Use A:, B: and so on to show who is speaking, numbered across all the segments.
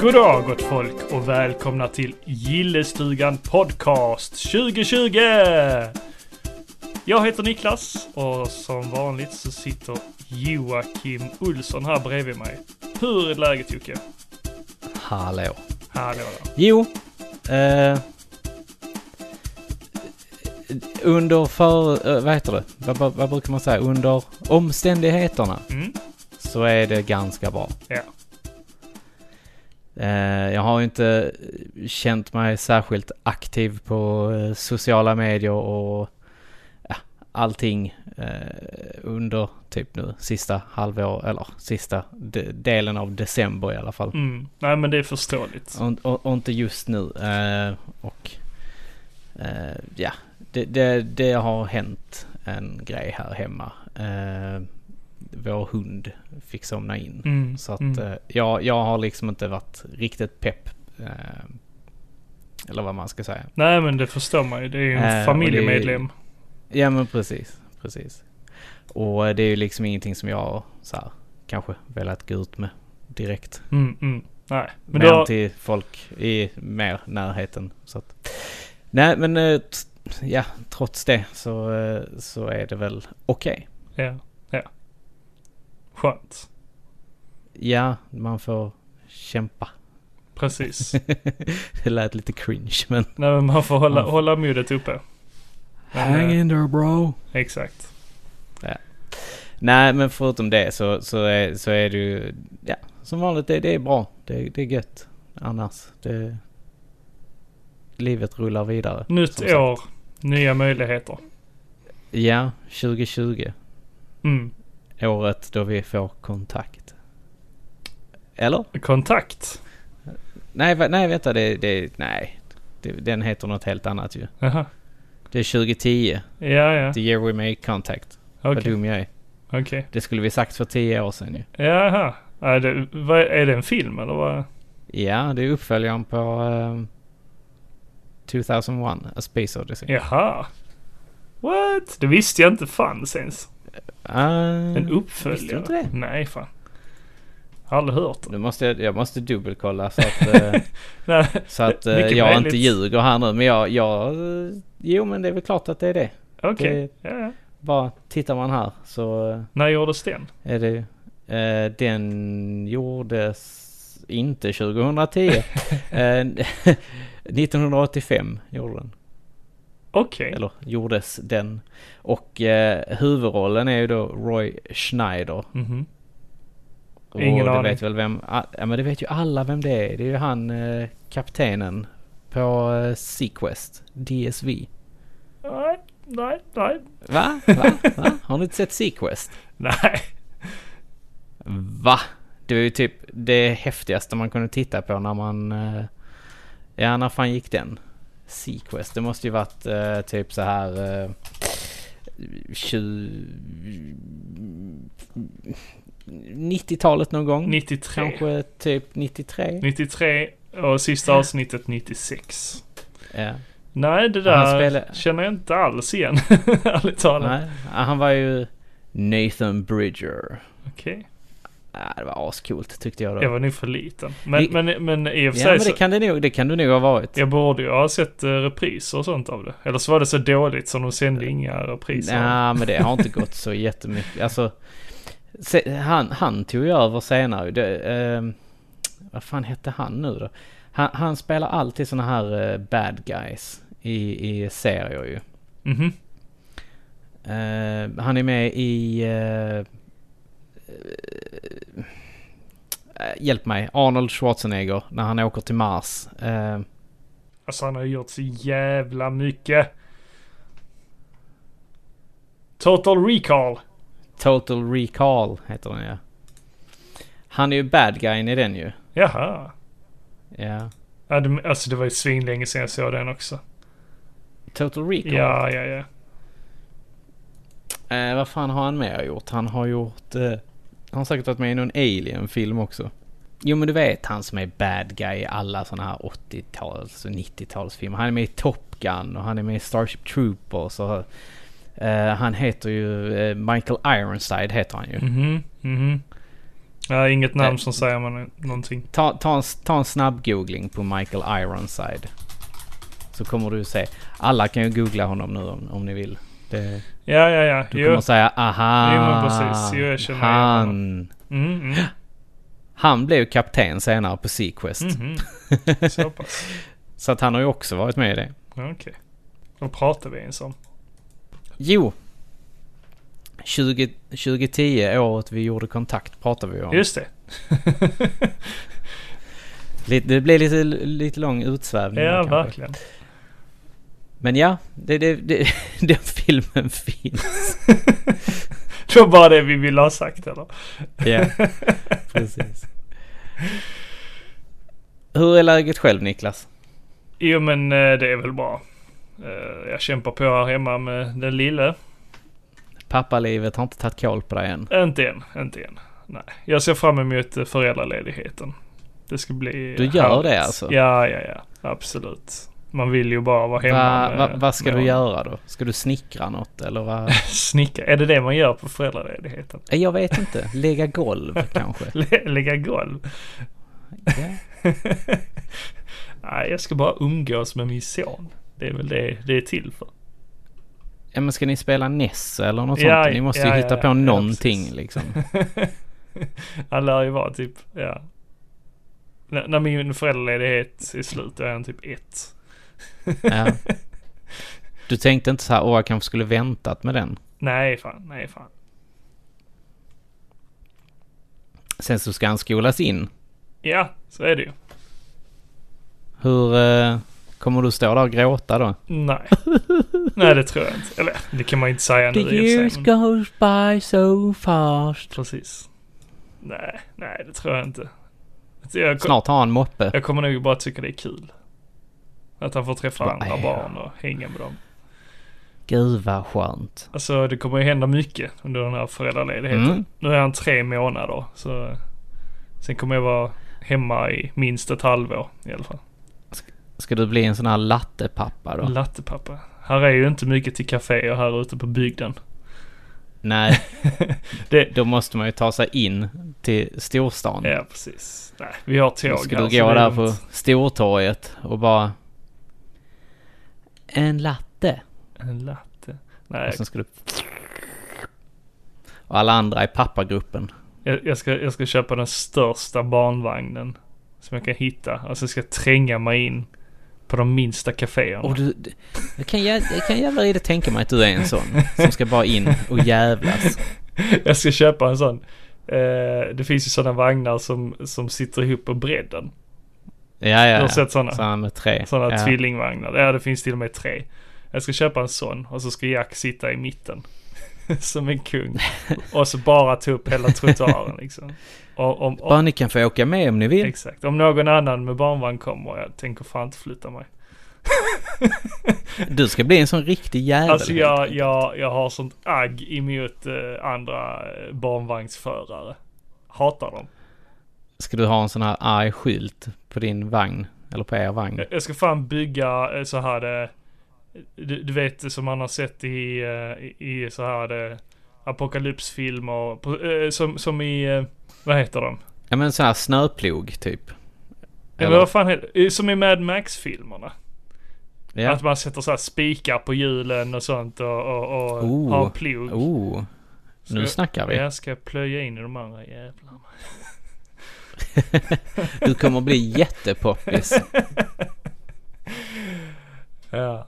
A: Goddag gott folk och välkomna till Gillestugan Podcast 2020! Jag heter Niklas och som vanligt så sitter Joakim Olsson här bredvid mig. Hur är läget Jocke?
B: Hallå.
A: Hallå där.
B: Jo. Eh, under för... Eh, vad heter det? Vad, vad, vad brukar man säga? Under omständigheterna
A: Mm,
B: så är det ganska bra.
A: ja.
B: Eh, jag har ju inte känt mig särskilt aktiv på eh, sociala medier och ja, allting eh, under typ nu sista halvår eller sista de- delen av december i alla fall.
A: Mm. Nej men det är förståeligt.
B: Och, och, och inte just nu. eh, och eh, ja, det, det, det har hänt en grej här hemma. Eh, vår hund fick somna in.
A: Mm,
B: Så att
A: mm.
B: eh, jag, jag har liksom inte varit riktigt pepp. eh, eller vad man ska säga.
A: Nej men det förstår man ju. Det är ju en
B: eh,
A: familjemedlem.
B: Ja men precis, precis. Och eh, det är ju liksom ingenting som jag så här, kanske velat gå ut med direkt.
A: Mm, mm. Nej. Men
B: Men
A: du har...
B: till folk i mer närheten. Så att. Nej men eh, t- ja, trots det så, eh, så är det väl okej.
A: Ja. ja. Skönt.
B: Ja, man får kämpa.
A: Precis.
B: det lät lite cringe men...
A: Nej men man får hålla,
B: Man får-
A: hålla modet uppe. Men, eh,
B: in there bro.
A: Exakt.
B: Nej men förutom det så, så, är, så är det ju, ja som vanligt det, det är bra. Det, det är gött annars. Det, livet rullar vidare.
A: Nytt
B: som sagt.
A: år, nya möjligheter.
B: Ja, 2020.
A: Mm.
B: året då vi får kontakt. Eller?
A: Kontakt.
B: Nej, va, nej vänta, det, det nej. Det, den heter något helt annat ju.
A: Jaha.
B: Det är 2010,
A: Ja, ja.
B: the year we make contact. Vad
A: Okej.
B: dum jag är.
A: Okej.
B: Det skulle vi sagt för tio år sedan ju.
A: Jaha. Är det, vad, är det en film eller vad?
B: Ja, det är uppföljaren på ehm, 2001, A Space Odyssey.
A: Jaha. What? Det visste jag inte fanns ens.
B: Ah,
A: En
B: Visste du
A: uppföljare.
B: inte det?
A: Nej, fan. Har aldrig hört det.
B: nu måste jag, jag måste dubbelkolla så att, eh,
A: Nej.
B: så att eh,
A: Mycket
B: jag
A: möjligt.
B: inte ljuger här nu. Men jag, jag, eh, jo men det är väl klart att det är det.
A: Okej.
B: Det-
A: Ja, ja.
B: Bara tittar man här så eh,
A: När gjordes den?
B: är det ju. Eh, den gjordes inte 2010. eh, 1985 gjorde den.
A: Okej.
B: Eller gjordes den. Och eh, huvudrollen är ju då Roy Schneider.
A: Mhm.
B: Och
A: Ingen
B: det
A: aning.
B: vet väl vem... ah, Ja men det vet ju alla vem det är. Det är ju han eh, kaptenen på eh, Sequest. DSV.
A: Nej, nej, nej.
B: Va? Va? Va? Har ni inte sett Sequest?
A: Nej.
B: Va? Det var ju typ det häftigaste man kunde titta på när man... eh, Ja, när fan gick den? Sequest. Det måste ju varit eh, typ så här... eh, 20... 90-talet någon gång.
A: 93.
B: Kanske typ 93.
A: 93 och sista avsnittet 96.
B: Ja.
A: Nej, det
B: Han
A: där
B: spelar-
A: känner jag inte alls igen. Ärligt talat.
B: Nej, han var ju Nathan Bridger.
A: Okej.
B: Ja, det var ascoolt tyckte jag då.
A: Jag var nog för liten. Men,
B: Vi-
A: men, men i och för
B: ja,
A: sig
B: men det
A: så,
B: kan, det, nog, det kan du nog ha varit.
A: jag borde ju ha sett eh, repriser och sånt av det. Eller så var det så dåligt som de sände inga repriser.
B: Nej, men det har inte gått så jättemycket. Alltså, se, han, han tog ju över senare. Det, ehm, vad fan hette han nu då? Han, han spelar alltid såna här eh, bad guys i, i serier ju.
A: Mhm.
B: Eh, han är med i... eh, eh, hjälp mig. Arnold Schwarzenegger när han åker till Mars. Eh,
A: Alltså han har ju gjort så jävla mycket. Total Recall.
B: Total Recall heter den ja. Han är ju bad guyn i den ju.
A: Jaha.
B: Ja.
A: Ja, det- Alltså det var ju svinlänge sedan jag såg den också.
B: Total Recall.
A: Ja, ja, ja.
B: Eh, vad fan har han mer gjort? Han har gjort... Eh, han har säkert varit med i någon Alien-film också. Jo men du vet han som är bad guy i alla sådana här 80-tals och 90-talsfilmer. Han är med i Top Gun och han är med i Starship Troopers och... Eh, han heter ju... Eh, Michael Ironside heter han ju.
A: Mhm, mhm. Ja, inget namn
B: Nej.
A: som säger man någonting.
B: Ta, ta, en, ta en snabb googling på Michael Ironside. Så kommer du se. Alla kan ju googla honom nu om, om ni vill. Det,
A: Ja, ja, ja.
B: du
A: Jo.
B: kommer säga aha.
A: Jo, men precis. Jo, jag känner igen
B: han.
A: Mm, mm,
B: Han blev ju kapten senare på Sequest.
A: mhm. Så pass.
B: Så att han har ju också varit med i det.
A: Ja, Okej. Vad pratar vi ens om?
B: Jo. 20, 2010, året vi gjorde kontakt, pratade vi om.
A: Just det.
B: Lite, det blev lite, lite lång utsvävning. här
A: Ja,
B: kanske.
A: verkligen.
B: Men ja, det, det, det, den filmen finns.
A: Det var bara det vi ville ha sagt eller?
B: Ja, precis. Hur är läget själv Niklas?
A: Jo men eh, det är väl bra. Eh, Jag kämpar på här hemma med den lille.
B: Pappalivet har inte tagit koll på dig än.
A: Inte än, inte än. Nej. Jag ser fram emot eh, föräldraledigheten. Det ska bli
B: Du gör
A: härligt.
B: det alltså?
A: Ja, ja, ja. Absolut. Man vill ju bara vara hemma
B: Va,
A: med-
B: va, vad ska
A: med
B: du
A: honom.
B: göra då? Ska du snickra något eller vad?
A: Snicka. Är det det man gör på föräldraledigheten?
B: Eh, Jag vet inte. Lägga golv kanske?
A: Lä- Lägga golv?
B: Ja.
A: Nej, jag ska bara umgås med min son. Det är väl det det är till för.
B: Ja, men ska ni spela NES eller något
A: Ja,
B: sånt? Ni måste
A: ja,
B: ju
A: ja,
B: hitta
A: ja.
B: på
A: Ja,
B: någonting
A: precis.
B: liksom.
A: Han lär ju vara typ, ja. N- när min föräldraledighet är slut, då är han typ ett.
B: Ja. Du tänkte inte så här, åh jag kanske skulle väntat med den.
A: Nej, fan, nej, fan.
B: Sen så ska han skolas in.
A: Ja, så är det ju.
B: Hur eh, kommer du stå där och gråta då?
A: Nej. nej, det tror jag inte. Eller, det kan man ju inte säga nu i och för sig, men-
B: goes by so fast.
A: Precis. Nej, nej, det tror jag inte. Alltså, Jag, ko-
B: Snart har han moppe.
A: jag kommer nog bara tycka det är kul. Att han får träffa
B: Vad
A: andra
B: är-
A: barn och hänga med dem.
B: Gud vad skönt.
A: Alltså det kommer ju hända mycket under den här föräldraledigheten.
B: Mm.
A: Nu är han tre månader så sen kommer jag vara hemma i minst ett halvår i alla fall.
B: Ska du bli en sån här lattepappa då?
A: Lattepappa. Här är ju inte mycket till kaféer här ute på bygden.
B: Nej,
A: Det,
B: då måste man ju ta sig in till storstan.
A: ja precis. Nej, vi har
B: Då
A: tåg
B: ska
A: här,
B: du
A: så det
B: gå
A: är
B: där på
A: lugnt.
B: Stortorget och bara... En latte.
A: En latte. Nej,
B: Och sen ska du... Och alla andra i pappagruppen.
A: jag, jag, ska, jag ska köpa den största barnvagnen som jag kan hitta. Och sen ska jag tränga mig in på de minsta kaféerna.
B: Och du, jag, kan, jä- jag kan jävlar i det tänka mig att du är en sån som ska bara in och jävlas.
A: Jag ska köpa en sån. Eh, det finns ju sådana vagnar som, som sitter ihop på bredden.
B: Ja, ja, ja.
A: Du har sett såna?
B: Såna med tre.
A: Sådana
B: ja.
A: tvillingvagnar. Ja, det finns till och med tre. Jag ska köpa en sån och så ska Jack sitta i mitten. som en kung. Och så bara ta upp hela trottoaren liksom. Och, om,
B: Bara
A: om,
B: ni kan få åka med om ni vill.
A: exakt. Om någon annan med barnvagn kommer, jag tänker fan inte flytta mig.
B: Du ska bli en sån riktig jävel.
A: Alltså jag, jag, jag har sånt agg emot eh, andra eh, barnvagnsförare. Hatar dem.
B: Ska du ha en sån här arg skylt på din vagn? Eller på er vagn?
A: Jag- Jag ska fan bygga eh, så här det, du, du vet som man har sett i, eh, i, i så här det, apokalypsfilmer, på- eh, som, som i, eh, vad heter de?
B: Ja men en sån här snöplog typ.
A: Eller vad fan heter eh, Som i Mad Max-filmerna.
B: ja.
A: Att man sätter så här spikar på hjulen och sånt och, och, och
B: Oh.
A: har en plog.
B: Oh,
A: Ska-
B: nu snackar vi.
A: Jag ska plöja in i de andra jävlarna.
B: Du kommer bli jättepoppis.
A: Ja.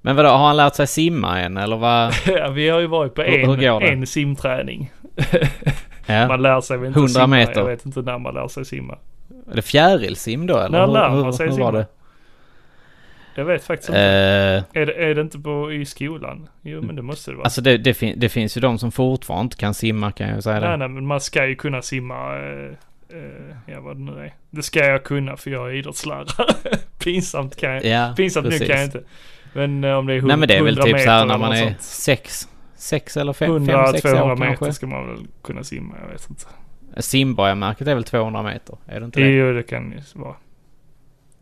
B: Men vadå, har han lärt sig simma än eller vad?
A: Vi har ju varit på
B: Hur- hur
A: en,
B: går det?
A: en simträning.
B: Ja.
A: Man lär sig väl inte
B: 100
A: simma.
B: meter.
A: Jag vet inte när man lär sig simma.
B: Är det fjärilsim då eller?
A: När
B: Hur-
A: lär
B: hur-
A: man sig
B: hur var
A: simma?
B: det?
A: Jag vet faktiskt inte.
B: Eh,
A: Är det, är det inte på, i skolan? Jo men det måste det vara.
B: alltså det, det, fin- det finns ju de som fortfarande inte kan simma kan jag ju säga
A: nej
B: det.
A: nej men man ska ju kunna simma, eh, eh, ja vad det nu är. Det ska jag kunna för jag är idrottslärare. Pinsamt kan jag,
B: Ja,
A: pinsamt nu kan jag inte. Men eh, om det är 100
B: Nej men det är väl typ
A: meter
B: såhär när
A: eller
B: man
A: något
B: är
A: sånt.
B: sex, sex eller fem, fem, sex
A: 100-200
B: år
A: meter
B: kanske.
A: ska man väl kunna simma, jag vet inte.
B: Simborgarmärket är väl 200 meter? Är det inte det?
A: Jo det kan ju vara.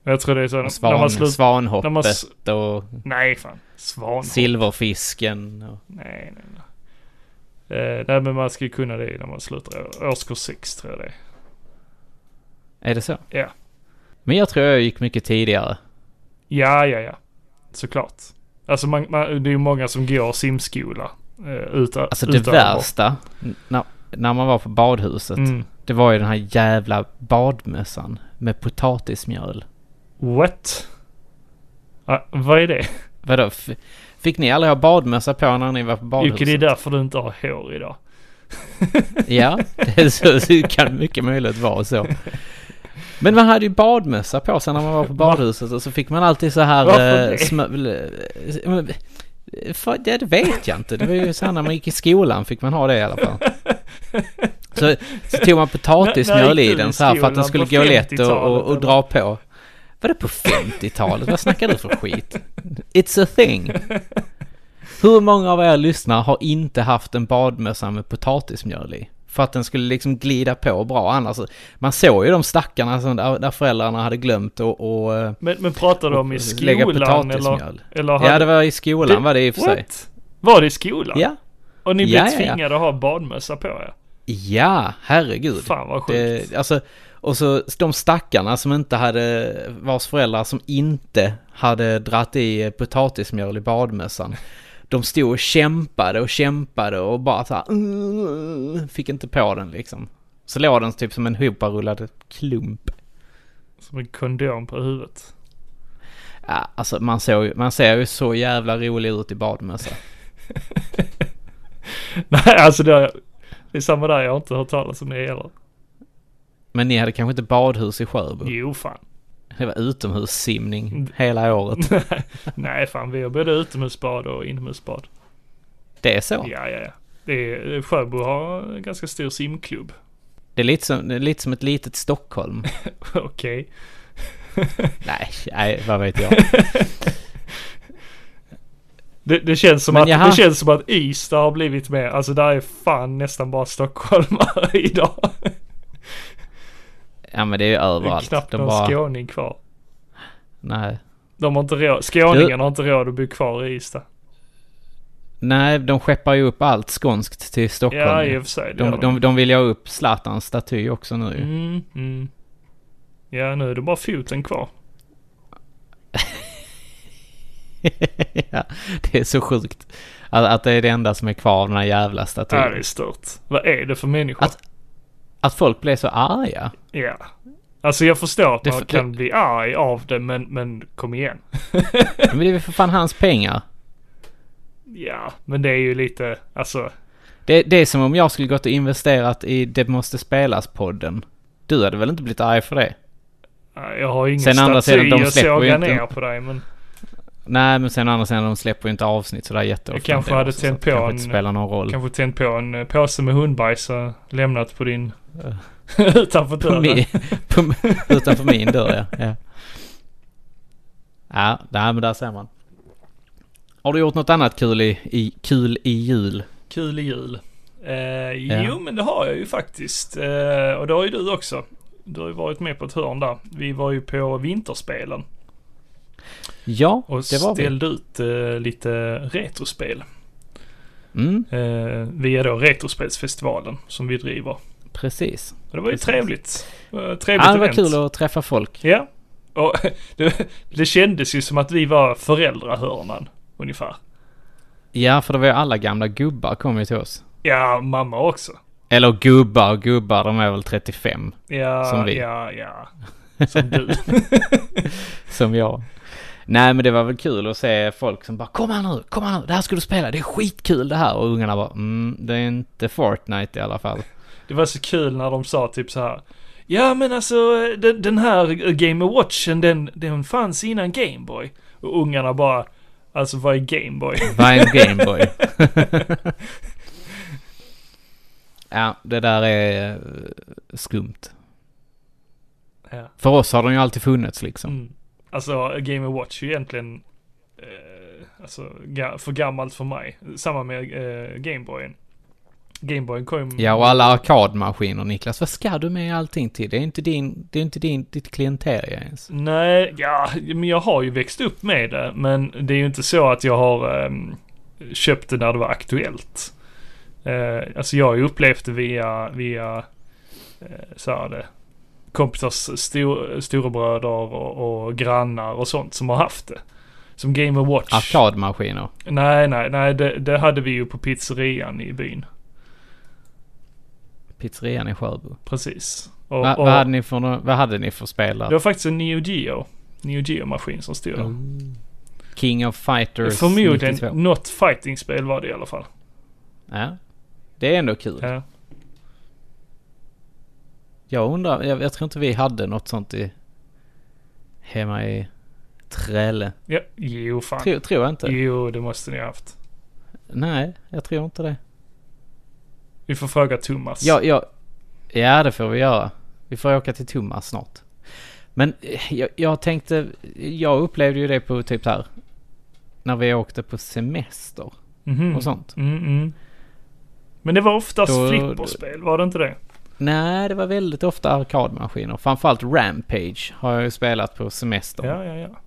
A: Men Jag tror det är så
B: Och
A: när
B: Svan,
A: man slutar. när
B: svanhoppet
A: man s-
B: och
A: Nej fan. Svan.
B: silverfisken. Och,
A: Nej nej nej. Eh, nej men man ska ju kunna det när man slutar årskurs 6 tror jag det är.
B: Är det så?
A: Ja.
B: Men jag tror jag gick mycket tidigare.
A: Ja, ja, ja. Såklart. Alltså man, man, det är ju många som går simskola. Eh, uta,
B: Alltså det
A: utöver.
B: värsta, n- när, när man var på badhuset,
A: Mm.
B: det var ju den här jävla badmössan med potatismjöl.
A: What? Ah, vad är det?
B: Vadå, f- fick ni aldrig ha badmössa på när ni var på
A: Jocke, det är
B: badhuset?
A: därför du inte har hår idag.
B: Ja, det, är så, så det kan mycket möjligt vara så. Men man hade ju badmössa på sig när man var på badhuset och så fick man alltid så här... eh,
A: Varför det?
B: smö, för, det, det vet jag inte. Det var ju så här när man gick i skolan fick man ha det i alla fall. Så, så tog man
A: När-
B: potatismjöl
A: när
B: i
A: gick du i
B: den så här för att den
A: skolan?
B: skulle
A: På
B: gå lätt och, och, och
A: 50-talet,
B: dra på. Var det på 50-talet? Vad snackar du för skit? It's a thing. Hur många av er lyssnare har inte haft en badmössa med potatismjöl i? För att den skulle liksom glida på bra annars. Man såg ju de stackarna som där, där föräldrarna hade glömt att och, eh,
A: Men, men pratar du om i
B: lägga
A: skolan eller?
B: potatismjöl.
A: eller
B: Ja, det var i skolan
A: Det-
B: var det i och för sig.
A: What? Var det i skolan?
B: Ja.
A: Och ni blev
B: Ja, ja, ja.
A: tvingade att ha badmössa på er?
B: ja, herregud.
A: Fan vad sjukt.
B: Det, alltså, och så de stackarna som inte hade, vars föräldrar som inte hade dratt i potatismjöl i badmössan. De stod och kämpade och kämpade och bara så här, "Ugh", fick inte på den liksom. Så låg den typ som en hoparullad klump.
A: Som en kondom på huvudet.
B: Ja, alltså man, såg, ju- man ser ju så jävla rolig ut i badmössa.
A: Nej, alltså det, har- det är samma där. Jag har inte hört talas om det heller.
B: Men ni hade kanske inte badhus i Sjöbo?
A: Jo, fan.
B: Det var
A: Mm.
B: utomhussimning hela året.
A: Nej, fan. Vi har både utomhusbad och inomhusbad.
B: Det är så?
A: Ja, ja, ja. Det är, Sjöbo har en ganska stor simklubb.
B: Det, är lite som, det är lite som ett litet Stockholm.
A: Okej.
B: Nej, nej, vad vet jag.
A: Det, det, känns som
B: Men
A: att,
B: jaha.
A: det känns som att Ystad har blivit mer, alltså där är fan nästan bara stockholmare idag.
B: Ja men det är ju
A: Det är
B: överallt.
A: knappt
B: De
A: någon
B: bara,
A: skåning kvar.
B: nej.
A: De har inte råd, skåningen har inte råd att bo kvar i Ystad.
B: nej, de skeppar ju upp allt skånskt till Stockholm.
A: Ja, i
B: ju.
A: och för sig. det gör
B: de, de, de vill ju ha upp Zlatans staty också nu ju.
A: Mm, mm. Ja, nu är det bara foten kvar.
B: ja, det är så sjukt. Att, att det är det enda som är kvar av den här jävla statyn.
A: Ja, det är stört. Vad är det för människor?
B: Att- Att folk blir så arga.
A: Ja. Alltså jag förstår att
B: Det-
A: man
B: det-
A: kan bli arg av det, men, men kom igen.
B: Men det är ju för fan hans pengar.
A: Ja, men det är ju lite, alltså.
B: Det, det är som om jag skulle gått och investerat i Det Måste Spelas-podden. Du hade väl inte blivit arg för det?
A: Jag har ingen
B: Sen andra
A: staty
B: sidan, de
A: att
B: släpper ju
A: såga
B: inte-
A: ner på dig, men
B: Nej, men sen å andra sidan, de släpper ju inte avsnitt sådär jätteofta.
A: Jag kanske
B: ändå,
A: hade
B: så
A: tänt på
B: det kanske
A: en-
B: inte spelar någon roll.
A: kanske tänt på en eh, påse med hundbajs och lämnat på din... eh, utanför
B: på
A: dörren.
B: min, på, utanför min dörr ja. ja. Ja, nej, men där ser man. Har du gjort något annat kul i, i, kul i jul?
A: Kul i jul. Eh,
B: Ja.
A: Jo, men det har jag ju faktiskt. Eh, och det har ju du också. Du har ju varit med på ett hörn där. Vi var ju på Vinterspelen
B: Ja,
A: och
B: det var vi.
A: ställde ut eh, lite retrospel.
B: Mm,
A: Eh, via då Retrospelsfestivalen som vi driver.
B: precis.
A: Och det var ju
B: Precis.
A: trevligt. Eh, trevligt
B: Ja, det var
A: event.
B: kul att träffa folk.
A: Ja. Och det, det kändes ju som att vi var föräldrahörnan ungefär.
B: Ja, för det var ju alla gamla gubbar kom ju till oss.
A: Ja, mamma också.
B: Eller gubbar, gubbar, de är väl 35
A: Ja,
B: Som vi.
A: ja, ja. Som du.
B: som jag. Nej men det var väl kul att se folk som bara kom här nu, kom här nu, det här ska du spela, det är skitkul det här. Och ungarna bara mm, det är inte Fortnite i alla fall.
A: Det var så kul när de sa typ så här. Ja men alltså den, den här Game Watchen den, den fanns innan Gameboy. Och ungarna bara. Alltså vad är Gameboy?
B: Vad är en Gameboy? ja, det där är eh, skumt.
A: Ja.
B: För oss har de ju alltid funnits liksom.
A: Mm. Alltså Game Watch är ju egentligen. Eh, alltså ga- för gammalt för mig. Samma med eh, Gameboyen. Gameboyen kom.
B: Ja, och alla arkadmaskiner Niklas, vad ska du med allting till? Det är inte din, det är inte din, ditt klientel ens.
A: Nej, ja, men jag har ju växt upp med det. Men det är ju inte så att jag har ehm, köpt det när det var aktuellt. Eh, alltså jag har ju upplevt det via, via eh, så här det, kompisars stor, storebröder och, och grannar och sånt som har haft det. Som Game Watch.
B: Arkadmaskiner.
A: Nej, nej, nej. Det, det hade vi ju på pizzerian i byn.
B: Pizzerian i Sjöbo.
A: Precis. Och,
B: Va,
A: och,
B: vad, hade ni för, nå- vad hade ni för spelare?
A: det var faktiskt en Neo Geo. Neo Geo-maskin som stod där.
B: Mm. King of Fighters
A: Förmodligen
B: 92.
A: något fighting-spel var det i alla fall.
B: Ja. Det är ändå kul.
A: Ja.
B: Jag undrar, jag, jag tror inte vi hade något sånt i... Hemma i Träle.
A: Ja, jo, fan.
B: Tror, tror jag inte.
A: Jo, det måste ni ha haft.
B: Nej, jag tror inte det.
A: Vi får fråga Thomas.
B: Ja, ja, ja, det får vi göra. Vi får åka till Tumma snart. Men eh, jag, jag tänkte, jag upplevde ju det på typ så här. När vi åkte på semester
A: Mhm.
B: och sånt.
A: Mm, mm. Men det var oftast
B: Då-
A: flipperspel, var det inte det?
B: Nej, det var väldigt ofta arkadmaskiner. Framförallt Rampage har jag ju spelat på semester.
A: Ja, ja, ja.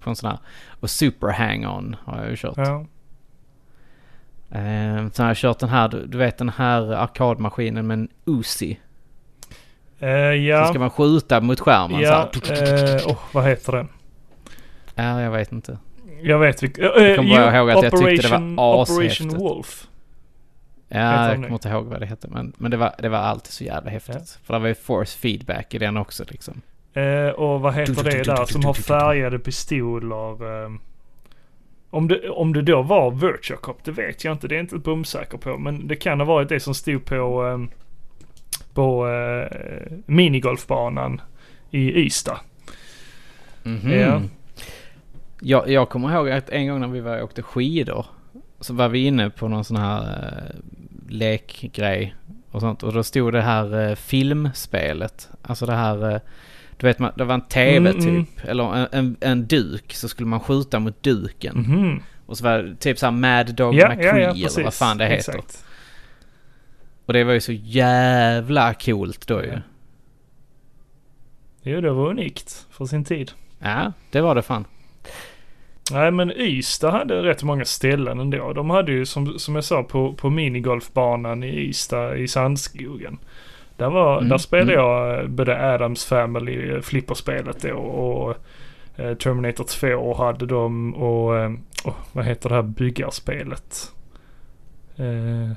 B: På en sån här. Och Super Hang-On har jag ju kört.
A: ja.
B: Eh, sen har jag kört den här, du, du vet den här arkadmaskinen med en Uzi.
A: Eh,
B: Så
A: ja,
B: ska man skjuta mot skärmen så
A: ja.
B: här.
A: Eh, oh, vad heter den?
B: Ja, jag vet inte.
A: Jag vet vilken. Eh,
B: Jag kommer bara
A: jo,
B: ihåg att jag tyckte det var
A: Operation- Operation
B: ashäftigt.
A: Wolf. Heter
B: Ja,
A: den
B: jag
A: det?
B: kommer inte ihåg vad det hette. Men, men det, var, det var alltid så jävla häftigt. För det var ju force feedback i den också liksom.
A: Eh, och vad heter det där som har färgade pistoler? ehm. Om det, om det då var Virtua Cop, det vet jag inte. Det är jag inte bumsäker på. Men det kan ha varit det som stod på, ehm, på eh, minigolfbanan i Ystad.
B: Mhm.
A: Ja.
B: Jag, jag kommer ihåg att en gång när vi var och åkte skidor. Så var vi inne på någon sån här eh, lekgrej och sånt. Och då stod det här eh, filmspelet. Alltså det här... Eh, du vet, man, det var en TV
A: Mm, mm.
B: typ. Eller en, en, en duk. Så skulle man skjuta mot duken.
A: Mhm.
B: Och så var det typ såhär Mad Dog
A: Ja,
B: McCree
A: ja, ja,
B: eller
A: precis.
B: vad fan det heter.
A: Exakt.
B: Och det var ju så jävla coolt då ju.
A: Ja. Jo, det var unikt för sin tid.
B: Ja, det var det fan.
A: Nej, men Ystad hade rätt många ställen ändå. De hade ju som, som jag sa på, på minigolfbanan i Ystad i Sandskogen. Där, var,
B: Mm,
A: där spelade
B: mm.
A: jag eh, både Adams Family, eh, flipperspelet då och eh, Terminator 2 hade de och eh, åh, vad heter det här byggarspelet? Eh,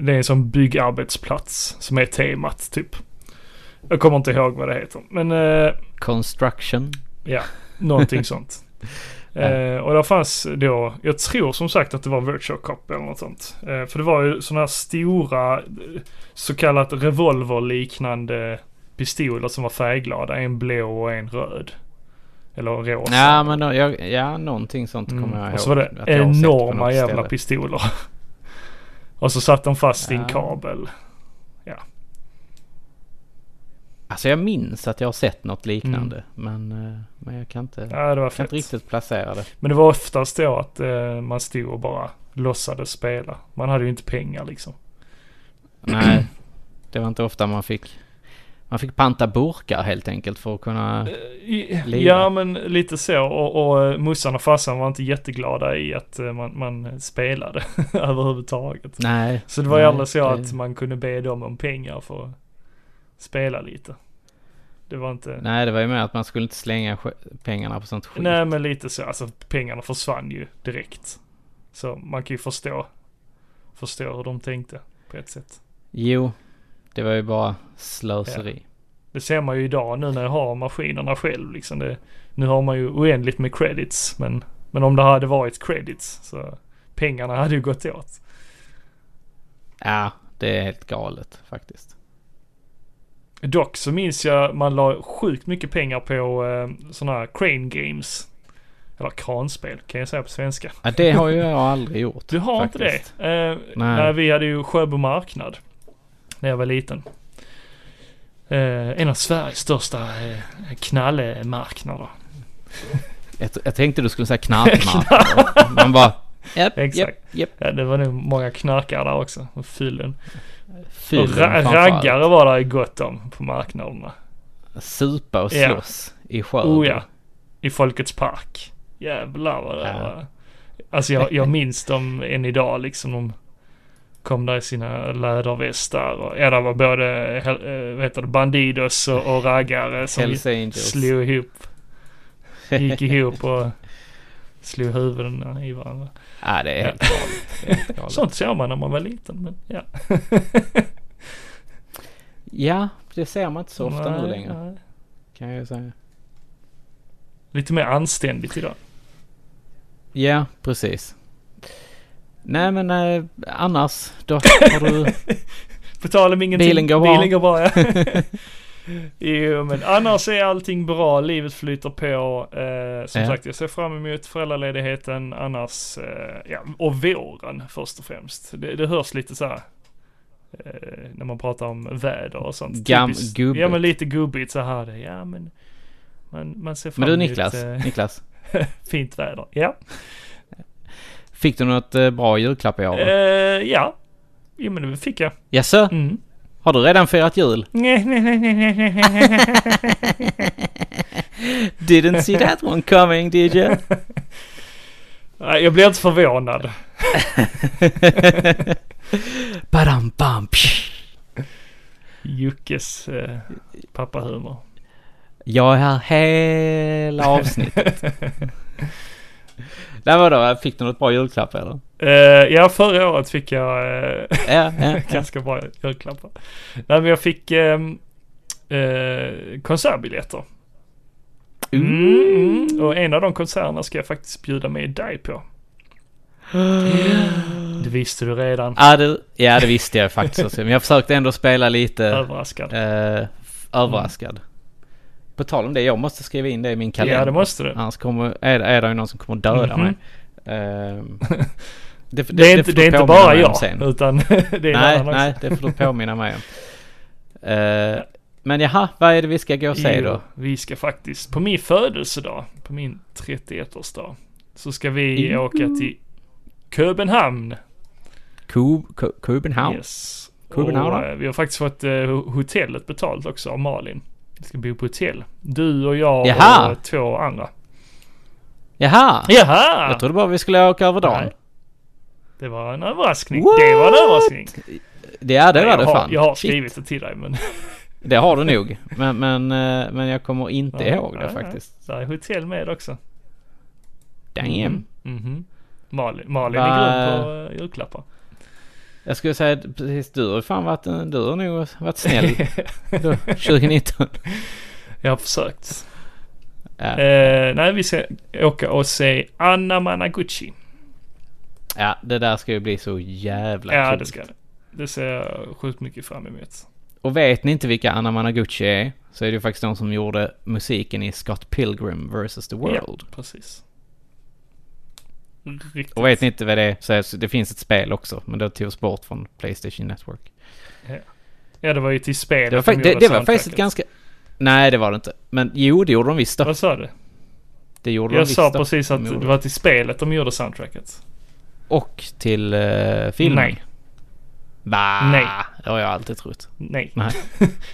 A: det är en sån byggarbetsplats som är temat typ. Jag kommer inte ihåg vad det heter. Men eh,
B: Construction.
A: Någonting sånt.
B: Ja.
A: Eh, och där fanns då, jag tror som sagt att det var Virtual Cop eller något sånt. Eh, för det var ju sådana här stora eh, så kallat revolverliknande pistoler som var färgglada. En blå och en röd. Eller rosa.
B: Ja, men då, jag, ja, någonting sånt
A: Mm.
B: kommer jag ihåg.
A: Och så var det
B: att jag har sett på
A: enorma
B: något
A: jävla
B: ställe.
A: pistoler. och så satt de fast i en
B: Ja.
A: kabel.
B: Alltså jag minns att jag har sett något liknande. Men, eh, men jag kan inte,
A: Mm. Ja, det var
B: kan
A: fett.
B: inte riktigt placera det.
A: Men det var oftast då att eh, man stod och bara låtsades spela. Man hade ju inte pengar liksom.
B: Nej, det var inte ofta man fick. Man fick panta burkar helt enkelt för att kunna...
A: Eh, I-
B: Lira.
A: Ja, men lite så. Och, och eh, morsan och farsan var inte jätteglada i att eh, man, man spelade överhuvudtaget.
B: Nej.
A: Så det var ju
B: nej,
A: aldrig så
B: det-
A: att man kunde be dem om pengar för att spela lite. Det var inte... Nej,
B: Nej, det var ju mer att man skulle inte slänga sk- pengarna på sånt skit.
A: men lite så. Alltså pengarna försvann ju direkt. Så man kan ju förstå. Förstå hur de tänkte på ett sätt.
B: Jo, det var ju bara slöseri.
A: Det ser man ju idag nu när jag har maskinerna själv. Liksom det, nu har man ju oändligt med credits. Men, men om det hade varit credits så pengarna hade ju gått åt.
B: Ja, det är helt galet faktiskt.
A: Dock så minns jag man la sjukt mycket pengar på eh, sådana här crane games. Eller kranspel kan jag säga på svenska.
B: Ja, det har ju jag aldrig gjort.
A: Du har
B: faktiskt.
A: inte det? Eh,
B: Nej.
A: nej. vi hade ju Sjöbo marknad. När jag var liten. Eh, en av Sveriges största eh, knallemarknader.
B: Jag, jag tänkte du skulle säga knarkmarknader. Man bara... Japp, japp,
A: Exakt.
B: japp.
A: Ja, det var nog många knarkare där också. Och fyllen.
B: Fyllen
A: och ra-
B: framförallt.
A: raggare var det gott om på marknaderna.
B: Supa och
A: Ja.
B: slåss i sjön.
A: Oh ja. I Folkets Park. Jävlar vad det
B: Ja.
A: var. Alltså jag, jag minns dem än idag liksom. De, kom där i sina lädervästar. Och, ja, det var både eh, vad heter det, Bandidos och, och raggare som
B: Hells Angels.
A: slog ihop. Gick ihop och slog huvudena i varandra.
B: Ja, det är helt galet. Det är helt galet.
A: Sånt såg man när man var liten. Men ja.
B: Ja, det ser man inte så ofta nu
A: Nej,
B: längre.
A: nej.
B: Kan jag ju säga.
A: Lite mer anständigt idag.
B: Ja, precis. Nej men eh, annars då har du...
A: På tal om ingenting.
B: Bilen går bra.
A: Bilen går bra ja. jo men annars är allting bra. Livet flyter på. Eh, som
B: Ja.
A: sagt jag ser fram emot föräldraledigheten annars. Eh, ja, och våren först och främst. Det, det hörs lite så här. Eh, när man pratar om väder och sånt.
B: Gam-
A: Typiskt-
B: gubbigt.
A: Ja men lite gubbigt så här. det. Ja men. Man, man ser fram
B: Men du
A: emot
B: Niklas,
A: eh,
B: Niklas.
A: fint väder. Ja.
B: Fick du något eh, bra julklapp i år?
A: Eh,
B: då?
A: ja. Jo men det fick jag.
B: Jaså?
A: Mm.
B: Har du redan firat jul?
A: Nej, nej, nej, nej, nej, nej, nej, nej.
B: Didn't see that one coming did you?
A: Nej, Jag blir inte förvånad.
B: Badam bam psh.
A: Juckes eh, pappahumor.
B: Jag är här hela avsnittet. Nej vadå, fick du något bra julklapp eller?
A: Eh, ja, förra året fick jag eh,
B: Ja, ja, ja.
A: ganska bra julklappar. Nej, men jag fick eh, eh, konsertbiljetter. Mm, mm. Och en av de konserterna ska jag faktiskt bjuda med dig på.
B: Mm.
A: Det visste du redan.
B: Ja det, ja, det visste jag faktiskt också. Men jag försökte ändå spela lite
A: Överraskad.
B: eh, f- överraskad. På tal om det, jag måste skriva in det i min kalender.
A: Ja, det måste du.
B: Annars kommer, är, är det ju någon som kommer döda
A: Mhm.
B: mig. Ehm, det,
A: Mm-hmm. Det är inte,
B: får du
A: det är inte
B: påminna
A: bara
B: mig om
A: jag,
B: sen.
A: utan det är en
B: Nej,
A: annan
B: nej, det får du påminna mig om. Eh, men jaha, vad är det vi ska gå och se
A: Jo,
B: då?
A: Vi ska faktiskt, på min födelsedag, på min 31-årsdag, så ska vi
B: Mm.
A: åka till Köpenhamn.
B: Kub- Ku- Köpenhamn?
A: Yes.
B: Köpenhamn,
A: Och,
B: ja.
A: eh, vi har faktiskt fått eh, hotellet betalt också av Malin. Vi ska bo på hotell. Du och jag
B: Jaha.
A: och två andra.
B: Jaha!
A: Jaha!
B: Jag trodde bara vi skulle åka över dagen.
A: Nej. Det var en överraskning.
B: What?
A: Det var en överraskning.
B: Det, ja, det var
A: jag,
B: det
A: har,
B: fan.
A: jag har
B: Shit.
A: skrivit det till dig men
B: Det har du nog. Men, men, eh, men jag kommer inte
A: Ja,
B: ihåg det
A: ja, ja.
B: faktiskt.
A: där är hotell med också.
B: Damn.
A: Mhm. Mhm. Malin, Malin
B: Va-
A: är grym på eh, julklappar.
B: Jag skulle säga att precis du har fan varit, en- du har nog varit snäll då, 2019.
A: jag har försökt.
B: Ja,
A: Eh, nej, vi ska åka och se Anna Managuchi.
B: ja, det där ska ju bli så jävla
A: Ja,
B: kul.
A: det ska det. Det ser jag sjukt mycket fram emot.
B: Och vet ni inte vilka Anna Managuchi är så är det ju faktiskt de som gjorde musiken i Scott Pilgrim vs. The World.
A: Precis. Riktigt.
B: Och vet ni inte vad det är så är det finns ett spel också men det togs bort från Playstation Network.
A: Ja, det var ju till spelet
B: Det var,
A: de
B: fak- det,
A: gjorde
B: det var faktiskt ett
A: soundtracket.
B: ganska... Nej det var det inte. Men jo det gjorde de visst då.
A: Vad sa du?
B: Det gjorde de
A: Jag
B: visst
A: sa
B: då.
A: precis
B: De
A: att
B: gjorde
A: det var till spelet de gjorde soundtracket.
B: Och till uh, filmen?
A: Nej.
B: Va?
A: Nej.
B: Det har jag alltid trott.
A: Nej.
B: Nej.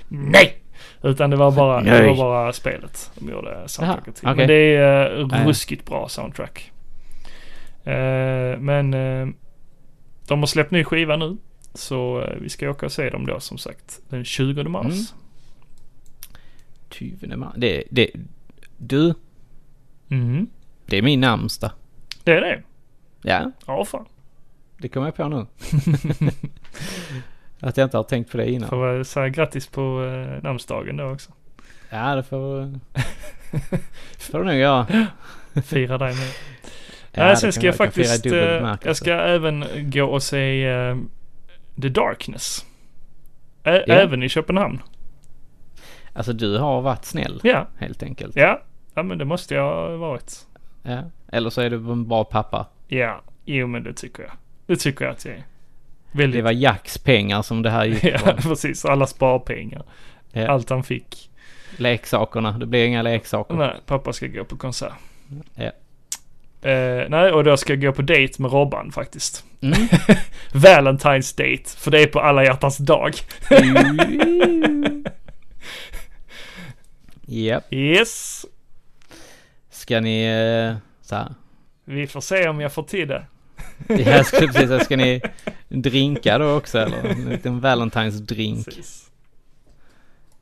A: Nej! Utan det var bara, det
B: Nej.
A: var bara spelet de gjorde soundtracket till.
B: Jaha,
A: Men
B: okej.
A: det är eh,
B: Ja, ja.
A: ruskigt bra soundtrack. Eh, men eh, de har släppt ny skiva nu. Så eh, vi ska åka och se dem då som sagt. Den 20 mars.
B: Mm. 20 maj. Det, det, du,
A: Mhm.
B: det är min namnsdag.
A: Det är det.
B: Ja,
A: Ja fan.
B: det kommer jag på nu. Att jag inte har tänkt på det innan.
A: Får väl säga grattis på eh, namnsdagen då också.
B: Ja, det får, får du nog göra.
A: Fira dig med.
B: Ja,
A: Nej,
B: det
A: sen
B: kan
A: ska jag
B: kan fira i
A: faktiskt...
B: dubbel
A: eh,
B: bemärkelse.
A: jag ska även gå och se eh, The Darkness. Ä-
B: Ja.
A: Även i Köpenhamn.
B: Alltså du har varit snäll,
A: Ja,
B: helt enkelt.
A: ja. Ja men det måste jag ha varit.
B: Ja. Eller så är du en bra pappa.
A: Ja, jo men det tycker jag. Det tycker jag att jag är. Väldigt.
B: Det var Jacks pengar som det här gick
A: ja,
B: på.
A: precis. Alla sparpengar.
B: Ja.
A: Allt han fick.
B: Leksakerna, det blir inga leksaker.
A: Nej, pappa ska gå på konsert.
B: Ja.
A: Eh, nej, och då ska jag gå på dejt med Robban faktiskt.
B: Mm.
A: Valentine's date, för det är på alla hjärtans dag.
B: Mm. Japp.
A: Yes!
B: Ska ni... eh, Så här.
A: Vi får se om jag får till det.
B: Jag skulle precis säga, ska ni... drinka då också eller? En liten Valentine's-drink.
A: Precis.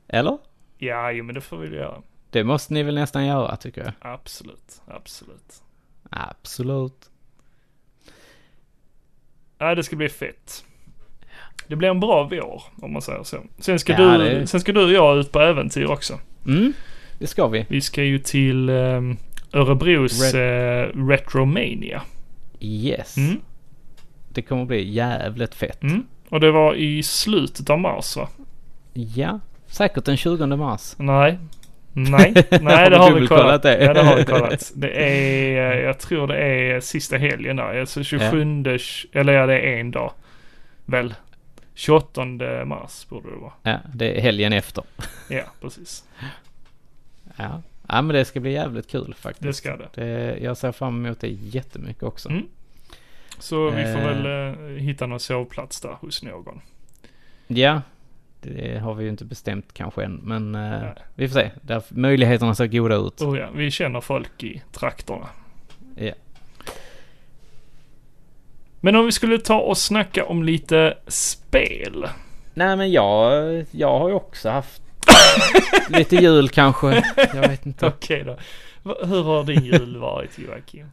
B: Eller?
A: Ja, jo, men det får vi väl göra.
B: Det måste ni väl nästan göra tycker jag.
A: Absolut, absolut.
B: Absolut.
A: Ja, det ska bli fett. Det blir en bra vår, om man säger så. Sen ska,
B: Ja,
A: du,
B: det-
A: sen ska du och jag ut på äventyr också.
B: Mm, det ska vi.
A: Vi ska ju till ehm, Örebros
B: Ret-
A: eh, Retromania.
B: Yes.
A: Mm.
B: Det kommer bli jävligt fett.
A: Mm. Och det var i slutet av mars va?
B: Ja, säkert den 20 mars.
A: Nej. Nej,
B: Har
A: nej
B: du
A: det har vi
B: dubbelkollat
A: kollat.
B: det?
A: Ja, det har vi kollat. Det är, eh, jag tror det är sista helgen där. Alltså 27, eller ja det är en dag. Väl. 28 mars borde det vara.
B: Ja, det är helgen efter.
A: Ja, precis.
B: Ja. ja, men det ska bli jävligt kul faktiskt.
A: Det ska det.
B: Det, jag ser fram emot det jättemycket också.
A: Mm. Så vi får
B: Eh.
A: väl eh, hitta någon sovplats där hos någon.
B: Ja, det har vi ju inte bestämt kanske än, men eh,
A: Nej.
B: vi får se. Där, möjligheterna ser goda ut.
A: Oh, ja, vi känner folk i trakterna.
B: Ja.
A: Men om vi skulle ta och snacka om lite spel.
B: Nej, men jag, jag har ju också haft lite jul kanske. Jag vet inte.
A: Okej då. Va- Hur har din jul varit Joakim?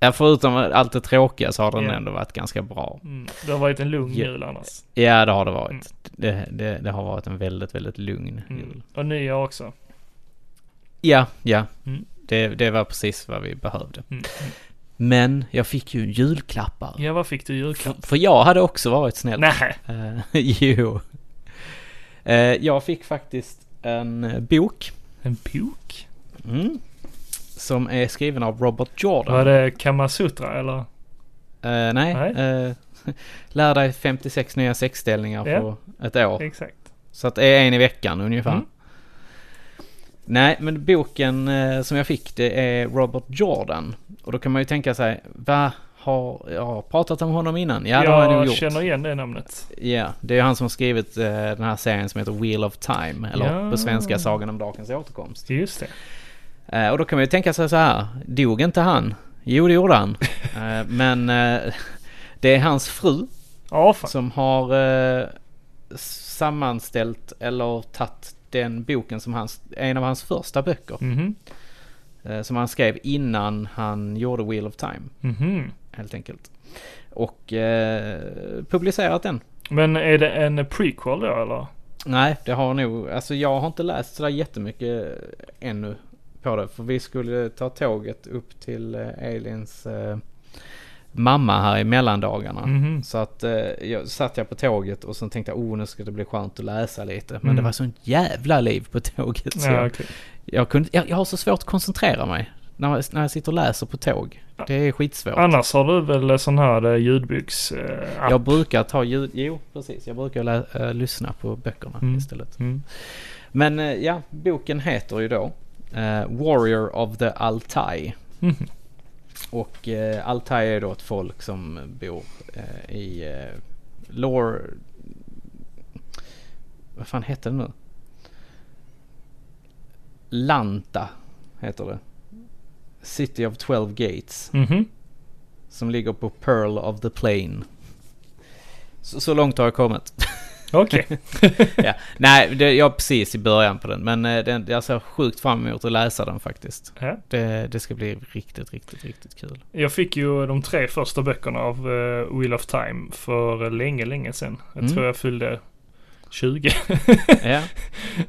B: Ja, förutom allt det tråkiga så har den
A: Ja.
B: ändå varit ganska bra.
A: Mm. Det har varit en lugn
B: Ja.
A: jul annars.
B: Ja, det har det varit.
A: Mm.
B: Det, det, det har varit en väldigt, väldigt lugn jul.
A: Mm. Och nya också.
B: Ja, ja.
A: Mm.
B: Det, det var precis vad vi behövde.
A: Mm.
B: Men jag fick ju julklappar.
A: Ja, vad fick du i julklapp?
B: För, för jag hade också varit snäll.
A: Nej.
B: Eh, jo. Eh, jag fick faktiskt en eh, bok.
A: En bok?
B: Mm. Som är skriven av Robert Jordan.
A: Var det Kamasutra eller?
B: Eh, nej.
A: Nej.
B: Eh, lär dig 56 nya sexställningar
A: Ja.
B: på ett år.
A: Exakt.
B: Så att det är en i veckan ungefär.
A: Mm.
B: Nej, men boken eh, som jag fick det är Robert Jordan. Och då kan man ju tänka sig, vad har jag pratat om honom innan? Ja, det har jag nog
A: jag
B: gjort.
A: känner igen det namnet.
B: Ja, det är han som har skrivit eh, den här serien som heter Wheel of Time. Eller
A: Ja.
B: på svenska Sagan om Drakens återkomst.
A: Just det.
B: Eh, och då kan man ju tänka sig så här, dog inte han? Jo, det gjorde han. eh, men eh, det är hans fru
A: Ja, fan.
B: som har eh, sammanställt eller tagit den boken som hans, en av hans första böcker.
A: Mhm.
B: Eh, som han skrev innan han gjorde Wheel of Time,
A: Mhm.
B: helt enkelt. Och eh, publicerat den.
A: Men är det en prequel då eller?
B: Nej, det har nog, alltså jag har inte läst sådär jättemycket eh, ännu på det. För vi skulle ta tåget upp till eh, Elins eh, mamma här i mellandagarna.
A: Mhm.
B: Så att eh, jag satt jag på tåget och sen tänkte jag oh nu ska det bli skönt att läsa lite. Men
A: Mm.
B: det var sånt jävla liv på tåget. Så
A: Ja,
B: jag,
A: okej.
B: jag, kunde, jag, jag har så svårt att koncentrera mig när jag, när jag sitter och läser på tåg. Det är skitsvårt.
A: Annars har du väl sån här eh, ljudboks... eh, app?
B: Jag brukar ta ljud... Jo, precis. Jag brukar lä, eh, lyssna på böckerna
A: Mm.
B: istället.
A: Mm.
B: Men eh, ja, boken heter ju då eh, Warrior of the Altai.
A: Mhm.
B: Och eh, Altai är då ett folk som bor eh, i eh, Lore... Vad fan heter det nu? Lanta heter det. City of 12 Gates.
A: Mhm.
B: Som ligger på Pearl of the Plain. Så, så långt har jag kommit.
A: Okej.
B: ja. Nej, det, jag är precis i början på den. Men eh, den, jag ser sjukt fram emot att läsa den faktiskt.
A: Ja.
B: Det, det ska bli riktigt, riktigt, riktigt kul.
A: Jag fick ju de tre första böckerna av eh, Wheel of Time för eh, länge, länge sedan. Jag
B: Mm.
A: tror jag fyllde 20.
B: Ja,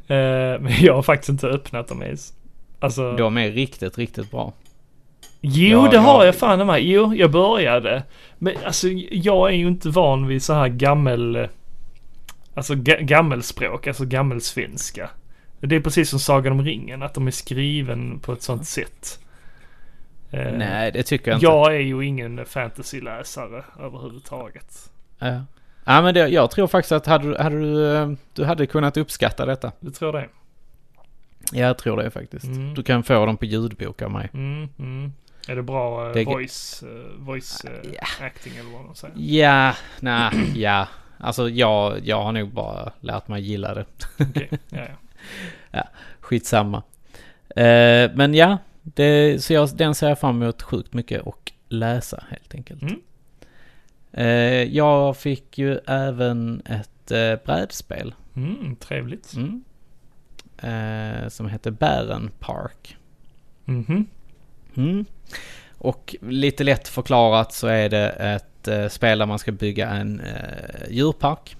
A: Eh, men jag har faktiskt inte öppnat dem ens. Alltså,
B: de är riktigt, riktigt bra.
A: jo
B: Ja,
A: det har
B: ja.
A: jag fan med. Jo, jag började. Men alltså jag är ju inte van vid så här gammel... eh, Alltså ga- gammelspråk, alltså gammelsvenska. Det är precis som Sagan om ringen, att de är skriven på ett sånt sätt. Eh,
B: Nej, det tycker jag inte.
A: Jag är ju ingen fantasyläsare överhuvudtaget.
B: Ja. Ja, men det, jag tror faktiskt att hade, du- hade du, eh, du hade kunnat uppskatta detta.
A: Du tror det?
B: Ja, jag tror det faktiskt.
A: Mm.
B: Du kan få dem på ljudbok av mig.
A: Mm, mm. Är det bra eh,
B: Det Ah, är ge-
A: voice, eh, voice eh, acting eller vad de säger?
B: Ja, nej, ja. Alltså jag, jag har nog bara lärt mig gilla det.
A: Okej, ja, ja.
B: Skitsamma. Eh, men ja, Mm. det, så jag, den ser jag fram emot sjukt mycket och läsa helt enkelt.
A: Mm.
B: Eh, jag fick ju även ett eh, brädspel
A: Mm, trevligt.
B: mm. eh, som hette Bären Park.
A: Mhm.
B: Mm. Och lite lätt förklarat så är det ett eh, spel där man ska bygga en eh, djurpark.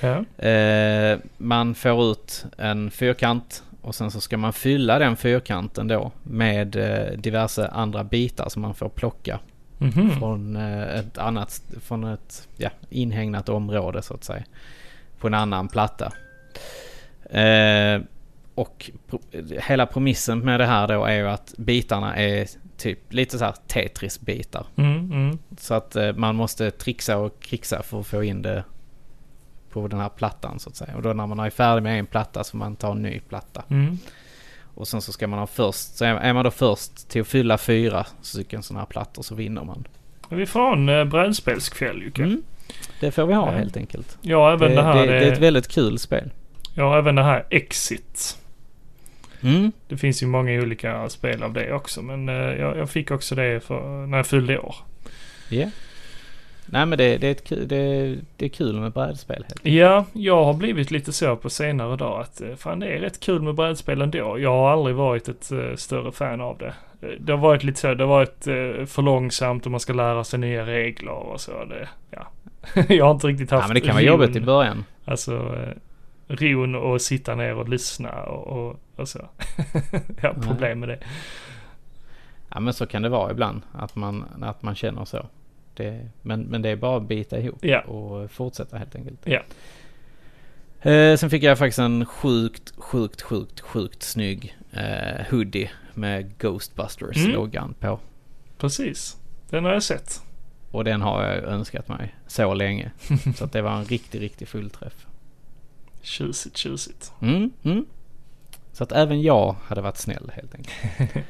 A: Ja.
B: Eh, man får ut en fyrkant och sen så ska man fylla den fyrkanten då med eh, diverse andra bitar som man får plocka
A: Mhm.
B: från eh, ett annat, från ett ja, inhägnat område så att säga. På en annan platta. Eh, och pro- hela premissen med det här då är ju att bitarna är typ lite så här Tetris-bitar.
A: Mm, mm.
B: Så att eh, man måste trixa och krixa för att få in det på den här plattan så att säga. Och då när man är färdig med en platta så får man ta en ny platta.
A: Mm.
B: Och sen så ska man ha först, så är- är man då först till att fylla fyra stycken sådana här plattor så vinner man.
A: Vi får ha en eh, brädspelskväll Jocke.
B: Mm. Det får vi ha
A: Ja.
B: helt enkelt.
A: Jag har
B: Det,
A: även
B: det,
A: det, här,
B: det är ett
A: eh,
B: väldigt kul spel.
A: jag har även det här Exit.
B: Mm.
A: Det finns ju många olika spel av det också men eh, jag, jag fick också det för, när jag fyllde år.
B: ja Nej men det, det, är ett kul, det, det är kul med brädspel. Helt.
A: Ja, jag har blivit lite så på senare dag att eh, fan det är rätt kul med brädspel ändå. Jag har aldrig varit ett eh, större fan av det. Eh, Det har varit lite så, det har varit eh, för långsamt och man ska lära sig nya regler och så. Det, ja. jag har inte riktigt
B: Ja,
A: haft
B: men det kan vara
A: ron,
B: jobbigt i början.
A: Alltså eh, ron och sitta ner och lyssna och, och, och så. jag har
B: Nej.
A: problem med det.
B: Ja men så kan det vara ibland, att man, att man känner så. Det, men, men det är bara att bita ihop
A: Ja.
B: och fortsätta helt enkelt.
A: Ja.
B: Eh, sen fick jag faktiskt en sjukt, sjukt, sjukt, sjukt snygg eh, hoodie med
A: Mm.
B: Ghostbusters-loggan på.
A: Precis. Den har jag sett.
B: Och den har jag önskat mig så länge. så att det var en riktig, riktig fullträff.
A: Tjusigt, tjusigt.
B: Mm, mm. Så att även jag hade varit snäll helt enkelt.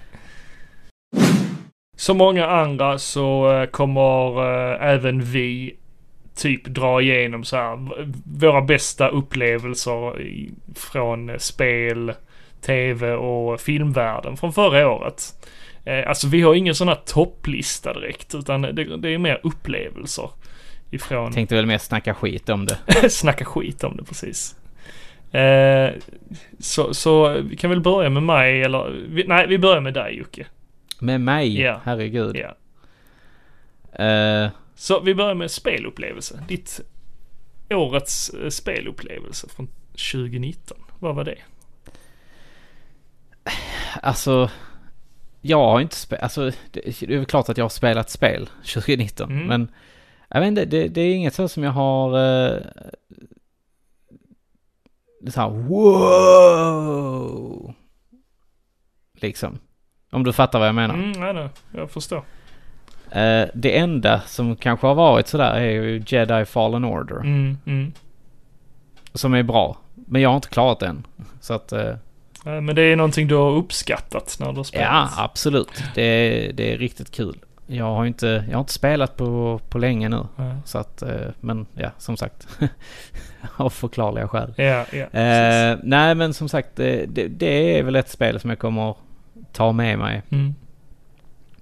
A: Som många andra så eh, kommer eh, även vi typ dra igenom så här v- våra bästa upplevelser i- från eh, spel, tv och filmvärlden från förra året. Eh, Alltså vi har ingen sån här topplista direkt utan det, det är mer upplevelser ifrån
B: Tänkte väl mest snacka skit om det.
A: snacka skit om det precis. Eh, Så, så vi kan väl börja med mig eller vi- nej vi börjar med dig Jocke.
B: Med mig,
A: Ja.
B: herregud.
A: Ja.
B: Eh,
A: Så vi börjar med spelupplevelse. Ditt årets eh, spelupplevelse från 2019. Vad var det?
B: Alltså, jag har inte spelat, alltså det, det är väl klart att jag har spelat spel 2019,
A: Mm.
B: men jag vet inte, det, det är inget så som jag har eh, det är så här wow! Liksom. Om du fattar vad jag menar.
A: Mm, nej, nej, jag förstår.
B: Eh, det enda som kanske har varit sådär är ju Jedi Fallen Order.
A: Mm, mm.
B: Som är bra. Men jag har inte klarat den. Så att... eh,
A: Eh, Men det är någonting du har uppskattat när du har spelat?
B: Ja, absolut. Det är, det är riktigt kul. Jag har ju inte, jag har inte spelat på, på länge nu.
A: Nej.
B: Så att, eh, men ja, som sagt. av förklarliga skäl.
A: Ja, ja. precis.
B: Eh, nej, men som sagt, eh, det, det är väl ett spel som jag kommer ta med mig.
A: Mm.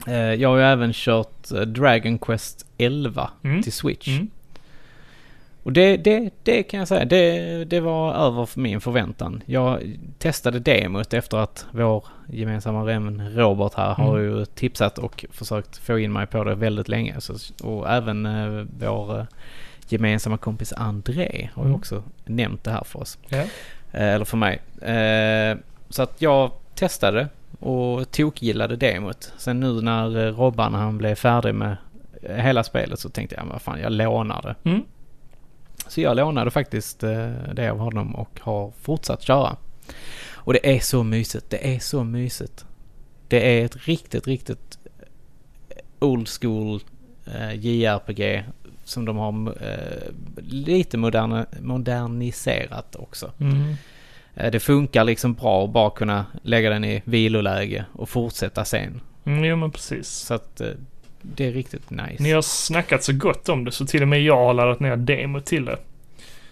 B: Eh, jag har ju även kört eh, Dragon Quest 11
A: Mm.
B: till Switch.
A: Mm.
B: Och det, det, det kan jag säga, det, det var över för min förväntan. Jag testade demot efter att vår gemensamma vän Robert här har
A: Mm.
B: ju tipsat och försökt få in mig på det väldigt länge. Så, och även eh, vår eh, gemensamma kompis André har ju
A: Mm.
B: också nämnt det här för oss.
A: Ja.
B: Eh, eller för mig. Eh, så att jag testade och tokgillade demot. Sen nu när eh, Robban han blev färdig med eh, hela spelet så tänkte jag, "Men vad fan, jag lånar det.
A: Mm.
B: Så jag lånade faktiskt eh, det av honom och har fortsatt köra. Och det är så mysigt, det är så mysigt. Det är ett riktigt, riktigt eh, old school eh, JRPG som de har eh, lite moderna, moderniserat också.
A: Mm.
B: Eh, det funkar liksom bra att bara kunna lägga den i viloläge och fortsätta sen.
A: Mm, jo, men precis.
B: Så att eh, det är riktigt nice.
A: Ni har snackat så gott om det så till och med jag har laddat ner demo till det.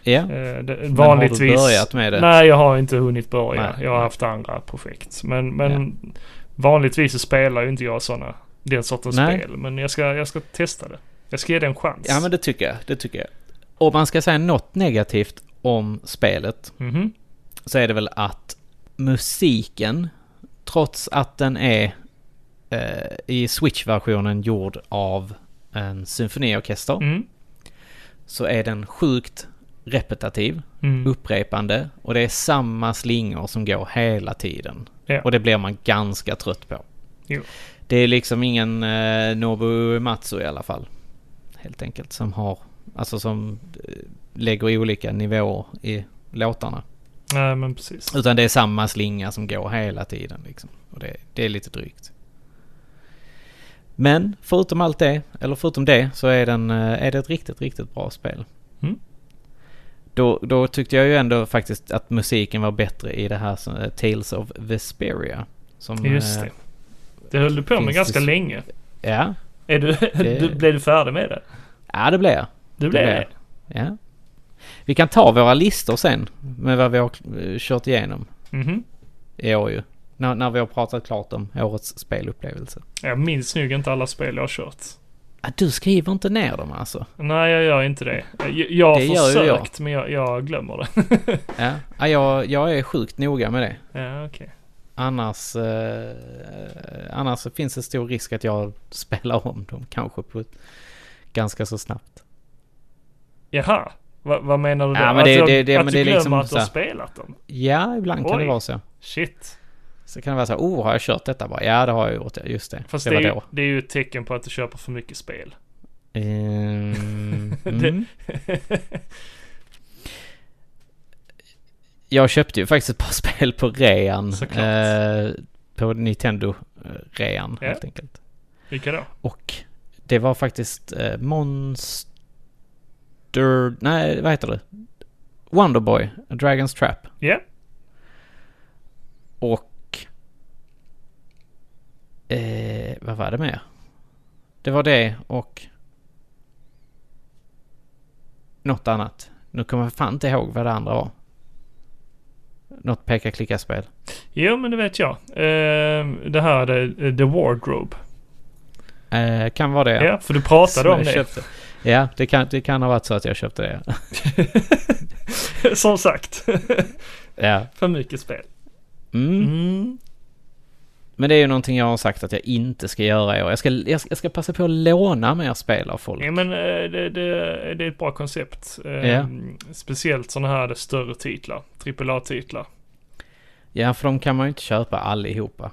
B: Ja.
A: Eh, det
B: Men
A: vanligtvis...
B: Har du börjat med det?
A: Nej, jag har inte hunnit börja.
B: Nej.
A: Jag har haft andra projekt. Men, men vanligtvis så spelar ju inte jag sådana, den sortens
B: Nej.
A: spel. Men jag ska, jag ska testa det. Jag ska ge det en chans.
B: Ja men det tycker jag, det tycker jag. Om man ska säga något negativt om spelet
A: Mhm.
B: så är det väl att musiken, trots att den är eh, i Switch-versionen gjord av en symfoniorkester,
A: Mm.
B: så är den sjukt repetitiv,
A: Mm.
B: upprepande och det är samma slingor som går hela tiden.
A: Ja.
B: Och det blir man ganska trött på.
A: Jo.
B: Det är liksom ingen eh, Nobu Matsu i alla fall. Helt enkelt som har, alltså som eh, lägger i olika nivåer i låtarna.
A: Nej men precis.
B: Utan det är samma slinga som går hela tiden liksom. Och det, det är lite drygt. Men förutom allt det, eller förutom det, så är, den, eh, är det ett riktigt, riktigt bra spel.
A: Mm.
B: Då, då tyckte jag ju ändå faktiskt att musiken var bättre i det här som, eh, Tales of Vesperia. Som,
A: Just
B: eh,
A: det. Det höll du på
B: finns
A: med ganska
B: det-
A: länge.
B: Ja,
A: Är du, du, blev du färdig med det?
B: ja det blev jag.
A: Du blev
B: blev
A: det?
B: Ja. Vi kan ta våra listor sen med vad vi har eh, kört igenom
A: Mhm.
B: i år ju. När, när vi har pratat klart om årets spelupplevelse.
A: Jag minns nog inte alla spel jag har kört.
B: Ah, du skriver inte ner dem alltså?
A: Nej, jag gör inte det. Jag, jag har
B: Det gör ju
A: försökt,
B: jag.
A: men jag, jag glömmer det.
B: Ja, ah, jag, jag är sjukt noga med det.
A: ja, okej.
B: Annars, eh, annars så finns det stor risk att jag spelar om dem kanske på ett, ganska så snabbt.
A: Jaha, Va, vad menar du då?
B: Ja, men
A: att
B: det-
A: jag,
B: det- det-
A: att du
B: men det är
A: glömmer
B: liksom
A: att du har
B: så här-
A: spelat dem?
B: Ja, ibland kan det
A: Oj.
B: vara så.
A: Shit.
B: Så kan det vara så här, oh, har jag kört detta bara? Ja, det har jag gjort, ja, just det.
A: Fast
B: det,
A: det,
B: var
A: är, ju,
B: då.
A: det är ju ett tecken på att du köper för mycket spel.
B: Ehm,
A: Det-
B: mm. Jag köpte ju faktiskt ett par spel på rean.
A: Såklart.
B: Eh, på Nintendo-rean
A: Ja.
B: helt enkelt.
A: Vilka då?
B: Och det var faktiskt eh, Monster... Nej, vad heter det? Wonderboy, A Dragon's Trap.
A: Ja.
B: Och... Eh, vad var det mer? Det var det och... Något annat. Nu kommer jag fan inte ihåg vad det andra var. Något peka-klicka-spel.
A: Jo, men det vet jag. Ehm, det här, The, the Wardrobe.
B: Eh, kan vara det.
A: Ja. för du pratade
B: Som
A: om
B: jag
A: det.
B: köpte. Ja, det kan, det kan ha varit så att jag köpte det.
A: Som sagt,
B: ja.
A: för mycket spel.
B: Mm.
A: Mm.
B: Men det är ju någonting jag har sagt att jag inte ska göra i år. Jag ska, jag ska, jag ska passa på att låna mer spel av folk.
A: Ja, men eh, det, det, det är ett bra koncept. Ehm,
B: Ja.
A: Speciellt sådana här större titlar. AAA-titlar.
B: Ja, för de kan man ju inte köpa allihopa.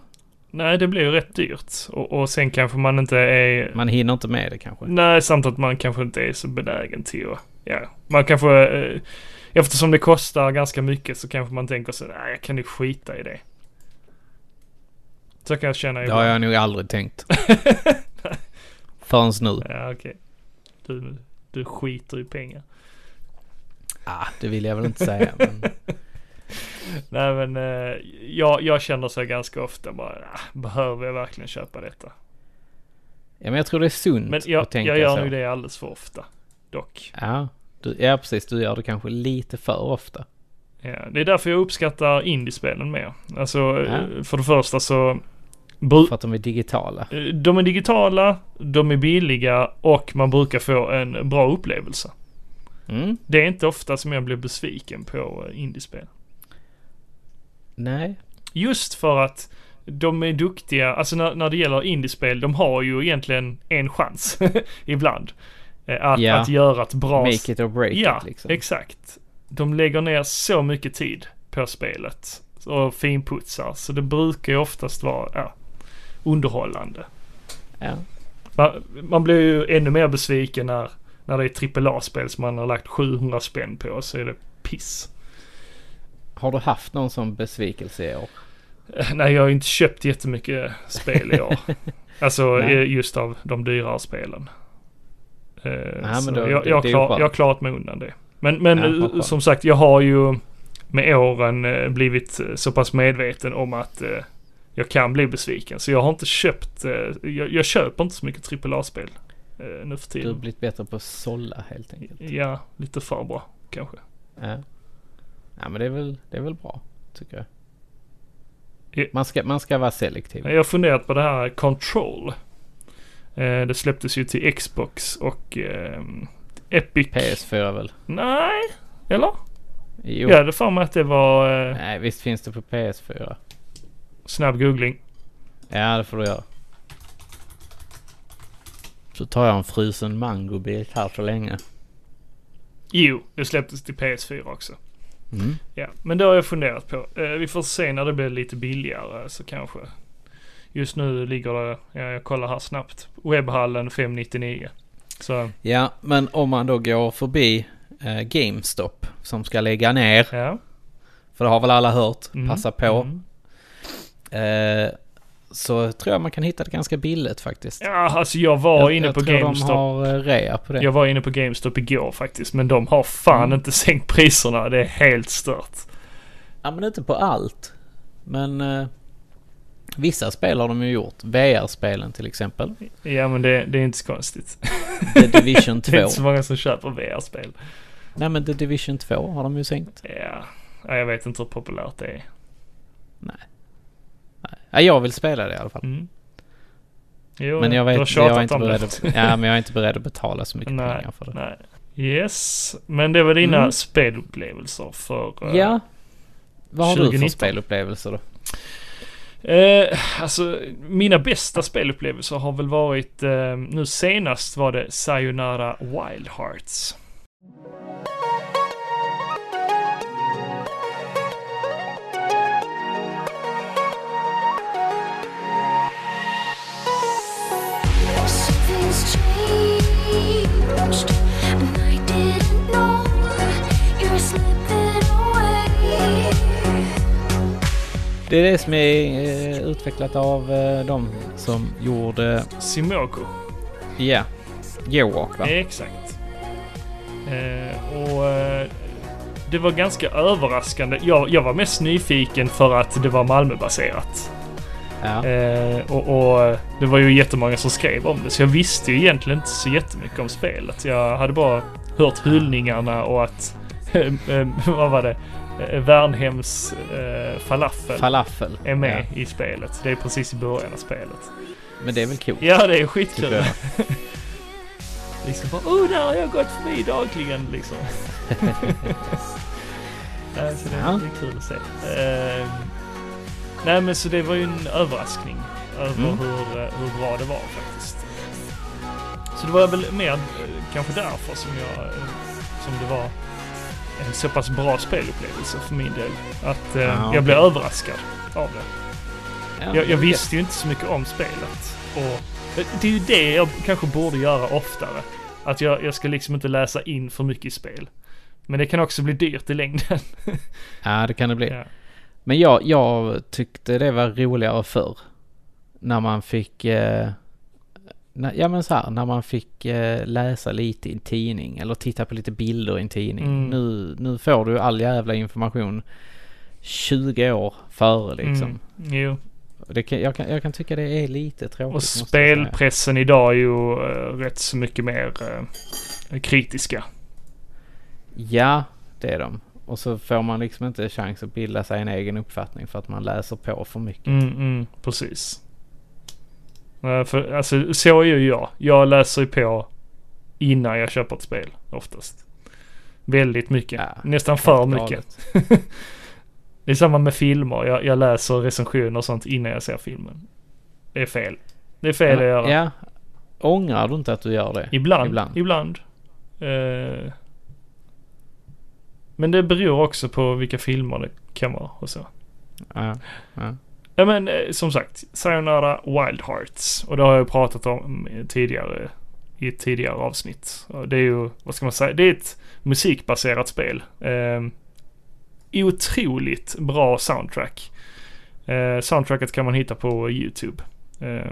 A: Nej, det blir ju rätt dyrt. Och, och sen kanske man inte är...
B: Man hinner inte med det kanske.
A: Nej, samt att man kanske inte är så benägen till att... Ja, man kanske... Eh, eftersom det kostar ganska mycket så kanske man tänker så nej, jag kan ju skita i det. Så kan jag känna
B: Det har
A: ibland.
B: jag nog aldrig tänkt. Förrän nu.
A: Ja, okej. Du, du skiter i pengar.
B: Ah, det vill jag väl inte säga. Men...
A: Nej, men eh, jag, jag känner så ganska ofta bara, ah, behöver jag verkligen köpa detta?
B: Ja, men jag tror det är sunt
A: Men jag,
B: att Mm, tänka
A: jag gör
B: så.
A: nog det alldeles för ofta. Dock.
B: Ja, du, ja, precis. Du gör det kanske lite för ofta.
A: Ja, det är därför jag uppskattar indiespelen mer. Alltså,
B: Ja.
A: för det första så... Bru-
B: För att de är digitala.
A: eh, de är digitala, de är billiga och man brukar få en bra upplevelse.
B: Mm.
A: Det är inte ofta som jag blir besviken på eh, indiespel.
B: Nej.
A: Just för att de är duktiga, alltså när, när det gäller indiespel, de har ju egentligen en chans ibland. eh, Att,
B: Ja.
A: att göra ett bra...
B: Make it or break
A: ja,
B: it liksom.
A: exakt. De lägger ner så mycket tid på spelet och finputsar, så det brukar ju oftast vara ja, underhållande.
B: Ja.
A: Man, man blir ju ännu mer besviken när, när det är AAA-spel som man har lagt 700 spänn på, så är det piss.
B: Har du haft någon sån besvikelse i år?
A: Eh, Nej, jag har ju inte köpt jättemycket spel i år. alltså
B: Nej.
A: eh, just av de dyrare spelen. Eh,
B: men
A: så
B: då-
A: jag,
B: det-
A: jag,
B: det är ju
A: klar,
B: skönt.
A: jag har klarat mig undan det. Men, men
B: Ja, vad
A: eh,
B: skönt.
A: som sagt, jag har ju med åren eh, blivit eh, så pass medveten om att eh, jag kan bli besviken. Så jag har inte köpt, eh, jag, jag köper inte så mycket AAA-spel eh, nu för
B: Du har
A: tiden.
B: blivit bättre på att sålla helt enkelt.
A: Ja, lite för bra kanske.
B: Ja. ja men det är väl, det är väl bra, tycker jag.
A: Ja.
B: Man ska, man ska vara selektiv.
A: Jag har funderat på det här Control. Eh, Eh, det släpptes ju till Xbox och ehm, Epic.
B: PS4 väl?
A: Nej, eller?
B: Jo.
A: Jag hade för mig att det var eh,
B: Nej, visst finns det på PS4?
A: snabb googling.
B: Ja, det får du göra. Så tar jag en frusen mangobit här så länge.
A: Jo, det släpptes till PS4 också.
B: Mm.
A: Ja, men det har jag funderat på. Eh, vi får se när det blir lite billigare så kanske. Just nu ligger det, ja, jag kollar här snabbt, webbhallen 599. Så
B: Ja, men om man då går förbi eh, GameStop som ska lägga ner.
A: ja.
B: För det har väl alla hört.
A: Mm,
B: Passa på.
A: mm.
B: Eh, så tror jag man kan hitta det ganska billigt faktiskt.
A: Ja, alltså jag var inne på
B: tror
A: GameStop.
B: de har eh, rea på det.
A: Jag var inne på GameStop igår faktiskt, men de har fan
B: Mm.
A: inte sänkt priserna. Det är helt stört.
B: Ja, men inte på allt. Men eh, vissa spel har de ju gjort. VR-spelen till exempel.
A: Ja, men det, det är inte så konstigt.
B: The Division
A: Det är
B: 2.
A: inte så många som köper VR-spel.
B: Nej, men The Division 2 har de ju sänkt.
A: Ja. ja, jag vet inte hur populärt det är.
B: Ja, jag vill spela det i alla fall.
A: Mm. Jo,
B: Men jag
A: du
B: vet
A: har
B: inte, jag är
A: tjatat
B: inte
A: om
B: beredd
A: det.
B: att, ja, men jag är inte beredd att betala så mycket
A: Nej,
B: pengar för det.
A: Nej. Yes, men det var dina
B: Mm.
A: spelupplevelser för... eh,
B: Ja. Vad har du för
A: 2019?
B: spelupplevelser då?
A: Eh, alltså, mina bästa spelupplevelser har väl varit... Eh, nu senast var det Sayonara Wild Hearts.
C: Something's changed, and I didn't know you were slipping away.
B: Det är det som är eh, utvecklat av eh, de som gjorde,
A: Simoku.
B: ja, Geowalk va?
A: Exakt. Eh, och eh, det var ganska överraskande. Jag, jag var mest nyfiken för att det var Malmöbaserat.
B: Ja.
A: Eh, och, och eh, det var ju jättemånga som skrev om det, så jag visste ju egentligen inte så jättemycket om spelet. Jag hade bara hört hyllningarna och att, eh, eh, vad var det, eh, Värnhems eh, falafel
B: Falafel.
A: är med
B: Ja.
A: i spelet. Det är precis i början av spelet.
B: Men det är väl kul?
A: Ja, det är
B: tycker
A: skitkul.
B: jag.
A: Liksom bara, oh, där har jag gått förbi dagligen liksom. Nej, så det,
B: Ja.
A: det är kul att se. Eh, nej, men så det var ju en överraskning över
B: Mm.
A: hur, eh, hur bra det var faktiskt. Så det var väl mer eh, kanske därför som jag, eh, som det var en så pass bra spelupplevelse för min del. Att eh,
B: Ja, okej.
A: jag blev överraskad av det.
B: Ja,
A: Jag, jag
B: det-
A: visste ju inte så mycket om spelet. Och det är ju det jag kanske borde göra oftare. Att jag, jag ska liksom inte läsa in för mycket i spel. Men det kan också bli dyrt i längden.
B: Ja, det kan det bli.
A: Ja.
B: Men jag, jag tyckte det var roligare förr. När man fick... Eh, när, ja men så här, när man fick eh, läsa lite i en tidning eller titta på lite bilder i en tidning.
A: Mm.
B: Nu, nu får du all jävla information 20 år före liksom.
A: Mm. Jo.
B: Det kan, jag, kan, jag kan tycka det är lite tråkigt.
A: Och
B: måste jag säga.
A: spelpressen idag är ju eh, rätt så mycket mer eh, kritiska.
B: Ja, det är de. Och så får man liksom inte chans att bilda sig en egen uppfattning för att man läser på för mycket.
A: Mm, mm, precis. Eh, för, alltså, så är ju jag. Jag läser ju på innan jag köper ett spel oftast. Väldigt mycket.
B: Ja,
A: Nästan för
B: Helt
A: mycket.
B: galet.
A: Det är samma med filmer. Jag, jag läser recensioner och sånt innan jag ser filmen. Det är fel. Det är fel att göra.
B: Ja. Ångrar du inte att du gör det?
A: Ibland.
B: Ibland.
A: Ibland. Eh, men det beror också på vilka filmer det kan vara och så.
B: Ja, ja.
A: Ja men eh, som sagt, Sayonara Wild Hearts. Och det har jag pratat om tidigare i ett tidigare avsnitt. Och Det är ju, vad ska man säga, det är ett musikbaserat spel. Eh, otroligt bra soundtrack. Eh, soundtracket kan man hitta på YouTube. Eh,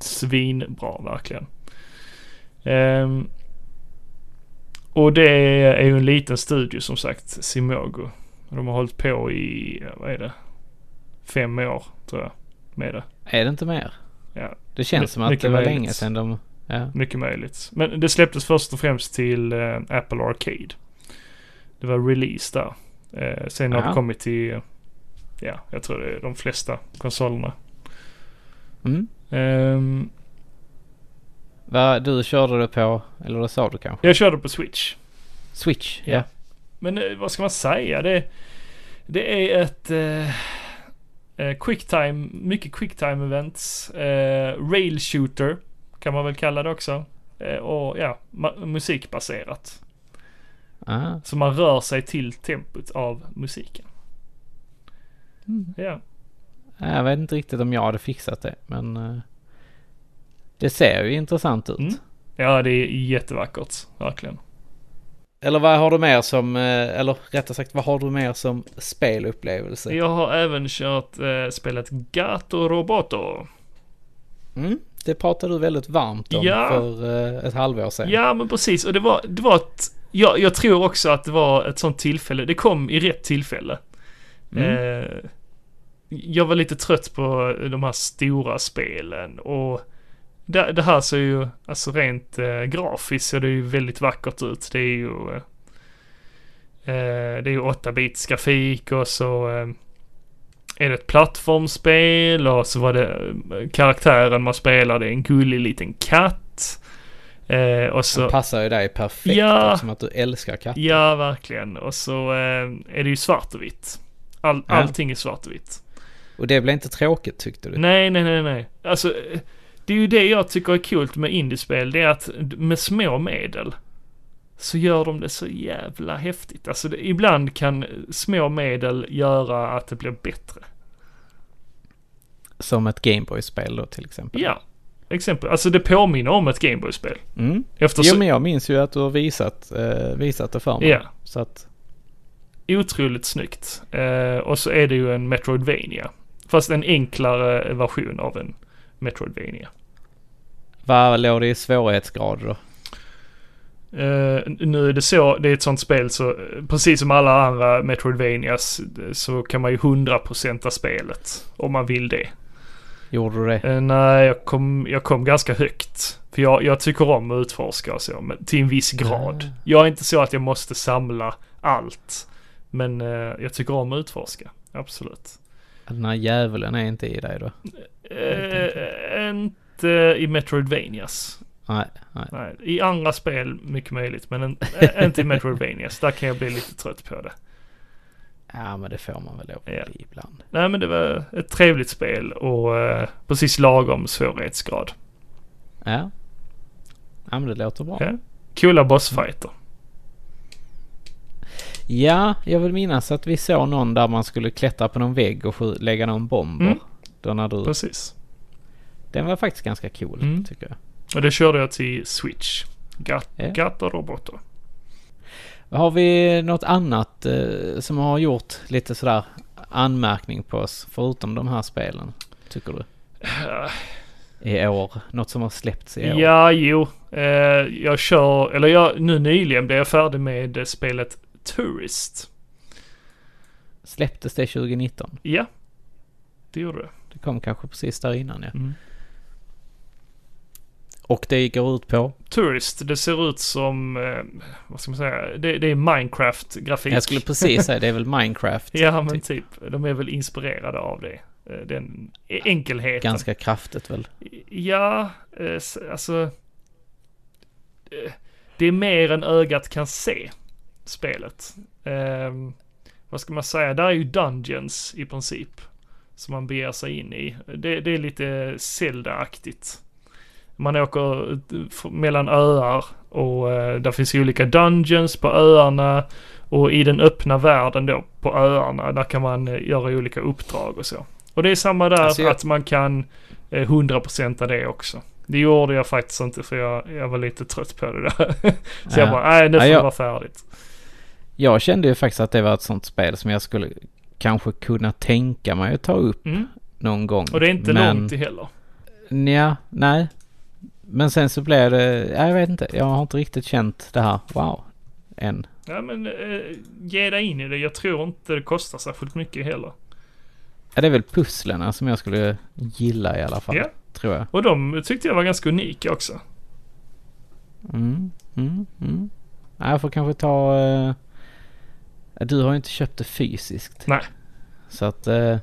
A: svinbra verkligen. Eh, och det är ju en liten studio som sagt, Simogo. De har hållit på i, eh, vad är det? fem år tror jag med det.
B: Är det inte mer?
A: Ja,
B: Det känns
A: My-
B: som att
A: mycket
B: det var
A: möjligt.
B: länge sedan de... Ja.
A: mycket möjligt. Men det släpptes först och främst till eh, Apple Arcade. Det var release där. Eh, sen har
B: Ja.
A: det kommit till, eh, ja, jag tror det är de flesta konsolerna.
B: Mm.
A: Ehm,
B: Va, du körde det på, eller det sa du kanske?
A: Jag körde på Switch.
B: Switch, ja.
A: Ja. Men eh, vad ska man säga? Det, det är ett eh, eh, quicktime, mycket quicktime events. Eh, rail shooter kan man väl kalla det också. Eh, och ja, ma- musikbaserat.
B: Ah,
A: Så man rör sig till tempot av musiken.
B: Mm.
A: Ja,
B: Ah. jag vet inte riktigt om jag hade fixat det, men eh, det ser ju intressant ut.
A: Mm. ja det är jättevackert, verkligen.
B: Eller vad har du mer som, eh, eller rättare sagt vad har du mer som spelupplevelse?
A: Jag har även kört eh, spelet Gato Roboto.
B: Mm, det pratade du väldigt varmt om
A: Ja.
B: för eh, ett halvår sedan.
A: Ja, men precis. Och det var, det var ett... Jag, jag tror också att det var ett sånt tillfälle. Det kom i rätt tillfälle. Eh, jag var lite trött på de här stora spelen och det, det här ser ju, alltså rent eh, grafiskt ser det ju väldigt vackert ut. Det är ju... Eh, eh, det är ju 8-bits grafik och så eh, är det ett plattformsspel och så var det eh, karaktären man spelade, en gullig liten katt. Eh, och så...
B: Den passar ju dig perfekt
A: Ja.
B: eftersom att du älskar katter.
A: Ja, verkligen. Och så eh, är det ju svart och vitt. All,
B: Ja.
A: Allting är svart och vitt.
B: Och det blev inte tråkigt tyckte du?
A: Nej, nej, nej, nej. Alltså, eh, det är ju det jag tycker är kul med indiespel. Det är att d- med små medel så gör de det så jävla häftigt. Alltså, det, ibland kan små medel göra att det blir bättre.
B: Som ett Gameboy-spel då till exempel?
A: Ja, exempel. Alltså, det påminner om ett Gameboy-spel.
B: Mm. Jo
A: Eftersom...
B: men jag minns ju att du har visat, eh, visat det för mig.
A: Ja,
B: Så att,
A: otroligt snyggt. Eh, och så är det ju en Metroidvania. Fast en enklare version av en Metroidvania.
B: vad låg det i svårighetsgrad då?
A: Eh, nu är det så, det är ett sånt spel så eh, precis som alla andra Metroidvanias eh, så kan man ju 100% spelet om man vill det.
B: Gjorde du det?
A: Eh, nej, jag kom, jag kom ganska högt. För jag, jag tycker om att utforska och så, men till en viss grad.
B: Ah.
A: Jag är inte så att jag måste samla allt. Men eh, jag tycker om att utforska, absolut.
B: Den här djävulen är inte i dig då? Helt
A: Eh, inte i Metroidvanias.
B: Nej, nej.
A: Nej, I andra spel mycket möjligt, men en, eh, inte i Metroidvanias. Där kan jag bli lite trött på det.
B: Ja men det får man väl lov att
A: Ja.
B: bli ibland.
A: Nej men det var ett trevligt spel och eh, precis lagom svårighetsgrad.
B: Ja. Ja Mm. men det låter bra.
A: Ja. Coola bossfighter.
B: Ja, jag vill minnas att vi såg någon där man skulle klättra på någon vägg och skj- lägga någon bomb.
A: Mm.
B: Då när du...
A: Precis.
B: Den var faktiskt ganska cool
A: Mm.
B: tycker jag.
A: Och det körde jag till Switch. Gat,
B: Ja.
A: Gatta Roboto.
B: Har vi något annat eh, som har gjort lite sådär anmärkning på oss förutom de här spelen? Tycker du? I år? Något som har släppts i år?
A: Ja, jo. Eh, jag kör, eller jag, nu nyligen blev jag färdig med eh, spelet Tourist.
B: Släpptes det 2019?
A: Ja. Det gjorde det.
B: Det kom kanske precis där innan ja.
A: Mm.
B: Och det går ut på?
A: Tourist, det ser ut som, eh, vad ska man säga, det, det är Minecraft-grafik.
B: Jag skulle precis säga det är väl Minecraft.
A: Ja, men
B: typ.
A: typ. De är väl inspirerade av det. Eh, Den enkelheten.
B: Ganska kraftigt väl?
A: Ja, eh, s- alltså. eh, Det är mer än ögat kan se, spelet. Ehm, vad ska man säga? Där är ju dungeons i princip. Som man beger sig in i. Det, det är lite Zelda-aktigt. Man åker eh, f- mellan öar och eh, där finns ju olika dungeons på öarna. Och i den öppna världen då på öarna, där kan man eh, göra olika uppdrag och så. Och det är samma där,
B: Alltså, jag-
A: att man kan eh, 100% av det också. Det gjorde jag faktiskt inte för jag, jag var lite trött på det där. så jag
B: Ja.
A: bara, nej nu
B: Ja,
A: får det
B: jag-
A: vara färdigt.
B: Jag kände ju faktiskt att det var ett sånt spel som jag skulle kanske kunna tänka mig att ta upp
A: Mm.
B: någon gång.
A: Och det är inte
B: men...
A: långt i heller.
B: Nja, nej. Men sen så blev det, ja, jag vet inte, jag har inte riktigt känt det här, wow, än.
A: Ja men eh, ge dig in i det. Jag tror inte det kostar särskilt mycket heller.
B: Ja, det är väl pusslerna som jag skulle gilla i alla fall,
A: Ja.
B: tror jag.
A: Och de tyckte jag var ganska unika också.
B: Mm, mm, mm. Ja, jag får kanske ta, eh, du har ju inte köpt det fysiskt.
A: Nej.
B: Så att, eh,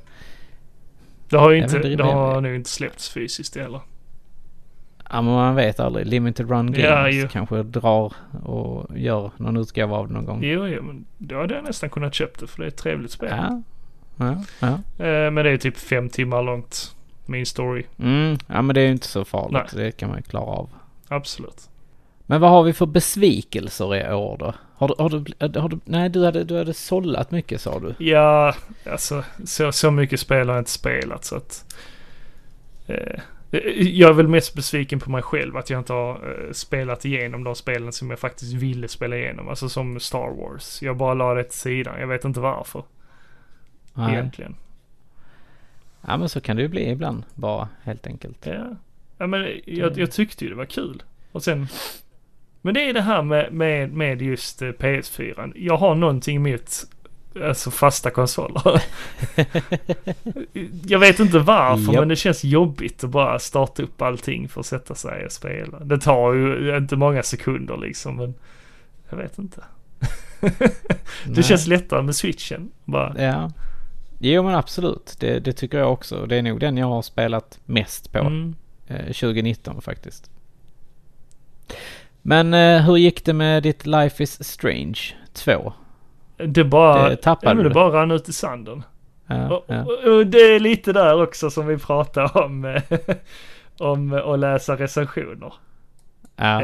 A: Det har ju
B: Ja,
A: inte,
B: men det är
A: det har
B: väl-
A: nog inte släppts fysiskt heller.
B: Ja men man vet aldrig. Limited Run
A: Ja,
B: Games
A: ju.
B: kanske drar och gör någon utgåva av det någon gång.
A: Jo, jo, men då hade jag nästan kunnat köpt det för det är ett trevligt spel.
B: Ja. Ja, ja.
A: Eh, men det är typ fem timmar långt. Min story.
B: Mm, ja men det är ju inte så farligt. Det kan man ju klara av.
A: Absolut.
B: Men vad har vi för besvikelser i år då? Har du, har du, har du, nej du hade, du hade sållat mycket sa du.
A: Ja, alltså så, så mycket spel har jag inte spelat så att... Eh, jag är väl mest besviken på mig själv att jag inte har eh, spelat igenom de spelen som jag faktiskt ville spela igenom. Alltså som Star Wars. Jag bara la det till sidan. Jag vet inte varför
B: Nej.
A: egentligen.
B: Ja men så kan det ju bli ibland bara helt enkelt.
A: Ja. ja men jag, jag tyckte ju det var kul. Och sen... Men det är det här med, med, med just eh, PS4. Jag har någonting emot alltså fasta konsoler. jag vet inte varför
B: Japp.
A: men det känns jobbigt att bara starta upp allting för att sätta sig och spela. Det tar ju inte många sekunder liksom men jag vet inte. Det
B: Nej.
A: känns lättare med switchen. Bara,
B: Ja. Jo men absolut, det, det tycker jag också. Det är nog den jag har spelat mest på
A: mm.
B: eh, 2019 faktiskt. Men eh, hur gick det med ditt Life is Strange 2?
A: Det bara,
B: Det tappade
A: ja, men
B: du.
A: det bara rann ut i sanden.
B: Ja,
A: Och,
B: ja.
A: och, och det är lite där också som vi pratar om, eh, om att läsa recensioner. Ja.
B: Ja.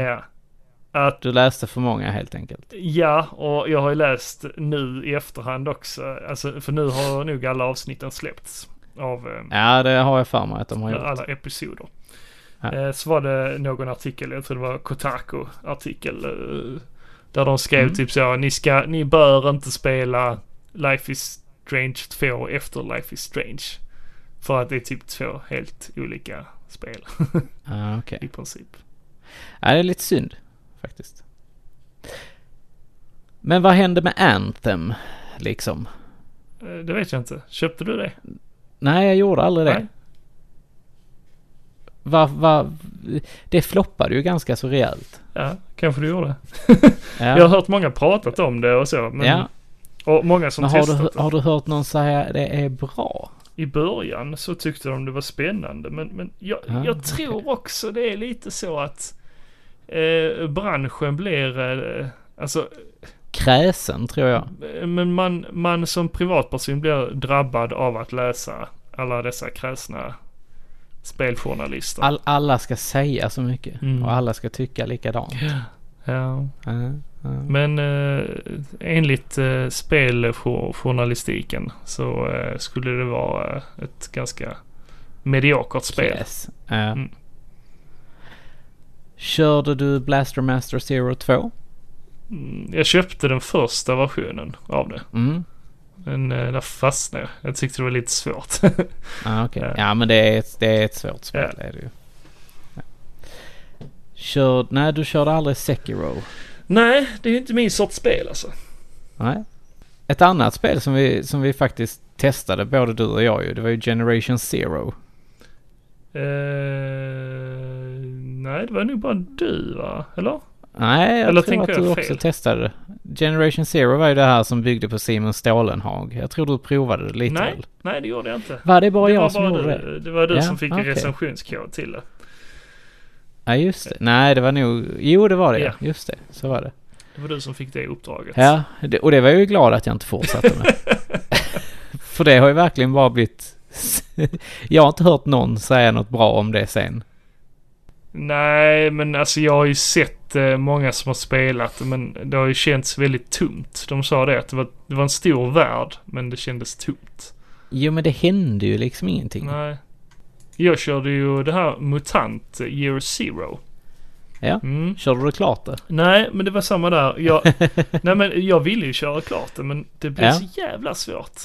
A: Ja. Att,
B: Du läste för många helt enkelt.
A: ja, och jag har ju läst nu i efterhand också, alltså, för nu har nog alla avsnitten släppts av eh,
B: Ja, det har jag för mig att de har gjort.
A: alla episoder.
B: Ja.
A: Eh, Så var det någon artikel, jag tror det var Kotaku-artikel, eh, där de skrev
B: Mm.
A: typ så, ni, ska, ni bör inte spela Life is Strange 2 efter Life is Strange. För att det är typ två helt olika spel
B: Ja, okej.
A: i princip.
B: Ja, det är lite synd faktiskt. Men vad hände med Anthem liksom?
A: Eh, Det vet jag inte. Köpte du det?
B: Nej, jag gjorde aldrig det.
A: Nej.
B: Va, va, det floppade ju ganska så rejält.
A: Ja, kanske du gjorde.
B: Ja.
A: Jag har hört många pratat om det och så. Men,
B: ja.
A: Och många som
B: Men har
A: testat
B: du, har du hört någon säga det är bra?
A: I början så tyckte de det var spännande men, men jag,
B: Ah,
A: jag tror också det är lite så att eh, branschen blir, eh, alltså,
B: Kräsen tror jag.
A: eh, men man, man som privatperson blir drabbad av att läsa alla dessa kräsna speljournalister.
B: All, alla ska säga så mycket
A: Mm.
B: och alla ska tycka likadant.
A: ja.
B: Ja, ja.
A: Men eh, enligt eh, speljournalistiken så eh, skulle det vara eh, ett ganska mediokert spel.
B: Yes. Ja.
A: Mm.
B: Körde du Blaster Master Zero 2?
A: Mm, Jag köpte den första versionen av det.
B: Mm.
A: Men eh, där fastnade jag. Jag tyckte det var lite svårt.
B: Ah, okej.
A: Ja.
B: Ja, men det är ett, det är ett svårt spel. Är det ju. Ja. Kör, nej, du körde aldrig Sekiro.
A: Nej, det är ju inte min sorts spel alltså.
B: Nej. Ett annat spel som vi, som vi faktiskt testade, både du och jag ju, det var ju Generation Zero.
A: Eh, nej, det var nog bara du va? Eller?
B: Nej, jag
A: Eller
B: tror
A: tänker
B: att du
A: jag
B: också
A: fel?
B: testade det. Generation Zero var ju det här som byggde på Simon Stålenhag. Jag tror du provade det lite
A: Nej,
B: väl?
A: nej det gjorde jag inte.
B: Var det bara
A: Det
B: jag
A: var
B: som
A: bara
B: gjorde det?
A: du, det var du
B: Ja,
A: som fick en
B: okej.
A: recensionskod till det.
B: Ja, just det. Nej, det var nog... Jo, det var det.
A: Ja.
B: Ja. Just det. Så var det.
A: Det var du som fick det uppdraget.
B: Ja, det, och det var jag ju glad att jag inte fortsatte med. För det har ju verkligen bara blivit... jag har inte hört någon säga något bra om det sen.
A: Nej, men alltså jag har ju sett eh, många som har spelat men det har ju känts väldigt tomt. De sa det att det var, det var en stor värld men det kändes tomt.
B: Jo, men det hände ju liksom ingenting.
A: Nej. Jag körde ju det här MUTANT Year Zero.
B: Ja.
A: Mm.
B: Körde du klart det?
A: Nej, men det var samma där. Jag, nej, men jag ville ju köra klart det men det blev
B: Ja.
A: så jävla svårt.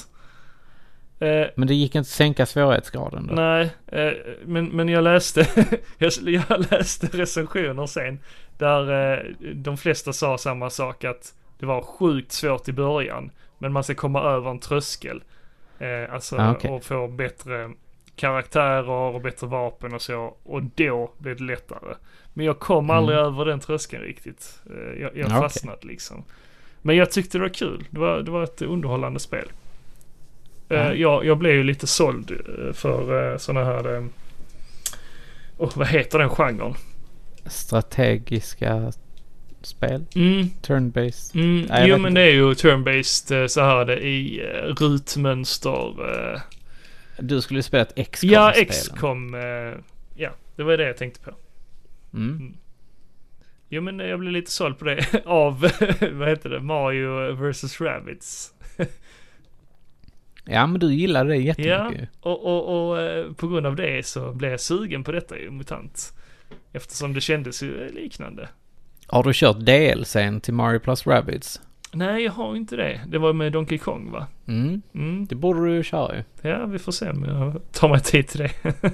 A: Eh,
B: Men det gick inte att sänka svårighetsgraden då?
A: Nej, eh, men, men jag läste jag, jag läste recensioner sen där eh, de flesta sa samma sak att det var sjukt svårt i början men man ska komma över en tröskel. Eh, alltså
B: Ah, okej.
A: och få bättre karaktärer och bättre vapen och så och då blev det lättare. Men jag kom aldrig över den tröskeln riktigt. Eh, jag jag
B: Mm. Ah, okej.
A: fastnade liksom. Men jag tyckte det var kul. Det var, det var ett underhållande spel. Eh,
B: Ja.
A: jag, jag blev ju lite såld eh, för sådana här... eh, Åh, vad eh, heter den genren?
B: strategiska spel.
A: Mm,
B: Turn-based.
A: mm.
B: Nej, jag
A: jo
B: vet
A: men
B: inte.
A: det är ju turn-based eh, så här det i eh, rutmönster. eh,
B: Du skulle ju spela ett x
A: Ja, X-com. eh, Ja, det var det jag tänkte på.
B: Mm.
A: Jo men eh, jag blev lite såld på det av, vad heter det, Mario vs. Rabbids.
B: Ja, men du gillade det
A: Ja,
B: jättemycket.
A: och, och, och eh, på grund av det så blev jag sugen på detta ju, MUTANT. Eftersom det kändes ju eh, liknande.
B: Har du kört DLCn till Mario Plus Rabbids?
A: Nej, jag har inte det. Det var med Donkey Kong va?
B: Mm.
A: Mm.
B: Det borde du ju köra ju.
A: Ja, vi får se om jag tar mig tid till det.
B: Ja.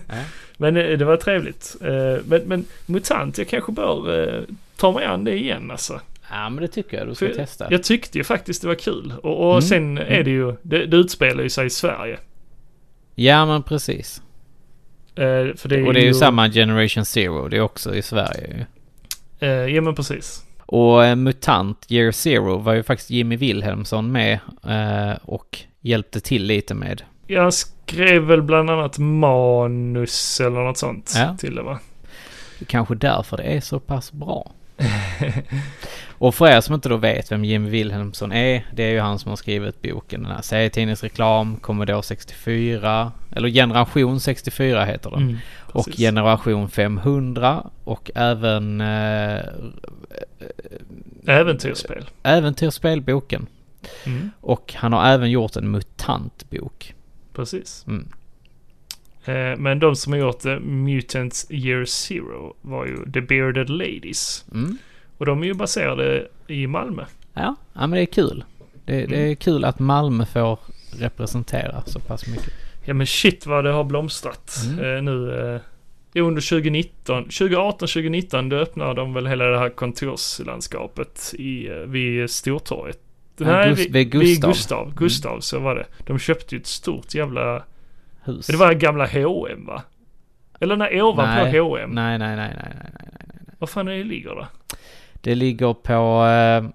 A: men eh, det var trevligt. Eh, Men, men MUTANT, jag kanske bör eh, ta mig an det igen alltså.
B: Ja, men det tycker jag du ska
A: För
B: testa.
A: Jag tyckte ju faktiskt det var kul. Och, och
B: Mm.
A: sen är det ju, det, det utspelar ju sig i Sverige.
B: Ja, men precis.
A: Eh, för det är
B: Och det är ju samma Generation Zero. Det är också i Sverige ju.
A: Eh, ja men precis.
B: Och eh, MUTANT Year Zero var ju faktiskt Jimmy Wilhelmsson med eh, och hjälpte till lite med.
A: Jag skrev väl bland annat manus eller något sånt
B: Ja.
A: till det va?
B: Det är Kanske därför det är så pass bra. och för er som inte då vet vem Jimmy Wilhelmsson är, det är ju han som har skrivit boken den här serietidningsreklam, Commodore 64, eller Generation 64 heter den.
A: Mm,
B: Och
A: precis.
B: Generation 500 och även eh,
A: Äventyrsspel.
B: Äventyrsspelboken.
A: Mm,
B: Och han har även gjort en MUTANT-bok.
A: precis.
B: Mm.
A: Eh, men de som har gjort eh, Mutant Year Zero var ju The Bearded Ladies.
B: Mm.
A: Och de är ju baserade i Malmö.
B: Ja, ja, men det är kul. Det,
A: Mm.
B: det är kul att Malmö får representera så pass mycket.
A: Ja men shit vad det har blomstrat
B: Mm.
A: eh, nu. Eh, jo, under 2019, 2018, 2019 då öppnade de väl hela det här kontorslandskapet i, eh, vid Stortorget.
B: Ja, Gust- vid Gustav. Mm.
A: Gustav, Gustav så var det. De köpte ju ett stort jävla,
B: Hus.
A: det var gamla H&M va? Eller nej, ovanpå
B: Nej.
A: H&M.
B: Nej, nej, nej, nej, nej, nej.
A: Vad fan är det ligger då?
B: Det ligger på... Eh,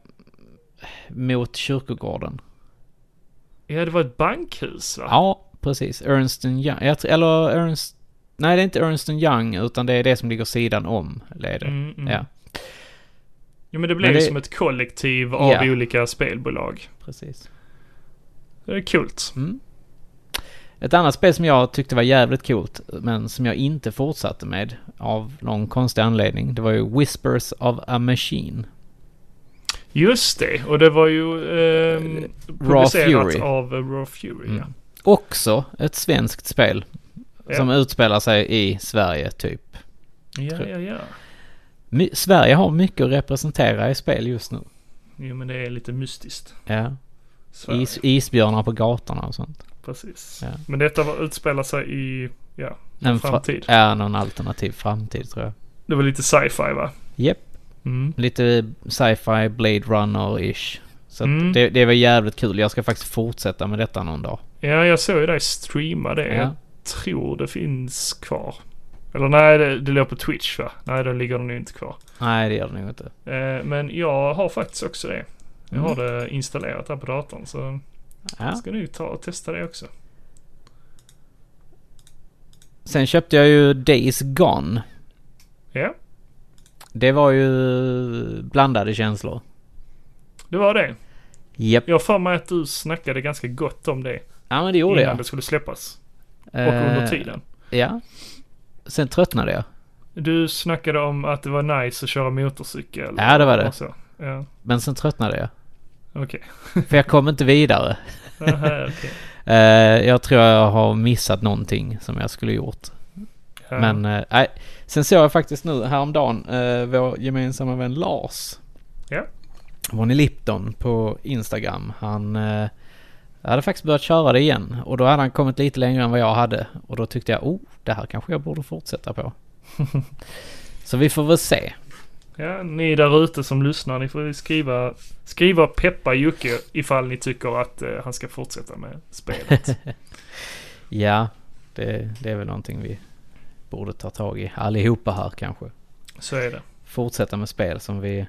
B: mot kyrkogården.
A: Ja, det var ett bankhus va?
B: Ja, precis. Ernst Young. Jag, tror- eller Ernst... Nej, det är inte Ernst Young, utan det är det som ligger sidan om leder.
A: Mm, mm.
B: Ja,
A: ja men det blev ju
B: Men det-
A: som ett kollektiv av
B: Ja.
A: olika spelbolag.
B: precis.
A: Det är coolt.
B: Mm. Ett annat spel som jag tyckte var jävligt coolt, men som jag inte fortsatte med av någon konstig anledning, det var ju Whispers of a Machine.
A: Just det, och det var ju ehm, publicerat
B: Eh, Fury.
A: av eh, Raw Fury.
B: Mm. Också ett svenskt spel
A: Ja.
B: som utspelar sig i Sverige, typ.
A: Ja,
B: Tror-
A: ja, ja.
B: My- Sverige har mycket att representera i spel just nu.
A: Jo, men det är lite mystiskt.
B: Ja.
A: Sverige,
B: Is- isbjörnar på gatorna och sånt.
A: Precis.
B: Ja.
A: Men detta var, utspelar sig i, ja, en
B: fra-
A: framtid.
B: Ja, någon alternativ framtid tror jag.
A: Det var lite sci-fi va?
B: Japp.
A: Mm.
B: Lite sci-fi, Blade Runner-ish. Så att
A: Mm.
B: det, det var jävligt kul. Jag ska faktiskt fortsätta med detta någon dag.
A: Ja, jag såg ju dig streama det. Jag
B: Ja.
A: tror det finns kvar. Eller nej, det, det låg på Twitch va? Nej, då ligger det nog inte kvar.
B: Nej, det gör det nog inte.
A: Eh, men jag har faktiskt också det. Jag
B: Mm.
A: har det installerat här på datorn så jag
B: Ja.
A: ska nu ta och testa det också.
B: Sen köpte jag ju Days Gone.
A: Ja,
B: Det var ju blandade känslor.
A: det var det.
B: Japp.
A: Jag har för mig att du snackade ganska gott om det
B: Ja, men det gjorde
A: innan
B: jag.
A: det skulle släppas. Och
B: Eh,
A: under tiden.
B: Ja. Sen tröttnade jag.
A: Du snackade om att det var nice att köra motorcykel.
B: Ja, det var det.
A: och Så. Ja,
B: Men sen tröttnade jag.
A: okej.
B: För jag kom inte vidare.
A: Aha, okej.
B: Eh, jag tror jag har missat någonting som jag skulle gjort.
A: Ja.
B: Men, eh, nej. Sen såg jag faktiskt nu häromdagen eh, vår gemensamma vän Lars.
A: Ja.
B: Ronny Lipton på Instagram. Han eh, hade faktiskt börjat köra det igen. Och då hade han kommit lite längre än vad jag hade. Och då tyckte jag, oh, det här kanske jag borde fortsätta på. Så vi får väl se.
A: Ja, ni där ute som lyssnar, ni får ju skriva, skriva och peppa Jocke ifall ni tycker att eh, han ska fortsätta med spelet.
B: Ja, det, det är väl någonting vi borde ta tag i allihopa här kanske.
A: Så är det.
B: Fortsätta med spel som vi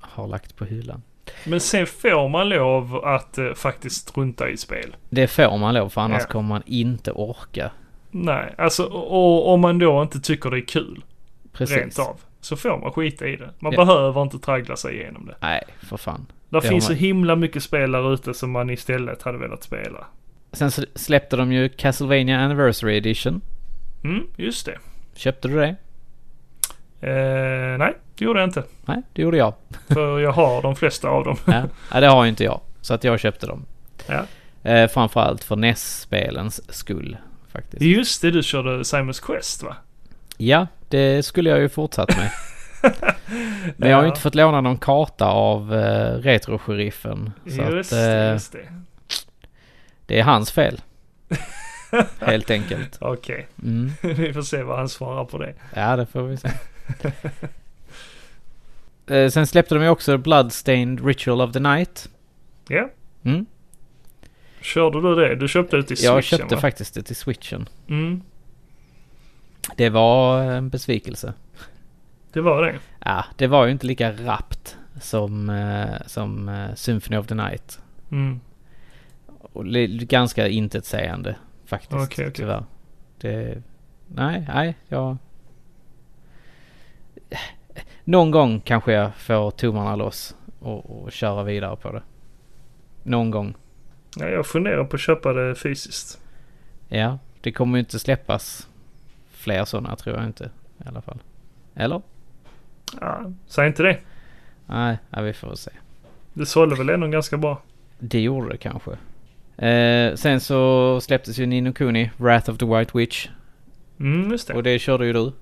B: har lagt på hyllan.
A: Men sen får man lov att eh, faktiskt strunta i spel.
B: Det får man lov för annars
A: Ja.
B: kommer man inte orka.
A: Nej, alltså och, och om man då inte tycker det är kul.
B: Precis.
A: rent av. Så får man skita i det. Man
B: Ja.
A: behöver inte traggla sig igenom det.
B: Nej, för fan.
A: Där
B: Det har
A: finns så
B: man-
A: himla mycket spel där ute som man istället hade velat spela.
B: Sen så släppte de ju Castlevania Anniversary Edition.
A: Mm, just det.
B: Köpte du det?
A: Eh, nej, det gjorde jag inte.
B: Nej, det gjorde jag.
A: För jag har de flesta av dem.
B: Ja, ja det har ju inte jag. Så att jag köpte dem.
A: Ja.
B: Eh, framförallt för NES-spelens skull faktiskt.
A: Just det, du körde Simons Quest va?
B: Ja, det skulle jag ju fortsatt med. Men jag har ju
A: Ja.
B: inte fått låna någon karta av uh, Retro-sheriffen. Så
A: Just
B: att,
A: det,
B: eh,
A: just det.
B: det är hans fel. Helt enkelt.
A: Okej,
B: Mm.
A: vi får se vad han svarar på det.
B: Ja, det får vi se. Eh, Sen släppte de ju också Bloodstained Ritual of the Night.
A: Ja,
B: Mm.
A: körde du det? Du köpte det till Switchen
B: Jag köpte
A: va?
B: faktiskt det till switchen.
A: Mm,
B: Det var en besvikelse.
A: det var det.
B: Ja, det var ju inte lika rappt som, eh, som eh, Symphony of the Night.
A: Mm.
B: Och li- ganska intetsägande faktiskt,
A: Okej, okej.
B: tyvärr. Det, nej, nej, jag... Någon gång kanske jag får tummarna loss och, och köra vidare på det. Någon gång.
A: Ja, jag funderar på att köpa det fysiskt.
B: Ja, det kommer ju inte släppas fler sådana tror jag inte i alla fall. Eller?
A: Ja, säg inte det.
B: Nej, ja, vi får se.
A: Det sålde väl ändå ganska bra.
B: Det gjorde det kanske. Eh, sen så släpptes ju Nino Kuni, Wrath of the White Witch.
A: Mm, just det.
B: Och det körde ju du.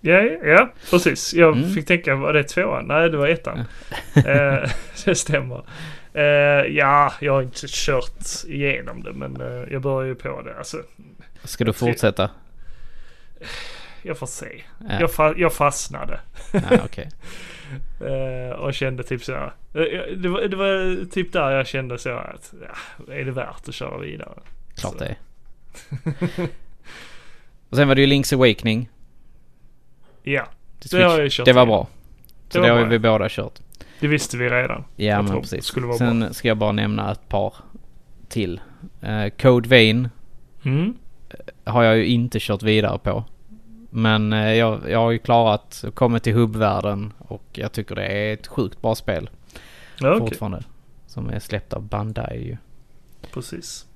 A: Ja, ja precis. Jag
B: Mm.
A: fick tänka, var det tvåan? Nej, det var ettan. eh, det stämmer. Eh, ja, jag har inte kört igenom det, men eh, jag börjar ju på det. Alltså,
B: Ska du
A: Jag ser-
B: fortsätta?
A: jag får se.
B: Ja,
A: Jag, fa- jag fastnade.
B: ja, okej.
A: Eh, och kände typ så här. eh, jag- Det var, det var typ där jag kände så här att, ja, är det värt att köra vidare?
B: Klart
A: Så.
B: det är. Och sen var det ju Link's Awakening.
A: Ja,
B: till
A: det har
B: Switch.
A: jag ju kört.
B: det var
A: igen.
B: bra. Så
A: Det
B: det,
A: var
B: har
A: bra,
B: vi båda kört.
A: Det visste vi redan.
B: Ja, men
A: tror det
B: precis.
A: skulle vara
B: Sen ska jag bara nämna ett par till. Eh, Code Vein
A: Mm.
B: har jag ju inte kört vidare på. Men eh, jag, jag har ju klarat och kommit till hubbvärlden och jag tycker det är ett sjukt bra spel
A: Ja, Okej,
B: fortfarande. Som är släppt av Bandai ju.
A: precis.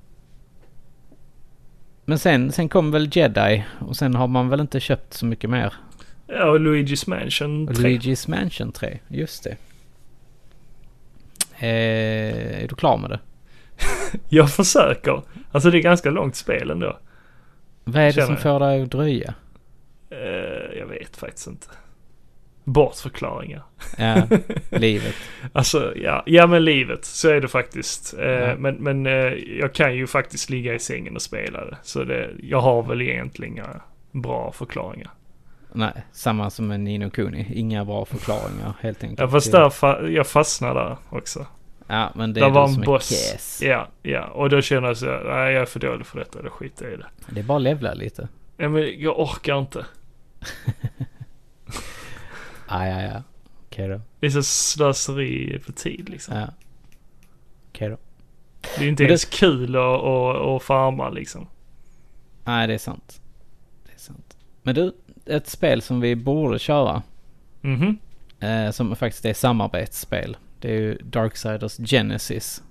B: Men sen, sen kom väl Jedi och sen har man väl inte köpt så mycket mer.
A: Ja, och Luigi's Mansion 3.
B: Och Luigi's Mansion 3, just det. Eh, är du klar med det?
A: Jag försöker. Alltså det är ganska långt spel ändå.
B: Vad är det
A: Känner
B: som
A: jag.
B: får dig att dröja?
A: Eh, jag vet faktiskt inte. Bortförklaringar.
B: Ja, livet.
A: Alltså, ja, ja men livet, så är det faktiskt. Eh,
B: Ja.
A: Men, men eh, jag kan ju faktiskt ligga i sängen och spela det. Så det, jag har väl egentligen inga bra förklaringar.
B: Nej, samma som med Nino Kuni. Inga bra förklaringar helt enkelt.
A: Ja, fast där fa- jag fastnar där också.
B: Ja, men det
A: där
B: är
A: var
B: du som
A: en
B: är
A: boss.
B: yes.
A: Ja, ja. Och då känner jag så här, nej jag är för dålig för detta, då skiter jag i det.
B: Det är bara att levla lite.
A: Ja, men jag orkar inte.
B: Ah, ja, ja. Okej då.
A: Det är så slöseri på tid liksom.
B: Ja. Okej då.
A: Det är inte
B: Men det-
A: ens kul att, att, att farma liksom.
B: Nej, det är sant. Det är sant. Men du, ett spel som vi borde köra.
A: Mhm.
B: Eh, som faktiskt är samarbetsspel. Det är ju Darksiders Genesis.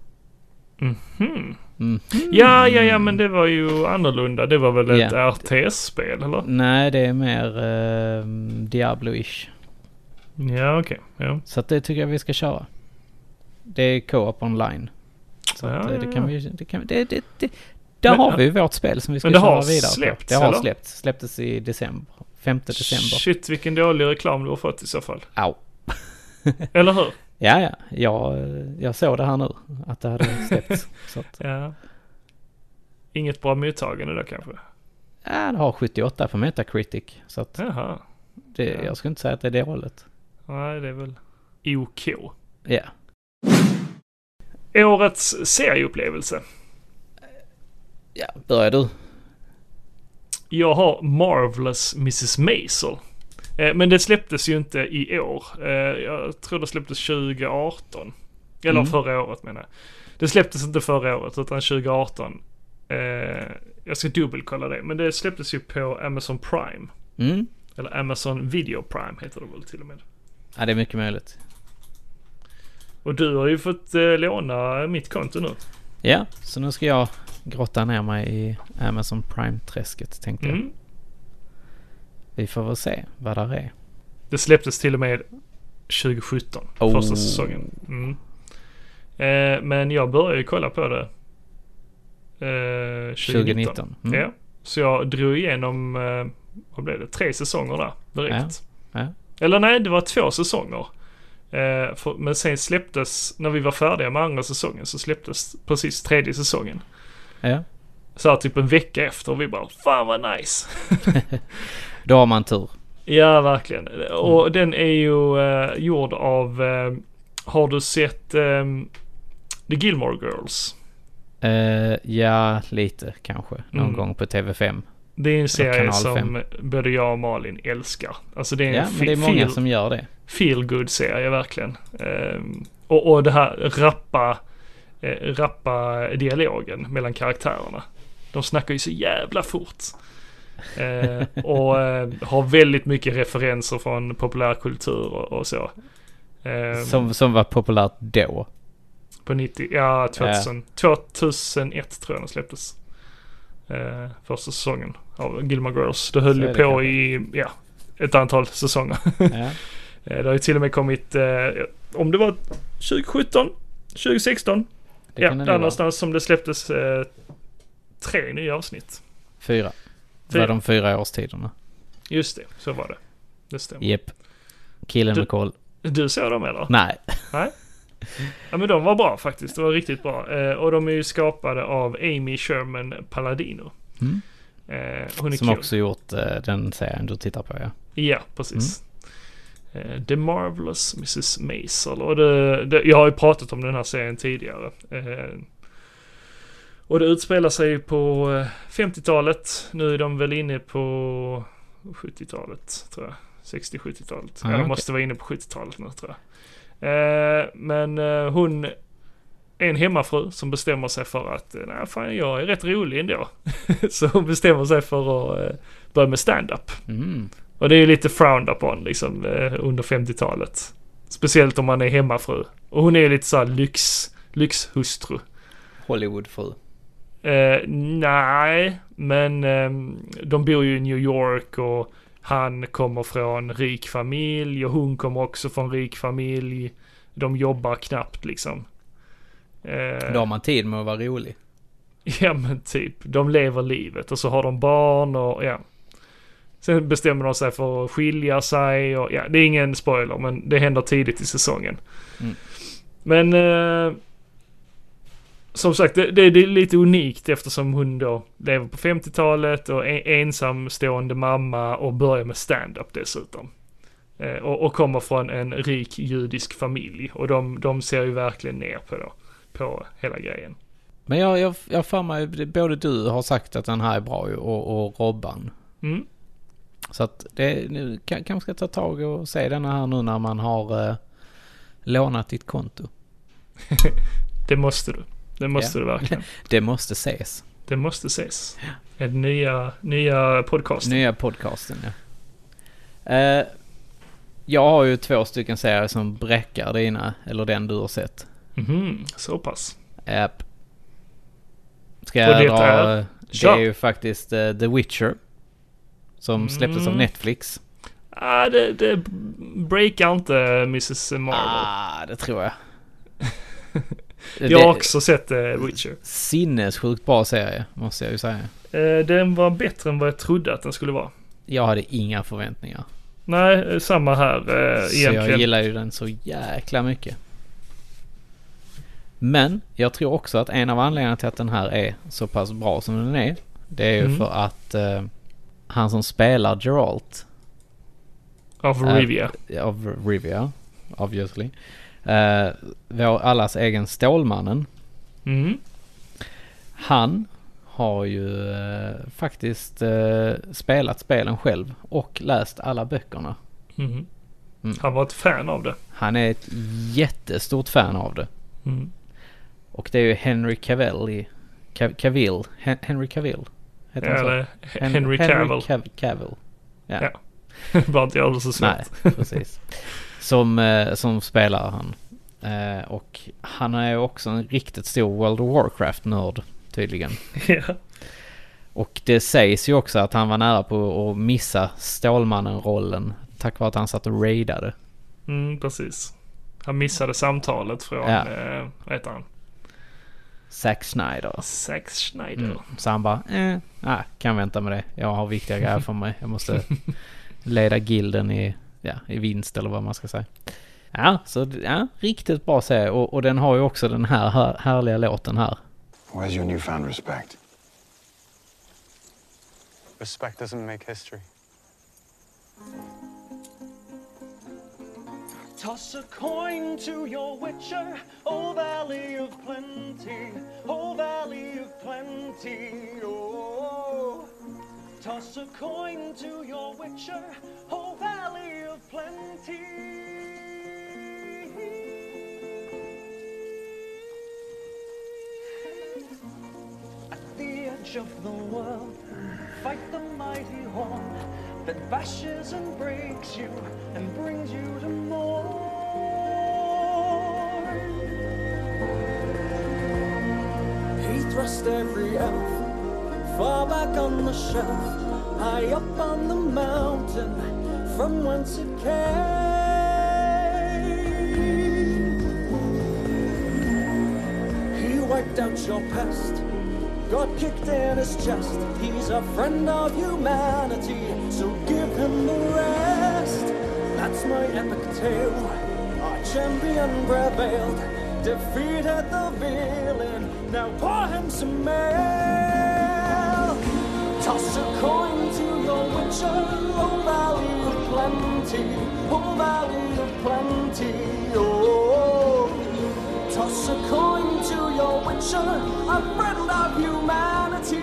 A: Hmm.
B: Mm.
A: Ja, ja, ja, men det var ju annorlunda. Det var väl ett RTS-spel, eller?
B: Nej, det är mer eh, Diablo-ish.
A: Ja, okej. Ja.
B: Så att det tycker jag vi ska köra. Det är co-op online. Så
A: Ja,
B: att, eh,
A: ja,
B: det
A: ja.
B: kan vi... Det kan, vi- det, det, det, där
A: Men-
B: har vi ju vårt spel som vi ska
A: Men det
B: köra
A: har
B: vidare
A: släppts,
B: på. Det har
A: eller?
B: släppts. Släpptes i december. 5 december.
A: Shit, vilken dålig reklam du har fått i så fall.
B: Au.
A: Eller hur?
B: Ja, ja. Jag, eh, jag såg det här nu. Att det hade släppts. så att,
A: Ja. Inget bra mottagande då kanske?
B: ja, det har 78 på Metacritic. Så att
A: Jaha.
B: det,
A: Ja.
B: jag skulle inte säga att det är dåligt.
A: Nej, det är väl OK.
B: Ja.
A: Årets serieupplevelse.
B: Ja, börjar du.
A: Jag har Marvelous Mrs. Maisel. Eh, Men det släpptes ju inte i år. Eh, Jag tror det släpptes 2018. Eller
B: Mm.
A: förra året menar jag. Det släpptes inte förra året utan 2018. Eh, Jag ska dubbelkolla det. Men det släpptes ju på Amazon Prime.
B: Mm.
A: Eller Amazon Video Prime heter det väl till och med.
B: Ja, det är mycket möjligt.
A: Och du har ju fått eh, låna mitt konto nu.
B: Ja, så nu ska jag grotta ner mig i Amazon Prime-träsket tänkte jag.
A: Mm.
B: Vi får väl se vad där är.
A: Det släpptes till och med 2017,
B: Oh.
A: första säsongen. Mm. Eh, men jag började ju kolla på det eh, 2019.
B: 2019. Mm.
A: Ja. Så jag drog igenom, eh, vad blev det, tre säsonger där direkt.
B: Ja, ja.
A: Eller nej, det var två säsonger. Eh, för, men sen släpptes, när vi var färdiga med andra säsongen, så släpptes precis tredje säsongen.
B: Ja.
A: Så här typ en vecka efter och vi bara, fan vad nice.
B: Då har man tur.
A: Ja, verkligen. Och
B: Mm.
A: den är ju eh, gjord av, eh, har du sett eh, The Gilmore Girls?
B: Eh, ja, lite kanske. Någon
A: Mm.
B: gång på TV5.
A: Det är en serie
B: Kanal
A: som
B: fem.
A: både jag och Malin älskar. Alltså det är en
B: Ja, men det är
A: fi-
B: många
A: feel,
B: som gör det.
A: feel good serie verkligen. Eh, och, och det här rappa, eh, rappa dialogen mellan karaktärerna. De snackar ju så jävla fort. Eh, och eh, har väldigt mycket referenser från populärkultur och, och så. Eh,
B: Som, som var populärt då.
A: På 90, ja 2000, 2001 tror jag den släpptes. Eh, första säsongen av Gilmore Girls. Det höll
B: Så
A: ju
B: är det
A: på
B: kanske.
A: i, ja, ett antal säsonger.
B: Ja.
A: Eh, det har ju till och med kommit, eh, om det var 2017, 2016,
B: Det
A: ja, där
B: kan det nog vara.
A: någonstans som det släpptes eh, tre nya avsnitt.
B: Fyra. Det
A: Fyra.
B: var de fyra årstiderna.
A: Just det, så var det. Det stämmer.
B: Jep. Killen
A: Du-
B: med koll.
A: Du såg dem eller?
B: Nej.
A: Ja men de var bra faktiskt, de var riktigt bra. Eh, och de är ju skapade av Amy Sherman Palladino.
B: Mm.
A: Eh, hon är
B: Som
A: kul.
B: också gjort eh, den serien du tittar på ja.
A: Ja, precis. Eh, The Marvelous Mrs. Maisel. Och det, det, jag har ju pratat om den här serien tidigare. Eh, och det utspelar sig på eh, 50-talet. Nu är de väl inne på 70-talet, tror jag. 60-70-talet.
B: Ah,
A: ja, de
B: okej.
A: måste vara inne på 70-talet nu, tror jag. Eh, men eh, hon är en hemmafru som bestämmer sig för att, eh, nej fan jag är rätt rolig ändå. Så hon bestämmer sig för att eh, börja med stand-up.
B: Mm.
A: Och det är ju lite frowned upon liksom eh, under 50-talet. Speciellt om man är hemmafru. Och hon är ju lite såhär lyx, lyxhustru.
B: Hollywoodfru.
A: Eh, nej, men ehm, de bor ju i New York och han kommer från rik familj och hon kommer också från rik familj. De jobbar knappt liksom. Eh,
B: Då har man tid med att vara rolig.
A: Ja men typ, de lever livet och så har de barn och ja. Sen bestämmer de sig för att skilja sig och ja, det är ingen spoiler men det händer tidigt i säsongen.
B: Mm.
A: Men eh, som sagt, det, det, det är lite unikt eftersom hon då lever på 50-talet och är ensamstående mamma och börjar med stand-up dessutom. Eh, och, och kommer från en rik judisk familj och de, de ser ju verkligen ner på, då, på hela grejen.
B: Men jag, jag, jag har för mig, det- både du har sagt att den här är bra ju, och, och Robban.
A: Mm.
B: Så att det, nu kan- kanske ska ta tag och se den här nu när man har eh, lånat ditt konto.
A: Det måste du. Det måste du verkligen.
B: Det måste ses.
A: Det måste ses. Den nya, nya podcasten.
B: Nya podcasten ja. Eh, jag har ju två stycken serier som bräckar dina, eller den du har sett.
A: Mhm, så pass.
B: Japp. Ska
A: Och
B: jag
A: det
B: dra...
A: är?
B: eh, Det
A: Kör.
B: är ju faktiskt eh, The Witcher. Som släpptes av
A: Mm.
B: Netflix.
A: Ah, det, det breakar inte Mrs. Marvel.
B: Ah, det tror jag.
A: jag har
B: Det-
A: också sett eh, Witcher.
B: Sinnessjukt bra serie, måste jag ju säga.
A: Eh, den var bättre än vad jag trodde att den skulle vara.
B: Jag hade inga förväntningar.
A: Nej, eh, samma här eh,
B: så jag
A: egentligen.
B: gillar ju den så jäkla mycket. Men jag tror också att en av anledningarna till att den här är så pass bra som den är. Det är ju
A: Mm.
B: för att eh, han som spelar Geralt
A: Av
B: Eh,
A: Rivia.
B: av Rivia, obviously. Eh, vår allas egen Stålmannen.
A: Mm.
B: Han har ju eh, faktiskt eh, spelat spelen själv och läst alla böckerna.
A: Mhm.
B: Mm.
A: Han var ett fan av det.
B: Han är ett jättestort fan av det.
A: Mm.
B: Och det är ju Henry Cavill i... Ca- Cavill? Hen- Henry Cavill? Heter han så?
A: Eller
B: Hen-
A: Henry Cavill.
B: Cav- Cavill. Ja.
A: Ja. Bara inte göra det så svårt.
B: Nej, precis. Som, eh, som spelar han. Eh, och han är ju också en riktigt stor World of Warcraft-nörd tydligen.
A: Ja.
B: Och det sägs ju också att han var nära på att missa Stålmannen-rollen tack vare att han satt och raidade.
A: Mm, precis. Han missade samtalet från,
B: Ja.
A: eh, vad heter han?
B: Zack Snyder.
A: Zack Schneider.
B: Mm. Så han bara, eh, nej, kan vänta med det. Jag har viktiga grejer för mig. Jag måste leda gilden i, ja, i vinst eller vad man ska säga. Ja, så ja, riktigt bra serie. Och, och den har ju också den här här härliga låten här.
D: Where's your newfound respect?
E: Respect doesn't make history.
F: Toss a coin to your witcher, O Valley of Plenty, O Valley of Plenty, oh. Toss a coin to your witcher, O Valley of Plenty. At the edge of the world, fight the mighty horn that bashes and breaks you and brings you to more. He thrust every elf far back on the shelf, high up on the mountain from whence it came. He wiped out your past, got kicked in his chest. He's a friend of humanity, so give him the rest. That's my epic tale. Our champion prevailed, defeated the villain. Now pour him some ale. Toss a coin to your witcher, oh valley of plenty, oh valley of plenty, oh. Toss a coin to your witcher, a friend of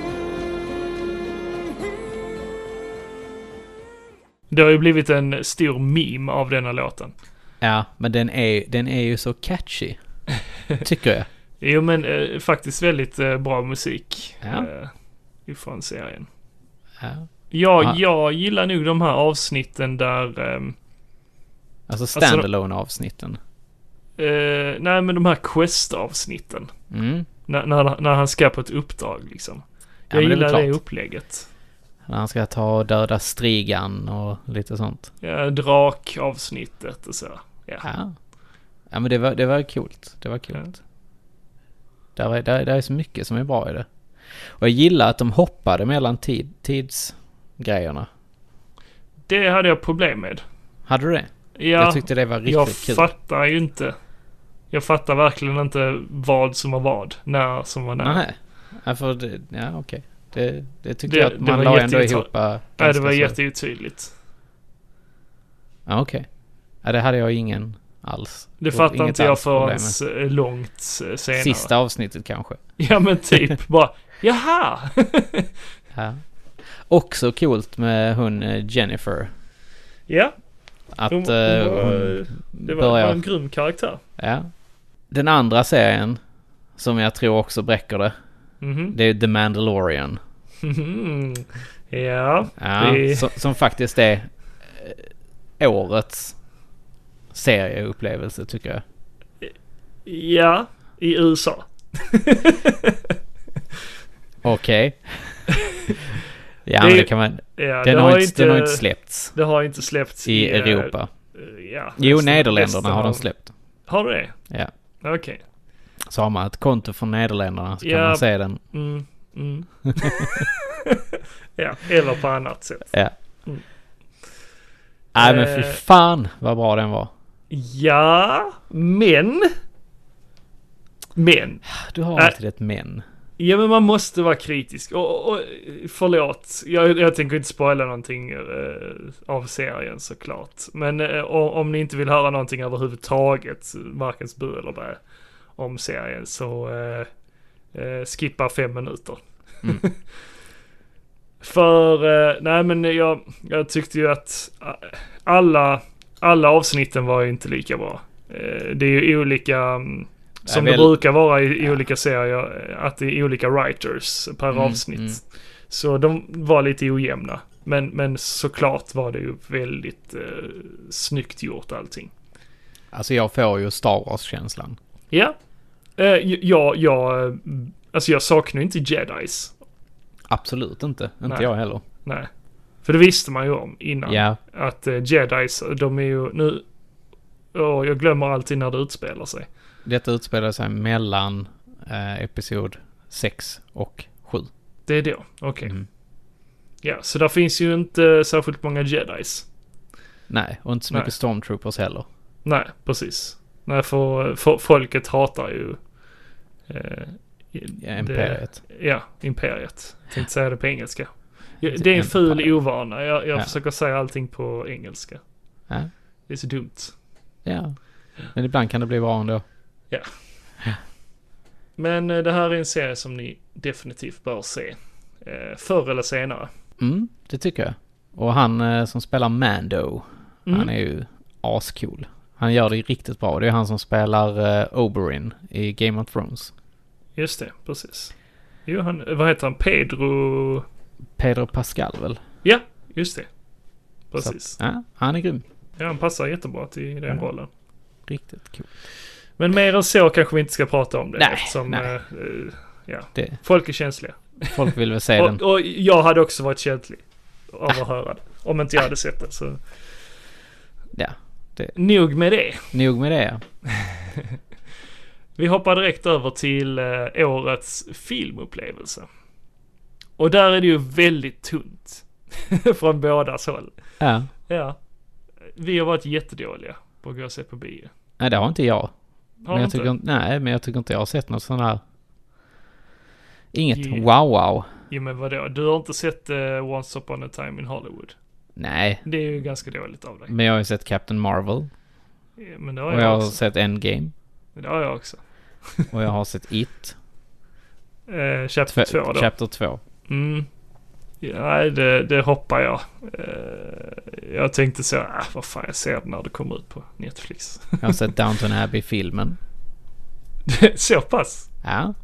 F: humanity.
A: Det har ju blivit en stor meme av denna låten.
B: Ja, men den är, den är ju så catchy. Tycker jag.
A: Jo men eh, faktiskt väldigt eh, bra musik.
B: Ja.
A: Eh, ifrån serien.
B: Ja. Alltså
A: Ja,
B: Ja.
A: jag gillar nog de här avsnitten där... ehm,
B: Alltså standalone avsnitten.
A: eh, nej men de här quest-avsnitten.
B: Mm.
A: När, när, när han ska på ett uppdrag liksom. Jag
B: men det är väl
A: gillar det
B: klart.
A: upplägget.
B: När han ska ta och döda strigan och lite sånt.
A: Ja, Drakavsnittet och så. Ja.
B: Ja. Ja men det var, det var coolt. Det var coolt. Där, är, där, är- där är så mycket som är bra i det. Och jag gillar att de hoppade mellan tid, tidsgrejerna.
A: Det hade jag problem med.
B: Hade du det?
A: Ja,
B: jag tyckte det var riktigt
A: jag
B: kul.
A: fattar ju inte. Jag fattar verkligen inte vad som var vad. När som var när. Nej,
B: Nej. Ja, för det, ja okej. Det, det tyckte
A: Det-
B: jag att
A: det
B: man
A: var
B: la ändå
A: jätteuttag-
B: ihop. äh,
A: det
B: ganska
A: var
B: så.
A: jätteotydligt.
B: Ja, okej. Ja, det hade jag ingen alls.
A: Det
B: Och
A: fattar
B: inget
A: inte jag
B: alls problem
A: förrän
B: med.
A: eh, långt eh, senare.
B: Sista avsnittet kanske.
A: Ja men typ bara, jaha!
B: Ja. Också coolt med hon eh, Jennifer.
A: ja,
B: Att eh,
A: hon,
B: hon,
A: hon, var-
B: hon
A: det var, var
B: börjar...
A: en grym karaktär.
B: ja. Den andra serien som jag tror också bräcker det.
A: Mhm.
B: Det är The Mandalorian. Mm-hmm.
A: Mhm. Ja,
B: Ja,
A: Det-
B: som, som faktiskt är eh, årets serieupplevelse tycker jag.
A: ja, i USA.
B: Okej. ja
A: Det-
B: men det kan man...
A: Ja,
B: Den,
A: det
B: har inte, den har inte släppts
A: Det har inte släppts
B: i
A: eh,
B: Europa.
A: Ja,
B: Jo,
A: resten- resten
B: Nederländerna har de
A: av-
B: släppt.
A: Har du det?
B: Ja.
A: Okej.
B: Så har man ett konto från Nederländerna så kan
A: Ja.
B: man se den.
A: Mm, mm. ja, eller på annat sätt.
B: Ja. Nej men fy
A: Mm. Eh.
B: fan vad bra den var.
A: Ja, men... Men.
B: Du har
A: Äh.
B: alltid ett men.
A: Ja, men man måste vara kritisk. Och, och förlåt, jag, jag tänker inte spoila någonting eh, av serien såklart. Men eh, o- om ni inte vill höra någonting överhuvudtaget, varken bu eller bä, om serien så eh, eh, skippa fem minuter. För, eh, nej men jag, jag tyckte ju att eh, alla, alla avsnitten var ju inte lika bra. Eh, det är ju olika, mm, som
B: väl-
A: det brukar vara i, i olika serier, eh, att det är olika writers per avsnitt. Så de var lite ojämna. Men, men såklart var det ju väldigt eh, snyggt gjort allting.
B: Alltså jag får ju Star Wars-känslan.
A: Ja. Eh, j- jag, jag, eh, alltså jag saknar ju inte jedis.
B: Absolut inte. Inte
A: Nej.
B: jag heller.
A: Nej. För det visste man ju om innan.
B: Ja.
A: Att eh, jedis, de är ju nu... Åh, jag glömmer alltid när det utspelar sig.
B: Detta utspelar sig mellan eh, episod 6 och 7.
A: Det är då, okej.
B: Mm.
A: Ja, så där finns ju inte särskilt många jedis.
B: Nej, och inte så
A: Nej.
B: mycket Stormtroopers heller.
A: Nej, precis. Nej, för, för folket hatar ju... Eh, i-
B: Ja, Imperiet.
A: Det, ja, imperiet. Jag tänkte säga det på engelska. Ja, Det är en ful
B: Empire.
A: ovana. Jag, jag
B: Ja.
A: försöker säga allting på engelska.
B: Ja.
A: Det är så dumt.
B: ja. Men ibland kan det bli bra ändå.
A: Men eh, det här är en serie som ni definitivt bör se. Eh, förr eller senare.
B: Mm, det tycker jag. Och han eh, som spelar Mando,
A: Mm.
B: han är ju ascool. Han gör det riktigt bra. Det är han som spelar eh, Oberyn i Game of Thrones.
A: Just det, precis. Jo, han, vad heter han? Pedro...
B: Pedro Pascal väl?
A: Ja, just det. Precis.
B: Så, att- ja, han är grym.
A: Ja, han passar jättebra till den rollen.
B: Riktigt cool.
A: Men mer än så kanske vi inte ska prata om det.
B: Nej,
A: eftersom,
B: nej.
A: eh, eh, ja.
B: Det,
A: Folk är känsliga.
B: folk vill väl se den.
A: Och, och jag hade också varit känslig av att höra det. Om inte jag hade sett det. Så.
B: Ja,
A: Nog med det.
B: nog med det. ja.
A: Vi hoppar direkt över till eh, årets filmupplevelse. Och där är det ju väldigt tunt. Från bådas håll.
B: Ja.
A: Ja. Vi har varit jättedåliga på att gå och se på bio.
B: Nej, det har inte jag.
A: Har
B: men
A: du
B: jag
A: inte?
B: tycker, inte- nej, men jag tycker inte jag har sett något sån här... Inget
A: Ge-
B: wow-wow.
A: Jo men vadå, du har inte sett eh, Once upon a time in Hollywood.
B: Nej,
A: Det är ju ganska dåligt av dig.
B: men jag har ju sett Captain Marvel.
A: Ja, Men det har
B: Mm. Och jag
A: jag
B: har
A: också.
B: sett Endgame.
A: Det har jag också.
B: Och jag har sett It.
A: Eh,
B: Tve-
A: chapter 2 då.
B: Chapter 2.
A: Mm. Ja, nej, det, det hoppar jag. Eh, jag tänkte så, ah, vad fan, jag ser det när det kommer ut på Netflix.
B: Jag har sett Downton Abbey-filmen.
A: så pass?
B: Ja,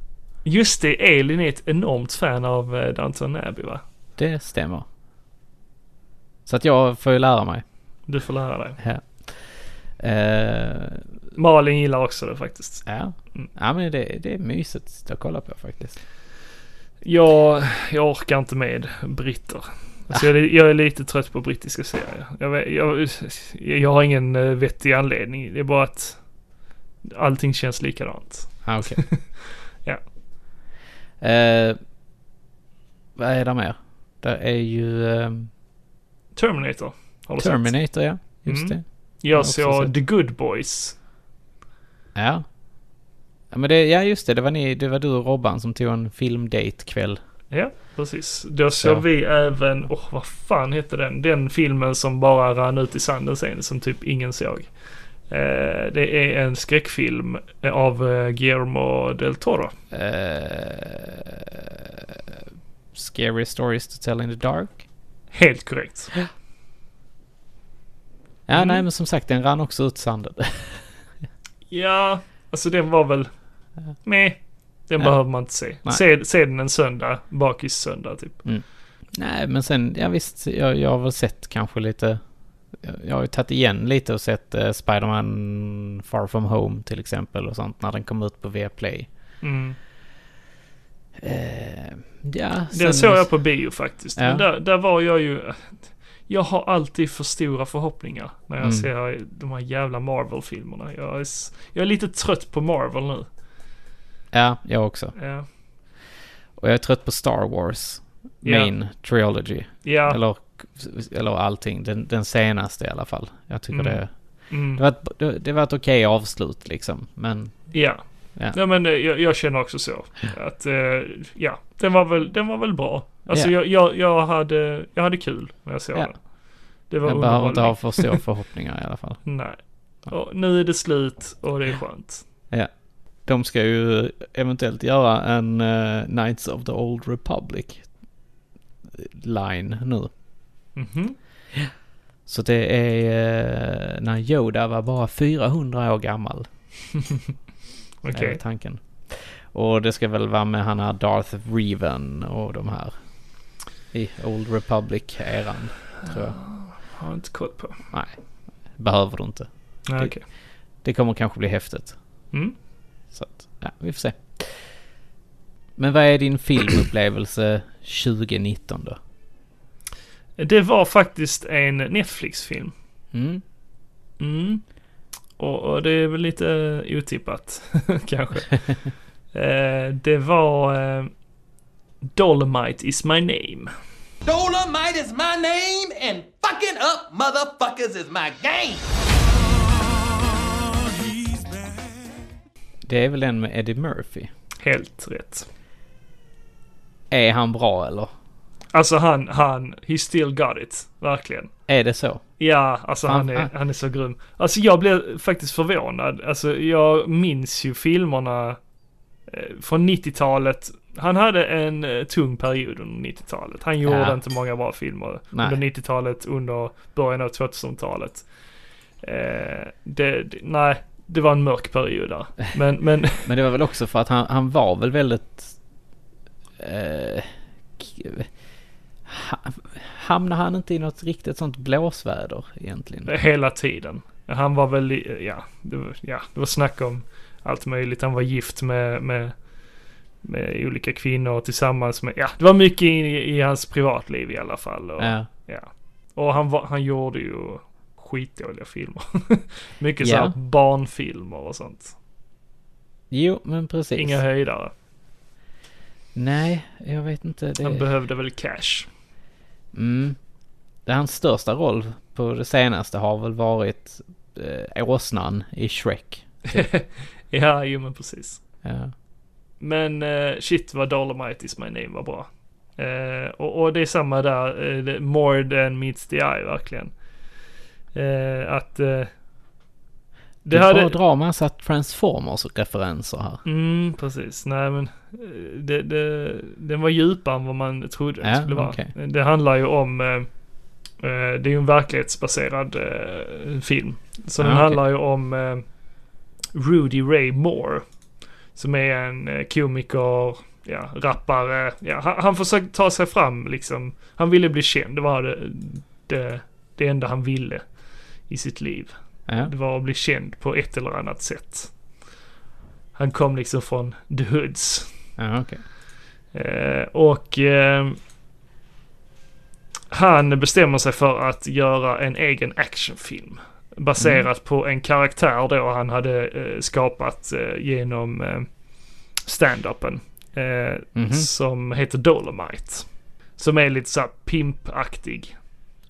A: Just det, Elin är ett enormt fan av eh, Downton Abbey va?
B: det stämmer. Så att jag får ju lära mig.
A: Du får lära dig.
B: Ja. Eh,
A: Malin gillar också det faktiskt.
B: ja.
A: Mm.
B: ja, men det, det är mysigt att kolla på faktiskt.
A: Jag, jag orkar inte med britter. Alltså jag, är- jag är lite trött på brittiska serier. Jag, vet- jag, jag har ingen eh, vettig anledning. Det är bara att allting känns likadant.
B: Ah, okej.
A: Ja.
B: Eh, vad är det mer? Det är ju ehm,
A: Terminator har du sett?
B: Terminator, ja. Just
A: Mm.
B: det. har
A: Jag
B: också
A: såg
B: sett.
A: The Good Boys.
B: Ja. ja. Men det, ja, just det. Det var, ni, det var du och Robban som tog en filmdate-kväll.
A: Ja, precis. Då såg
B: Ja.
A: vi även, åh vad fan hette den? Den filmen som bara rann ut i sanden sen, som typ ingen såg. Eh, det är en skräckfilm av eh, Guillermo del Toro.
B: Eh, scary Stories to Tell in the Dark.
A: Helt korrekt.
B: Ja,
A: Mm.
B: nej, men som sagt, den rann också ut i sanden.
A: Ja, alltså den var väl... Nej, den
B: Ja.
A: behöver man inte se.
B: Nej.
A: se. Se den en söndag, bakis-söndag typ.
B: nej, men sen, ja visst, jag, jag har väl sett kanske lite... Jag, jag har ju tagit igen lite och sett eh, Spider-Man Far From Home till exempel och sånt när den kom ut på Viaplay.
A: Mm.
B: Eh, ja,
A: Den såg jag på bio faktiskt.
B: Ja.
A: Men där, där var jag ju... Jag har alltid för stora förhoppningar när jag
B: Mm.
A: ser de här jävla Marvel-filmerna. Jag är, s- jag är lite trött på Marvel nu.
B: Ja, jag också.
A: Ja,
B: Och jag är trött på Star Wars.
A: Ja.
B: Main Trilogy.
A: ja.
B: Eller, eller allting. Den, den senaste i alla fall. Jag tycker
A: Mm.
B: det,
A: Mm.
B: det, var ett, det, det var ett okej avslut liksom. Men
A: ja.
B: Ja.
A: Nej, men eh, jag, jag känner också så. Att, eh, ja, den var väl, den var väl bra. Alltså
B: Ja.
A: jag, jag, jag, hade, jag hade kul när jag såg
B: Ja.
A: den. Det var
B: jag behöver inte ha
A: underhållning.
B: för stora förhoppningar i alla fall.
A: Nej. Och nu är det slut och det är skönt.
B: De ska ju eventuellt göra en eh, Knights of the Old Republic line nu.
A: Mhm.
B: Så det är eh, när Yoda var bara 400 år gammal.
A: Okej.
B: Är tanken. Och det ska väl vara med han här Darth Revan och de här. I Old Republic-eran, tror jag.
A: Har jag inte koll på.
B: Nej, behöver du inte.
A: Nej,
B: Det-
A: okej.
B: Det kommer kanske bli häftigt.
A: Mm.
B: Så att, ja, vi får se. Men vad är din filmupplevelse 2019 då?
A: Det var faktiskt en Netflix-film.
B: Mm,
A: Mm. Och, och det är väl lite otippat kanske. eh, det var eh, Dolomite is my name.
G: Dolomite is my name, and fucking up motherfuckers is my game.
B: det är väl den med Eddie Murphy.
A: Helt rätt.
B: Är han bra eller?
A: Alltså han, han, he still got it. Verkligen.
B: Är det så?
A: Ja, alltså
B: Fan,
A: han är,
B: fan.
A: han är så grym. Alltså jag blev faktiskt förvånad. Alltså jag minns ju filmerna eh, från 90-talet. Han hade en eh, tung period under 90-talet. Han gjorde
B: Ja.
A: inte många bra filmer
B: Nej.
A: under 90-talet, under början av 2000-talet. Eh, det, det, nej, det var en mörk period där. Men, men
B: Men det var väl också för att han, han var väl väldigt... Eh, k- ha, hamnade han inte i något riktigt sånt blåsväder egentligen?
A: hela tiden. Han var väl, i- ja det, var- ja, det var snack om allt möjligt. Han var gift med, med, med olika kvinnor tillsammans med, ja, det var mycket i, i hans privatliv i alla fall. Och,
B: Ja.
A: ja. och han, var, han gjorde ju skitdåliga filmer. mycket så
B: Ja.
A: här barnfilmer och sånt.
B: Jo, men precis.
A: Inga höjdare.
B: Nej, jag vet inte. Det...
A: Han behövde väl cash.
B: Mm. Det hans största roll på det senaste har väl varit eh, åsnan i Shrek. Typ.
A: ja, jo men precis.
B: Ja.
A: Men eh, shit vad Dolomite is my name var bra. Eh, och, och det är samma där, eh, det- more than meets the eye verkligen. Eh, att... Eh, det
B: Du får dra massa Transformers-referenser här.
A: Mm, precis. Nej men, eh, det, det, den var djupare än vad man trodde den
B: Ja,
A: skulle vara.
B: okej.
A: Det handlar ju om, eh, eh, det är ju en verklighetsbaserad eh, film. Så
B: Ja,
A: den
B: okej.
A: handlar ju om eh, Rudy Ray Moore. Som är en eh, komiker, ja, rappare. Ja, han, han försökte ta sig fram liksom. Han ville bli känd, det var det, det, det enda han ville i sitt liv.
B: Ja.
A: Det var att bli känd på ett eller annat sätt. Han kom liksom från the hoods.
B: Ja, okej.
A: Eh, och eh, han bestämmer sig för att göra en egen actionfilm. Baserat på en karaktär då han hade eh, skapat eh, genom eh, stand-upen. Eh,
B: Mhm.
A: Som heter Dolomite. Som är lite såhär pimpaktig.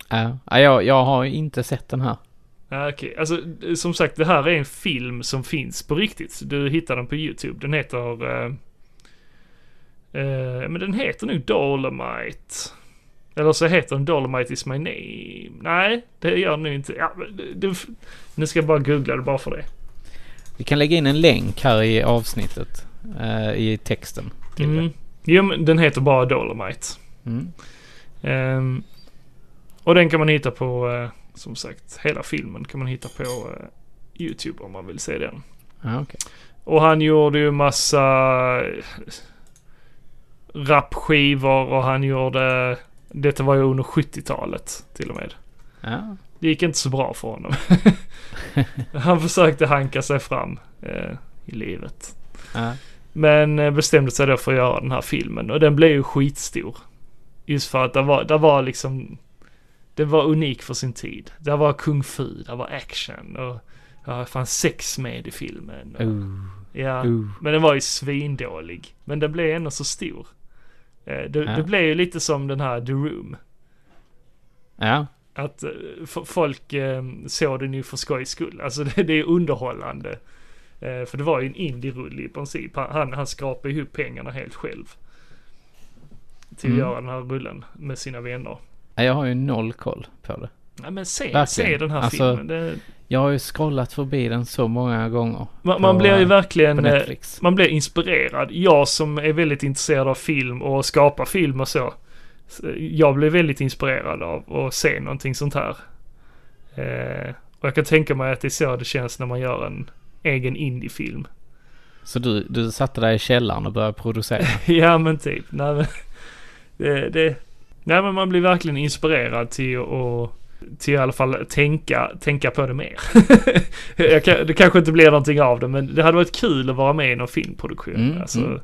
B: Ja. Ja, jag, jag har inte sett den här.
A: Ja, Okej, alltså eh, som sagt det här är en film som finns på riktigt. Du hittar den på YouTube. Den heter... Eh, eh, men den heter nog Dolomite. Eller så heter den Dolomite is my name. Nej, det gör den nog inte. Ja, men det, det, nu ska jag bara googla det bara för det.
B: Vi kan lägga in en länk här i avsnittet. eh, I texten. Till
A: Mm.
B: det.
A: Jo, men den heter bara Dolomite.
B: Mm.
A: Ehm, och den kan man hitta på, eh, som sagt, hela filmen kan man hitta på eh, YouTube om man vill se den.
B: Ja, okej.
A: Och han gjorde ju massa eh, rapskivor och han gjorde... Detta var ju under 70-talet till och med.
B: Ja.
A: Det gick inte så bra för honom. han försökte hanka sig fram eh, i livet.
B: Ja.
A: Men eh, bestämde sig då för att göra den här filmen och den blev ju skitstor. Just för att det var, det var liksom... Den var unik för sin tid. Det var kung fu, det var action och... Ja, det fanns sex med i filmen. Och,
B: Ooh.
A: ja.
B: Ooh.
A: Men den var ju svindålig. Men den blev ändå så stor. Eh, Det,
B: Ja.
A: det blev ju lite som den här The Room.
B: Ja.
A: Att eh, f- folk eh, såg den ju för skojs skull. Alltså det, det är underhållande. Eh, för det var ju en indie-rulle i princip. Han, han, han skrapade ihop pengarna helt själv. Till att
B: Mm.
A: göra den här rullen med sina vänner.
B: Ja, Jag har ju noll koll på det.
A: Nej men se,
B: Verkligen.
A: se den här
B: Alltså,
A: filmen. Det,
B: Jag har ju scrollat förbi den så många gånger.
A: man,
B: på,
A: man blir ju
B: eh, på
A: verkligen... eh,
B: Netflix.
A: Man blir inspirerad. Jag som är väldigt intresserad av film och skapar film och så. så Jag blir väldigt inspirerad av att se någonting sånt här. Eh, och jag kan tänka mig att det är så det känns när man gör en egen indiefilm.
B: Så du, du satte dig i källaren och började producera?
A: ja men typ. Nej, men, det, det, Nej men man blir verkligen inspirerad till att till i alla fall tänka, tänka på det mer. Jag kan, det kanske inte blir någonting av det men det hade varit kul att vara med i någon filmproduktion.
B: Mm,
A: alltså
B: mm.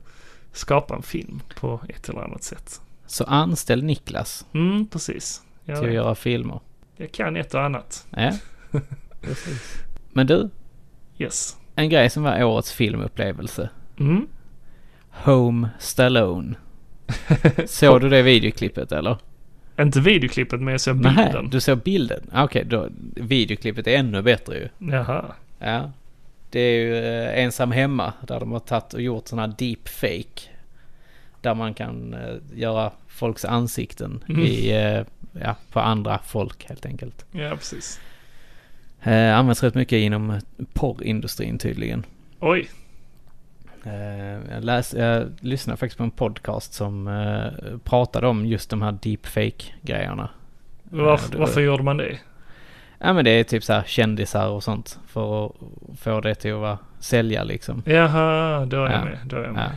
A: skapa en film på ett eller annat sätt.
B: Så anställ Niklas
A: Mm, precis.
B: till att
A: Jag,
B: göra filmer.
A: jag kan ett och annat.
B: Ja. Men du,
A: Yes.
B: en grej som var årets filmupplevelse.
A: Mm.
B: Home Stallone. Såg du det videoklippet eller?
A: Inte videoklippet men jag ser
B: Nej,
A: bilden.
B: du såg bilden? Ah, Okej, då videoklippet är ännu bättre ju.
A: Jaha.
B: Ja. Det är ju eh, Ensam Hemma där de har tagit och gjort sådana här deepfake. Där man kan eh, göra folks ansikten
A: Mm.
B: i, eh, ja, på andra folk helt enkelt.
A: Ja precis.
B: Eh, används rätt mycket inom eh, porrindustrin tydligen.
A: Oj.
B: Eh, jag, läs, jag lyssnade faktiskt på en podcast som eh, pratade om just de här deepfake-grejerna.
A: Varf,
B: Ja, det var-
A: Varför gjorde man det?
B: Ja men det är typ så här kändisar och sånt för att få det till att vara, sälja liksom.
A: Jaha, då är
B: Ja.
A: jag med. Då är jag
B: Ja.
A: med.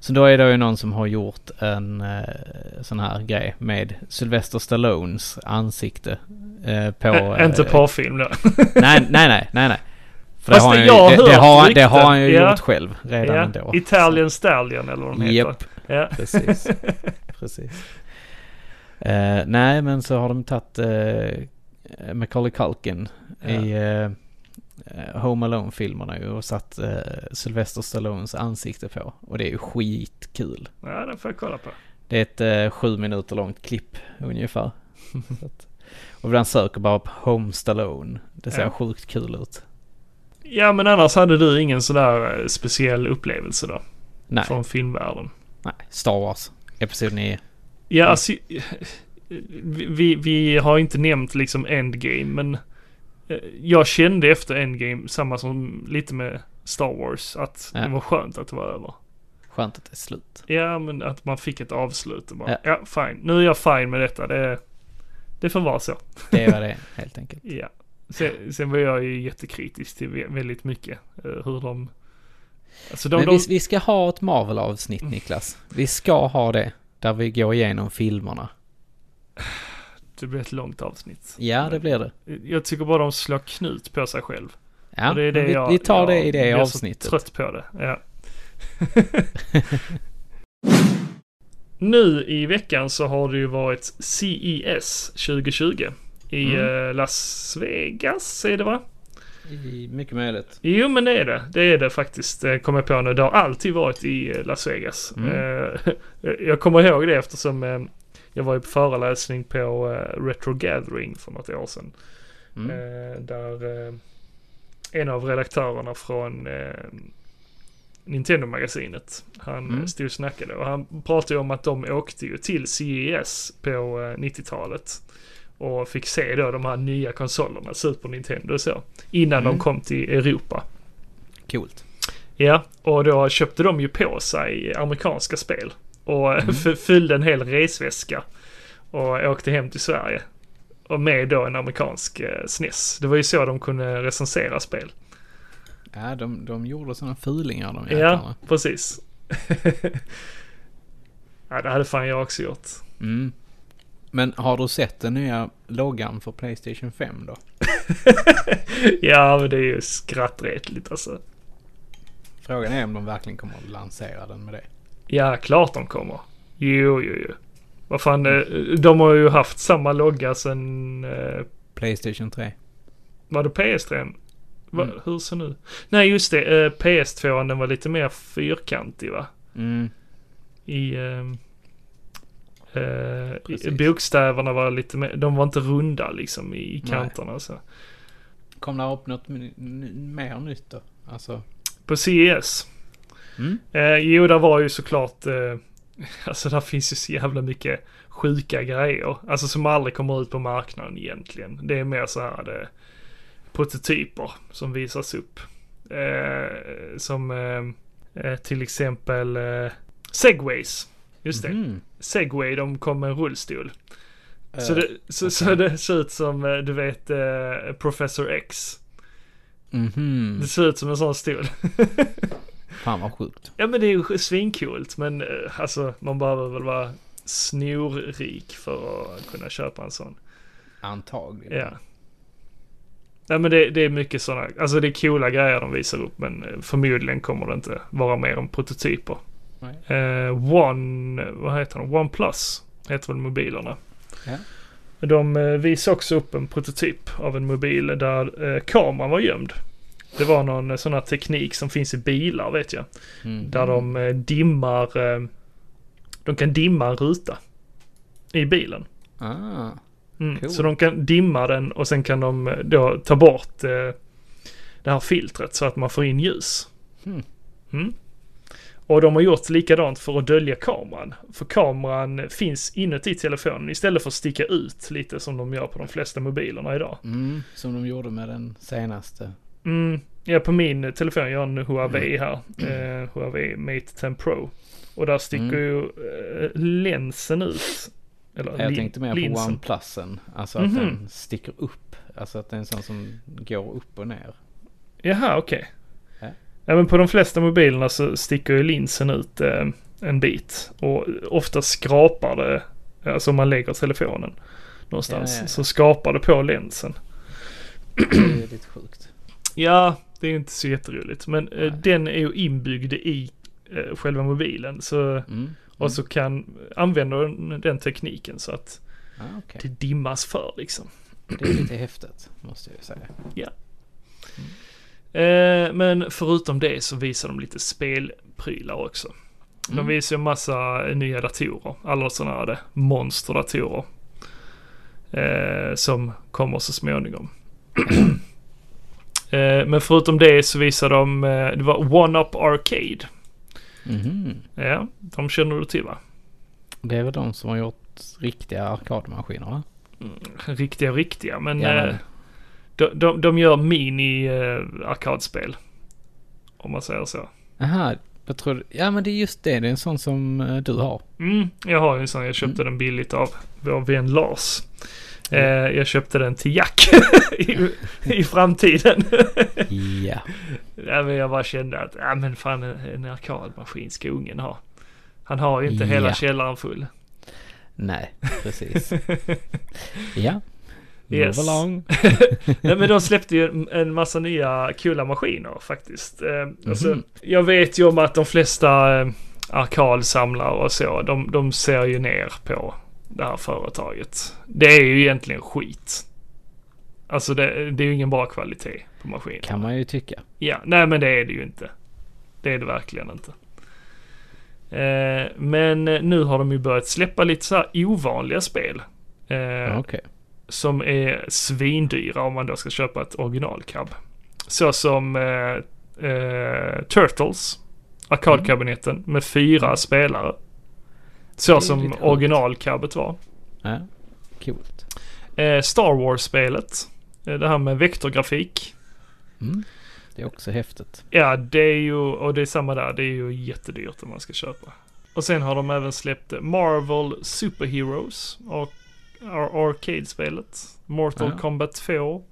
B: Så då är det ju någon som har gjort en eh, sån här grej med Sylvester Stallones ansikte. Eh, på,
A: Ä- inte
B: eh,
A: porrfilm då.
B: Nej, nej, nej, nej. nej. För
A: Fast
B: det har han
A: det
B: ju,
A: jag har
B: det, det,
A: hört
B: har, det har
A: rykten.
B: han ju
A: Ja.
B: gjort själv redan
A: Ja.
B: då.
A: Italian Stallion eller vad de heter.
B: Japp,
A: Ja.
B: precis. precis. Eh, nej, men så har de tagit eh, Macaulay Culkin i eh, Home Alone-filmerna ju och satt eh, Sylvester Stallones ansikte på. Och det är ju skitkul.
A: ja, den får jag kolla på.
B: Det är ett eh, sju minuter långt klipp ungefär. Så att, och ibland söker bara på Home Stallone. Det ser
A: Ja.
B: sjukt kul ut.
A: Ja, men annars hade du ingen sådär eh, speciell upplevelse då?
B: Nej,
A: Från filmvärlden?
B: nej. Star Wars. Episod 9.
A: Ja,
B: Mm.
A: alltså, eh, vi, vi, vi har inte nämnt liksom Endgame, men eh, jag kände efter Endgame samma som lite med Star Wars, att
B: Ja.
A: det var skönt att det var över.
B: Skönt att det är slut.
A: Ja, men att man fick ett avslut och bara,
B: Ja.
A: ja, fine, nu är jag fine med detta, det, det får vara så.
B: Det är vad det är, helt enkelt.
A: Ja. Sen, sen var jag ju jättekritisk till vä- väldigt mycket eh, hur de... Alltså de,
B: Men
A: de
B: vi, vi ska ha ett Marvel-avsnitt, Niklas. Vi ska ha det. Där vi går igenom filmerna.
A: det blir ett långt avsnitt.
B: Ja, det blir det.
A: Jag tycker bara de slår knut på sig själv.
B: Ja,
A: Och det är det
B: men vi,
A: jag,
B: vi tar det i
A: jag
B: det
A: blir Så
B: avsnittet.
A: trött på det. Ja. nu i veckan så har det ju varit CES 2020 i
B: Mm.
A: eh, Las Vegas, är det va?
B: I- Mycket möjligt.
A: Jo men det är det. Det är det faktiskt. eh, Kom jag på nu. Det har alltid varit i eh, Las Vegas.
B: Mm.
A: Eh, Jag kommer ihåg det eftersom eh, jag var ju på föreläsning på eh, Retro Gathering för något år sedan.
B: Mm.
A: Eh, Där eh, en av redaktörerna från eh, Nintendo-magasinet, han eh,
B: Mm.
A: stod och snackade och han pratade ju om att de åkte ju till CES på eh, 90-talet och fick se då de här nya konsolerna, Super Nintendo och så, innan
B: Mm.
A: de kom till Europa.
B: Coolt.
A: Ja, och då köpte de ju på sig amerikanska spel och f- fyllde en hel resväska och åkte hem till Sverige. Och med då en amerikansk eh, SNES. Det var ju så de kunde recensera spel.
B: Ja, de, de gjorde sådana fulingar de
A: Ja,
B: jäklarna.
A: precis. ja, det hade fan jag också gjort.
B: Mm. Men har du sett den nya loggan för Playstation 5 då?
A: Ja, men det är ju skrattretligt alltså.
B: Frågan är om de verkligen kommer att lansera den med det.
A: Ja, klart de kommer. Jo, jo, jo. Vad fan, eh, de har ju haft samma logga sen eh,
B: Playstation 3.
A: Var det PS3? Va,
B: Mm.
A: Hur ser nu? Nej just det, eh, PS2 den var lite mer fyrkantig va?
B: Mm.
A: I... ehm, eh, i-
B: Precis.
A: bokstäverna var lite mer, de var inte runda liksom i, i
B: Nej.
A: kanterna och så.
B: Kom det upp något n- n- mer nytt då? Alltså,
A: På CES.
B: Mm.
A: Eh, jo, där var ju såklart, eh, alltså där finns ju så jävla mycket sjuka grejer. Alltså som aldrig kommer ut på marknaden egentligen. Det är mer så här det, prototyper som visas upp. Eh, som eh, eh, till exempel eh, Segways. Just det.
B: mm.
A: Segway, de kom med en rullstol. Så
B: Eh,
A: det, så, så det ser ut som, eh, du vet, eh, Professor X.
B: mhm.
A: Det ser ut som en sån stol.
B: Fan vad sjukt.
A: Ja men det är ju svincoolt men eh, alltså man behöver väl vara snorrik för att kunna köpa en sån.
B: Antagligen.
A: Ja. Nej men det, det är mycket sådana, alltså det är coola grejer de visar upp men eh, förmodligen kommer det inte vara mer än prototyper. Eh, One, vad heter de? OnePlus heter väl mobilerna.
B: Ja.
A: De eh, visade också upp en prototyp av en mobil där eh, kameran var gömd. Det var någon eh, sån här teknik som finns i bilar vet jag.
B: Mm.
A: Där de eh, dimmar, eh, de kan dimma en ruta i bilen.
B: Ah,
A: Mm.
B: Cool.
A: Så de kan dimma den och sen kan de eh, då ta bort eh, det här filtret så att man får in ljus.
B: Hmm.
A: Mm. Och de har gjort likadant för att dölja kameran. För kameran finns inuti telefonen istället för att sticka ut lite som de gör på de flesta mobilerna idag.
B: mm, som de gjorde med den senaste.
A: Mm. Ja, på min telefon, jag har en Huawei
B: Mm.
A: här. Eh, Huawei Mate 10 Pro. Och där sticker
B: Mm.
A: ju eh, länsen ut. Eller
B: Jag
A: lin-
B: tänkte mer på
A: linsen.
B: OnePlusen. Alltså att
A: Mhm.
B: den sticker upp. Alltså att det är en sån som går upp och ner.
A: Jaha, okej.
B: Ja.
A: Ja, men på de flesta mobilerna så sticker ju linsen ut eh, en bit. Och ofta skrapar det, alltså om man lägger telefonen någonstans,
B: Ja, ja, ja.
A: så skrapar det på linsen.
B: Det är lite sjukt.
A: Ja, det är ju inte så jätteroligt. Men eh, den är ju inbyggd i eh, själva mobilen. Så,
B: Mm.
A: Och så kan använder den, den tekniken så att
B: Ah, okej.
A: det dimmas för liksom.
B: Det är lite häftigt måste jag ju säga.
A: Eh, men förutom det så visar de lite spelprylar också. De visar ju en massa nya datorer. Alla sådana här monsterdatorer. Eh, som kommer så småningom. eh, men förutom det så visar de, eh, det var One-Up Arcade.
B: Mhm.
A: Ja, de känner du till va?
B: Det är väl de som har gjort riktiga arkadmaskiner va?
A: Riktiga, riktiga. Men
B: Jajamän.
A: eh, de, de, de gör mini-arkadspel. Om man säger så.
B: Aha, jag trodde... Ja men det är just det. Det är en sån som eh, du har.
A: Mm, jag har ju en sån. Jag köpte den billigt av vår vän Lars. Eh, jag köpte den till Jack i, i framtiden.
B: Ja.
A: ja, men jag bara kände att, ja men fan en, en arkadmaskin ska ungen ha. Han har ju inte hela
B: Ja.
A: källaren full.
B: Nej, precis. ja.
A: Yes.
B: Move along.
A: Nej men de släppte ju en- en massa nya coola maskiner faktiskt. Eh, alltså, Jag vet ju om att de flesta eh, arkadsamlare och så, de, de ser ju ner på det här företaget. Det är ju egentligen skit. Alltså det, det är ju ingen bra kvalitet på maskinen.
B: Kan man ju tycka.
A: Ja, nej men det är det ju inte. Det är det verkligen inte. Eh, men eh, nu har de ju börjat släppa lite så här ovanliga spel. Eh,
B: Okej.
A: som är svindyra om man då ska köpa ett originalkab. Så som eh, eh, Turtles, arkadkabinetten med fyra spelare. Så
B: Mm. är
A: som
B: lite sjukt.
A: originalkabbet var.
B: Ja. Coolt.
A: Eh, Star Wars-spelet, eh, det här med vektorgrafik.
B: Mm. Det är också häftigt.
A: Ja, det är ju, och det är samma där, det är ju jättedyrt om man ska köpa. Och sen har de även släppt Marvel Super Heroes och ar- Arcade-spelet. Mortal
B: Ja.
A: Kombat 2.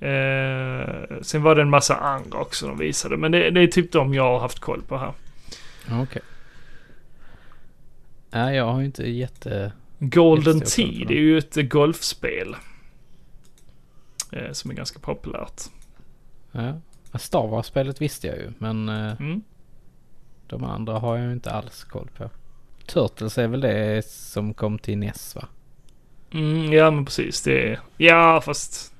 A: Eh, sen var det en massa andra också de visade, men det, det är typ de jag har haft koll på här.
B: Okej. Nej, jag har ju inte jätte...
A: Golden
B: Just det, jag har koll på
A: Tee,
B: dem.
A: det är ju ett golfspel. Eh, som är ganska populärt.
B: Ja. Star Wars-spelet visste jag ju, men eh,
A: Mm.
B: de andra har jag ju inte alls koll på. Turtles är väl det som kom till NES va?
A: Mm, ja, men precis. Det är, ja, fast...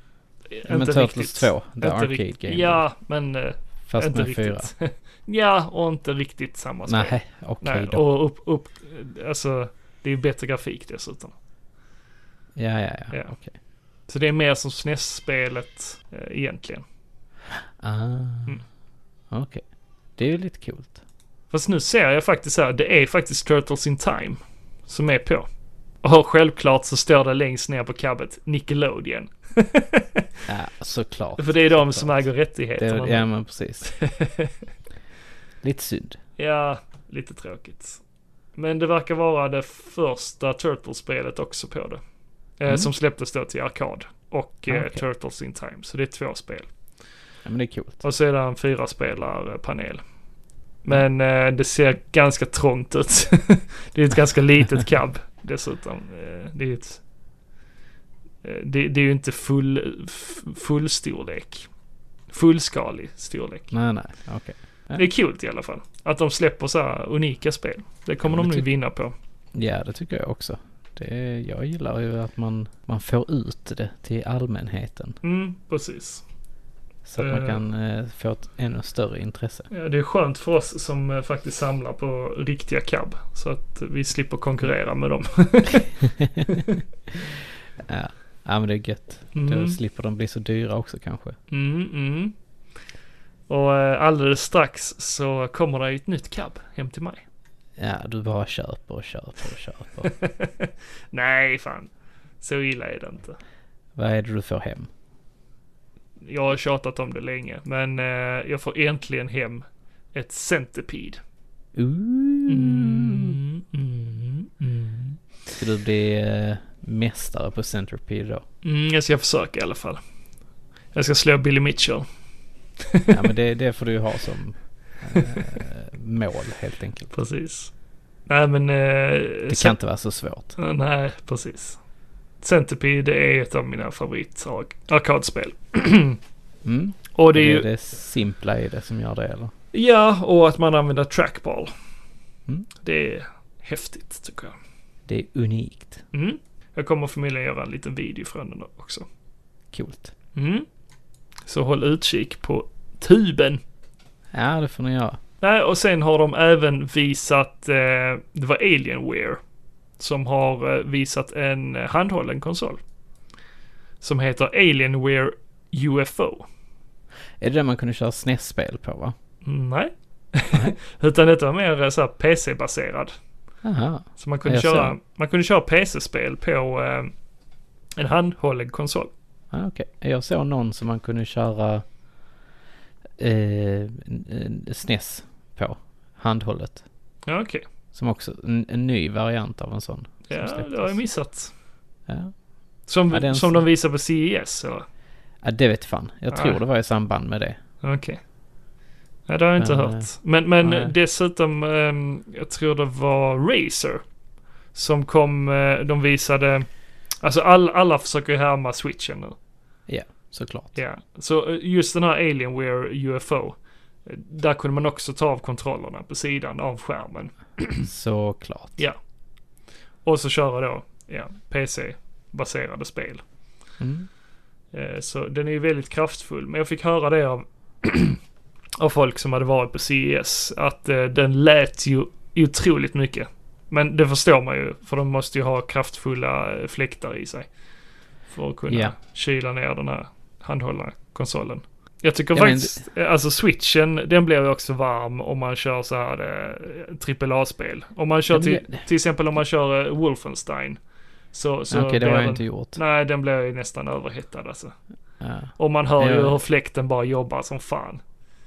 B: men Turtles 2, The
A: Inte
B: Arcade
A: riktigt.
B: Game.
A: Ja, men... eh,
B: Fast
A: inte
B: med fyra.
A: riktigt. ja, och inte riktigt samma spel.
B: Nej, okej
A: Nej,
B: då.
A: och upp, upp, alltså det är ju bättre grafik dessutom.
B: Ja, ja, ja.
A: Ja.
B: Okej.
A: Så det är mer som SNES-spelet eh, egentligen.
B: Ah.
A: Mm.
B: Okej. Det är ju lite coolt.
A: Fast nu ser jag faktiskt här, det är faktiskt Turtles in Time som är på. Och självklart så står det längst ner på kabbet Nickelodeon.
B: Ja, såklart.
A: För det är de som
B: såklart.
A: äger
B: Det
A: rättigheterna.
B: är,
A: nu.
B: ja, men precis. lite synd.
A: Ja, lite tråkigt. Men det verkar vara det första Turtles-spelet också på det. Eh, Som släpptes då till arkad. Och eh,
B: Mm. Ah, okej.
A: Turtles in Time. Så det är två spel.
B: Ja, men det är coolt.
A: Och så är det en fyra spelare panel Men eh, det ser ganska trångt ut. det är ett ganska litet cab dessutom. Eh, det, är ett, eh, det, det är ju inte full, f- full storlek. Fullskalig storlek.
B: Nej, nej, okej.
A: Det är kul i alla fall. Att de släpper så här unika spel. Det kommer
B: Ja,
A: de
B: det
A: nu
B: tycker-
A: vinna på.
B: Ja, det tycker jag också. Det, jag gillar ju att man, man får ut det till allmänheten.
A: Mm, precis.
B: Så att man
A: Eh.
B: kan eh, få ett ännu större intresse.
A: Ja, det är skönt för oss som eh, faktiskt samlar på riktiga cab. Så att vi slipper konkurrera med dem.
B: ja. ja, men det är gött.
A: Mm.
B: Då slipper de bli så dyra också kanske.
A: Mm, mm. Och eh, alldeles strax så kommer det ett nytt cab hem till mig.
B: Ja, du bara köper och köper och köper.
A: Nej, fan. Så illa är det inte.
B: Vad är det du får hem?
A: Jag har tjatat om det länge, men eh, jag får äntligen hem ett Centipede. Uh.
B: Ooh.
A: Mm, mm, mm.
B: Ska du bli eh, mästare på Centerpede då?
A: Mm, jag ska försöka i alla fall. Jag ska slå Billy Mitchell.
B: Ja, men det, det får du ju ha som eh, mål helt enkelt.
A: Precis. Nej men... Eh,
B: Det kan inte vara så svårt.
A: Nej, precis. Centipede är ett av mina favoritarkadspel.
B: Mm.
A: Och det
B: Det
A: är
B: är
A: ju...
B: det simpla i det som gör det eller?
A: Ja, och att man använder trackball.
B: Mm.
A: Det är häftigt tycker jag.
B: Det är unikt.
A: Mm. Jag kommer förmodligen göra en liten video från den också.
B: Coolt.
A: Mm. Så håll utkik på tuben.
B: Ja, det får ni göra.
A: Nej, och sen har de även visat, eh, det var Alienware som har eh, visat en eh, handhållen konsol. Som heter Alienware UFO.
B: Är det det man kunde köra SNES-spel på va?
A: Mm, Nej. Utan detta var mer eh, så här PC-baserad.
B: Aha.
A: Så man kunde
B: Jag
A: köra,
B: ser.
A: man kunde köra PC-spel på eh, en handhållen konsol.
B: Ja, okej. Jag såg någon som man kunde köra eh, en- en SNES på. Handhållet.
A: Ja, okej.
B: Som också, en, en ny variant av en sån. som
A: Ja, det
B: släpptes.
A: har jag missat.
B: Ja.
A: Som,
B: Ja, den-
A: som de visar på E CES, eller?
B: ja, det vet fan. Jag
A: Ja.
B: tror det var i samband med det.
A: Okej. Nej, det har jag inte
B: Men,
A: hört. Men, men
B: nej.
A: dessutom, ehm, jag tror det var Razer som kom, eh, de visade, alltså all, alla försöker ju härma switchen nu.
B: Ja, såklart.
A: Ja, så eh, just den här Alienware UFO, eh, där kunde man också ta av kontrollerna på sidan av skärmen.
B: Såklart.
A: Ja. Och så köra då, ja, PC-baserade spel.
B: Mm.
A: Eh, Så den är ju väldigt kraftfull. Men jag fick höra det av, av folk som hade varit på CES. Att eh, den lät ju otroligt mycket. Men det förstår man ju. För de måste ju ha kraftfulla eh, fläktar i sig. För att kunna
B: Ja.
A: kyla ner den här handhållna konsolen. Jag tycker
B: Ja, men
A: faktiskt, eh, alltså switchen, den blir ju också varm om man kör så här eh, AAA-spel. Om man kör
B: Ja, men
A: till,
B: det-
A: till exempel om man kör eh, Wolfenstein. Så, så
B: Okej, det
A: blir
B: har jag
A: den-
B: inte gjort.
A: Nej, den blir ju nästan överhettad alltså.
B: Ja.
A: Och man hör ju
B: Ja.
A: hur fläkten bara jobbar som fan.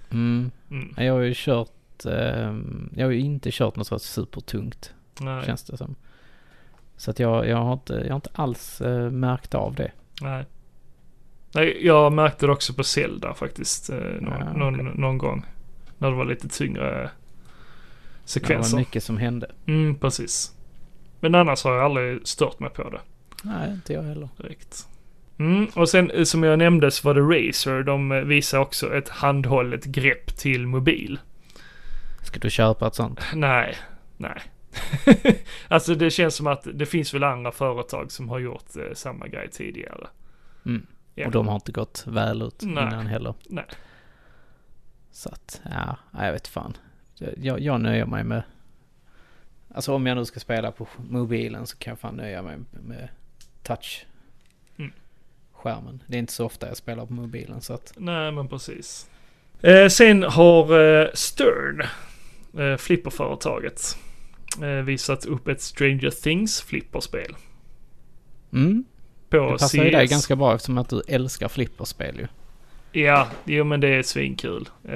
B: Mm.
A: Mm.
B: Jag har ju kört, ehm, jag har ju inte kört något sånt supertungt
A: Nej,
B: känns det som. Så att jag, jag, har, inte, jag har inte alls eh, märkt av det.
A: nej. nej. Jag märkte det också på Zelda faktiskt. eh, Någon,
B: Ja,
A: någon,
B: okej.
A: någon gång. När det var lite tyngre eh,
B: Det var
A: sekvenser.
B: mycket som hände.
A: Mm, precis. Men annars har jag aldrig stört mig på det
B: Nej, inte jag heller.
A: direkt. Mm, och sen eh, som jag nämnde så var det Razer. De eh, visar också ett handhållet grepp till mobil.
B: Ska du köpa ett sånt?
A: Nej, nej. alltså det känns som att det finns väl andra företag som har gjort eh, samma grej tidigare.
B: Mm.
A: Ja.
B: Och de har inte gått väl ut
A: Nej.
B: innan heller.
A: Nej.
B: Så att, ja, nej, jag vet fan. Jag- Jag, jag nöjer mig med... Alltså om jag nu ska spela på mobilen så kan jag fan nöja mig med touch.
A: Mm.
B: Skärmen. Det är inte så ofta jag spelar på mobilen så att...
A: Nej, men precis. Eh, sen har eh, Stern, eh, flipperföretaget, eh, visat upp ett Stranger Things flipperspel.
B: Mm.
A: På
B: Det passar ju dig
A: CS.
B: ganska bra eftersom att du älskar flipperspel ju.
A: Ja, jo men det är svinkul. Eh,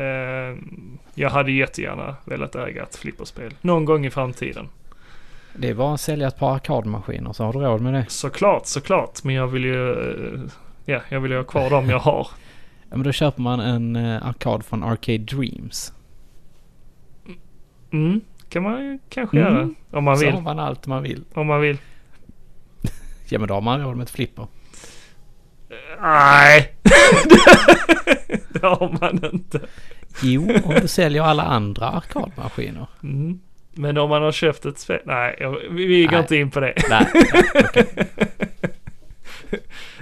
A: jag hade jättegärna velat äga ett flipperspel. Någon gång i framtiden.
B: Det är bara att sälja ett par arkadmaskiner så har du råd med det.
A: Såklart, såklart. Men jag vill ju... eh, Ja, jag vill ju ha kvar dem jag har.
B: Ja, men då köper man en eh, arkad från Arcade Dreams.
A: Mm, kan man ju kanske
B: Mm.
A: göra. Om man
B: Så
A: vill.
B: har man allt man vill.
A: Om man vill.
B: Ja men då har man råd med ett flipper.
A: Nej. det har man inte.
B: Jo, om du säljer alla andra arkadmaskiner.
A: Mm. Men om man har köpt ett spel? Nej, jag, vi, vi går
B: Nej.
A: inte in på det.
B: Nej.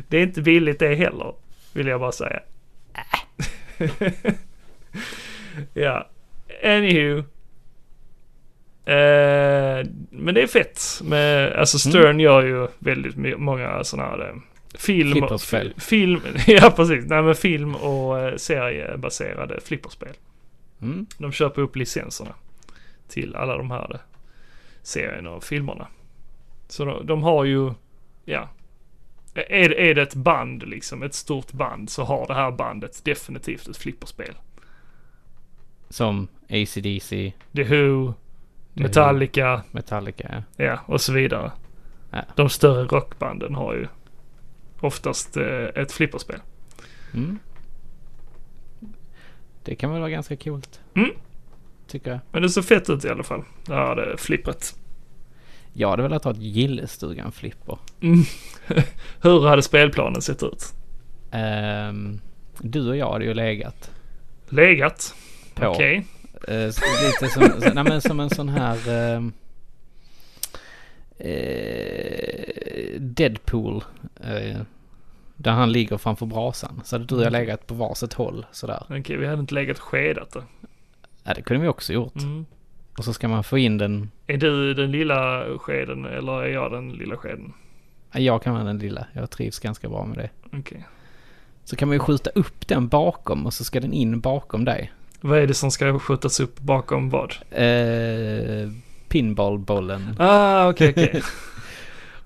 A: Det är inte billigt det heller, vill jag bara säga. ja, anywho. Eh, men det är fett. Med, alltså Stern gör ju väldigt my- många sådana här eh, film,
B: Flipperspel.
A: fi- film, ja, precis. Nej, men film och eh, seriebaserade flipperspel.
B: Mm.
A: De köper upp licenserna till alla de här eh, serierna och filmerna. Så de, de har ju, ja. Är, är det ett band liksom, ett stort band, så har det här bandet definitivt ett flipperspel.
B: Som ACDC,
A: The Who, Metallica,
B: Metallica.
A: ja och så vidare.
B: Ja.
A: De större rockbanden har ju oftast eh, ett flipperspel.
B: Mm. Det kan väl vara ganska coolt.
A: Mm.
B: Tycker jag.
A: Men det såg fett ut i alla fall. Ja, det är flippret.
B: Jag hade velat ha ett gillestugan-flipper.
A: Hur hade spelplanen sett ut?
B: Ehm, du och jag hade ju legat
A: Legat?
B: på.
A: Okej.
B: Eh, så lite som, så, nej, men som en sån här ehm, eh, Deadpool. Eh, där han ligger framför brasan. Så hade du och jag legat på varsitt håll sådär.
A: Okej, vi hade inte legat och skedat det.
B: Ja, det kunde vi också gjort.
A: Mm.
B: Och så ska man få in den.
A: Är du den lilla skeden eller är jag den lilla skeden?
B: Nej, Jag kan vara den lilla. Jag trivs ganska bra med det.
A: Okej.
B: Så kan man ju skjuta upp den bakom och så ska den in bakom dig.
A: Vad är det som ska skjutas upp bakom vad?
B: Eh, pinballbollen.
A: Ah, okej, okej.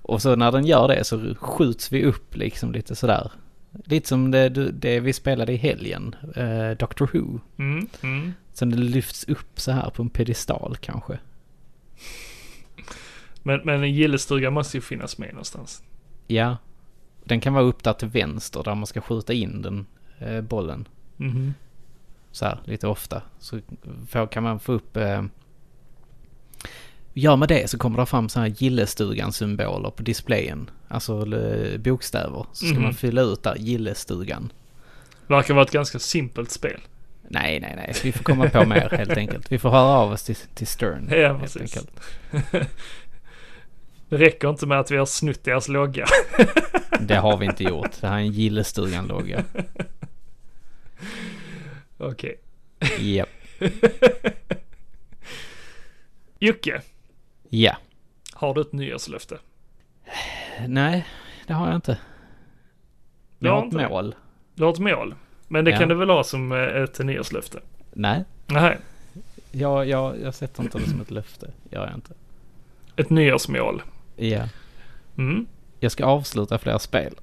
B: Och så när den gör det så skjuts vi upp liksom lite sådär. Lite som det, det vi spelade i helgen, eh, Doctor Who.
A: Mm, mm.
B: Så det lyfts upp så här på en pedestal kanske.
A: Men, men en gillestuga måste ju finnas med någonstans.
B: Ja. Den kan vara upp där till vänster där man ska skjuta in den eh, bollen.
A: Mhm.
B: Så här lite ofta. Så får, kan man få upp... Eh, gör man det så kommer det fram så här gillestugan-symboler på displayen. Alltså eh, bokstäver. Så ska
A: Mhm.
B: man fylla ut där, gillestugan.
A: Verkar vara ett ganska simpelt spel.
B: Nej, nej, nej. Vi får komma på mer helt enkelt. Vi får höra av oss till, till Stern.
A: Ja,
B: helt
A: precis.
B: enkelt.
A: Det räcker inte med att vi har snutt deras logga.
B: Det har vi inte gjort. Det här är en gillestugan-logga.
A: Okej.
B: Japp.
A: Jocke,
B: Ja.
A: har du ett nyårslöfte?
B: Nej, det har jag inte.
A: Du
B: Jag
A: har
B: har ett
A: inte det?
B: mål.
A: Du har ett mål. Men det
B: Ja.
A: kan du väl ha som eh, ett nyårslöfte?
B: Nej,
A: Nej,
B: jag, jag, jag sätter inte det som ett löfte. Gör jag inte.
A: ett nyårsmål.
B: Ja.
A: Mm.
B: Jag ska avsluta fler spel.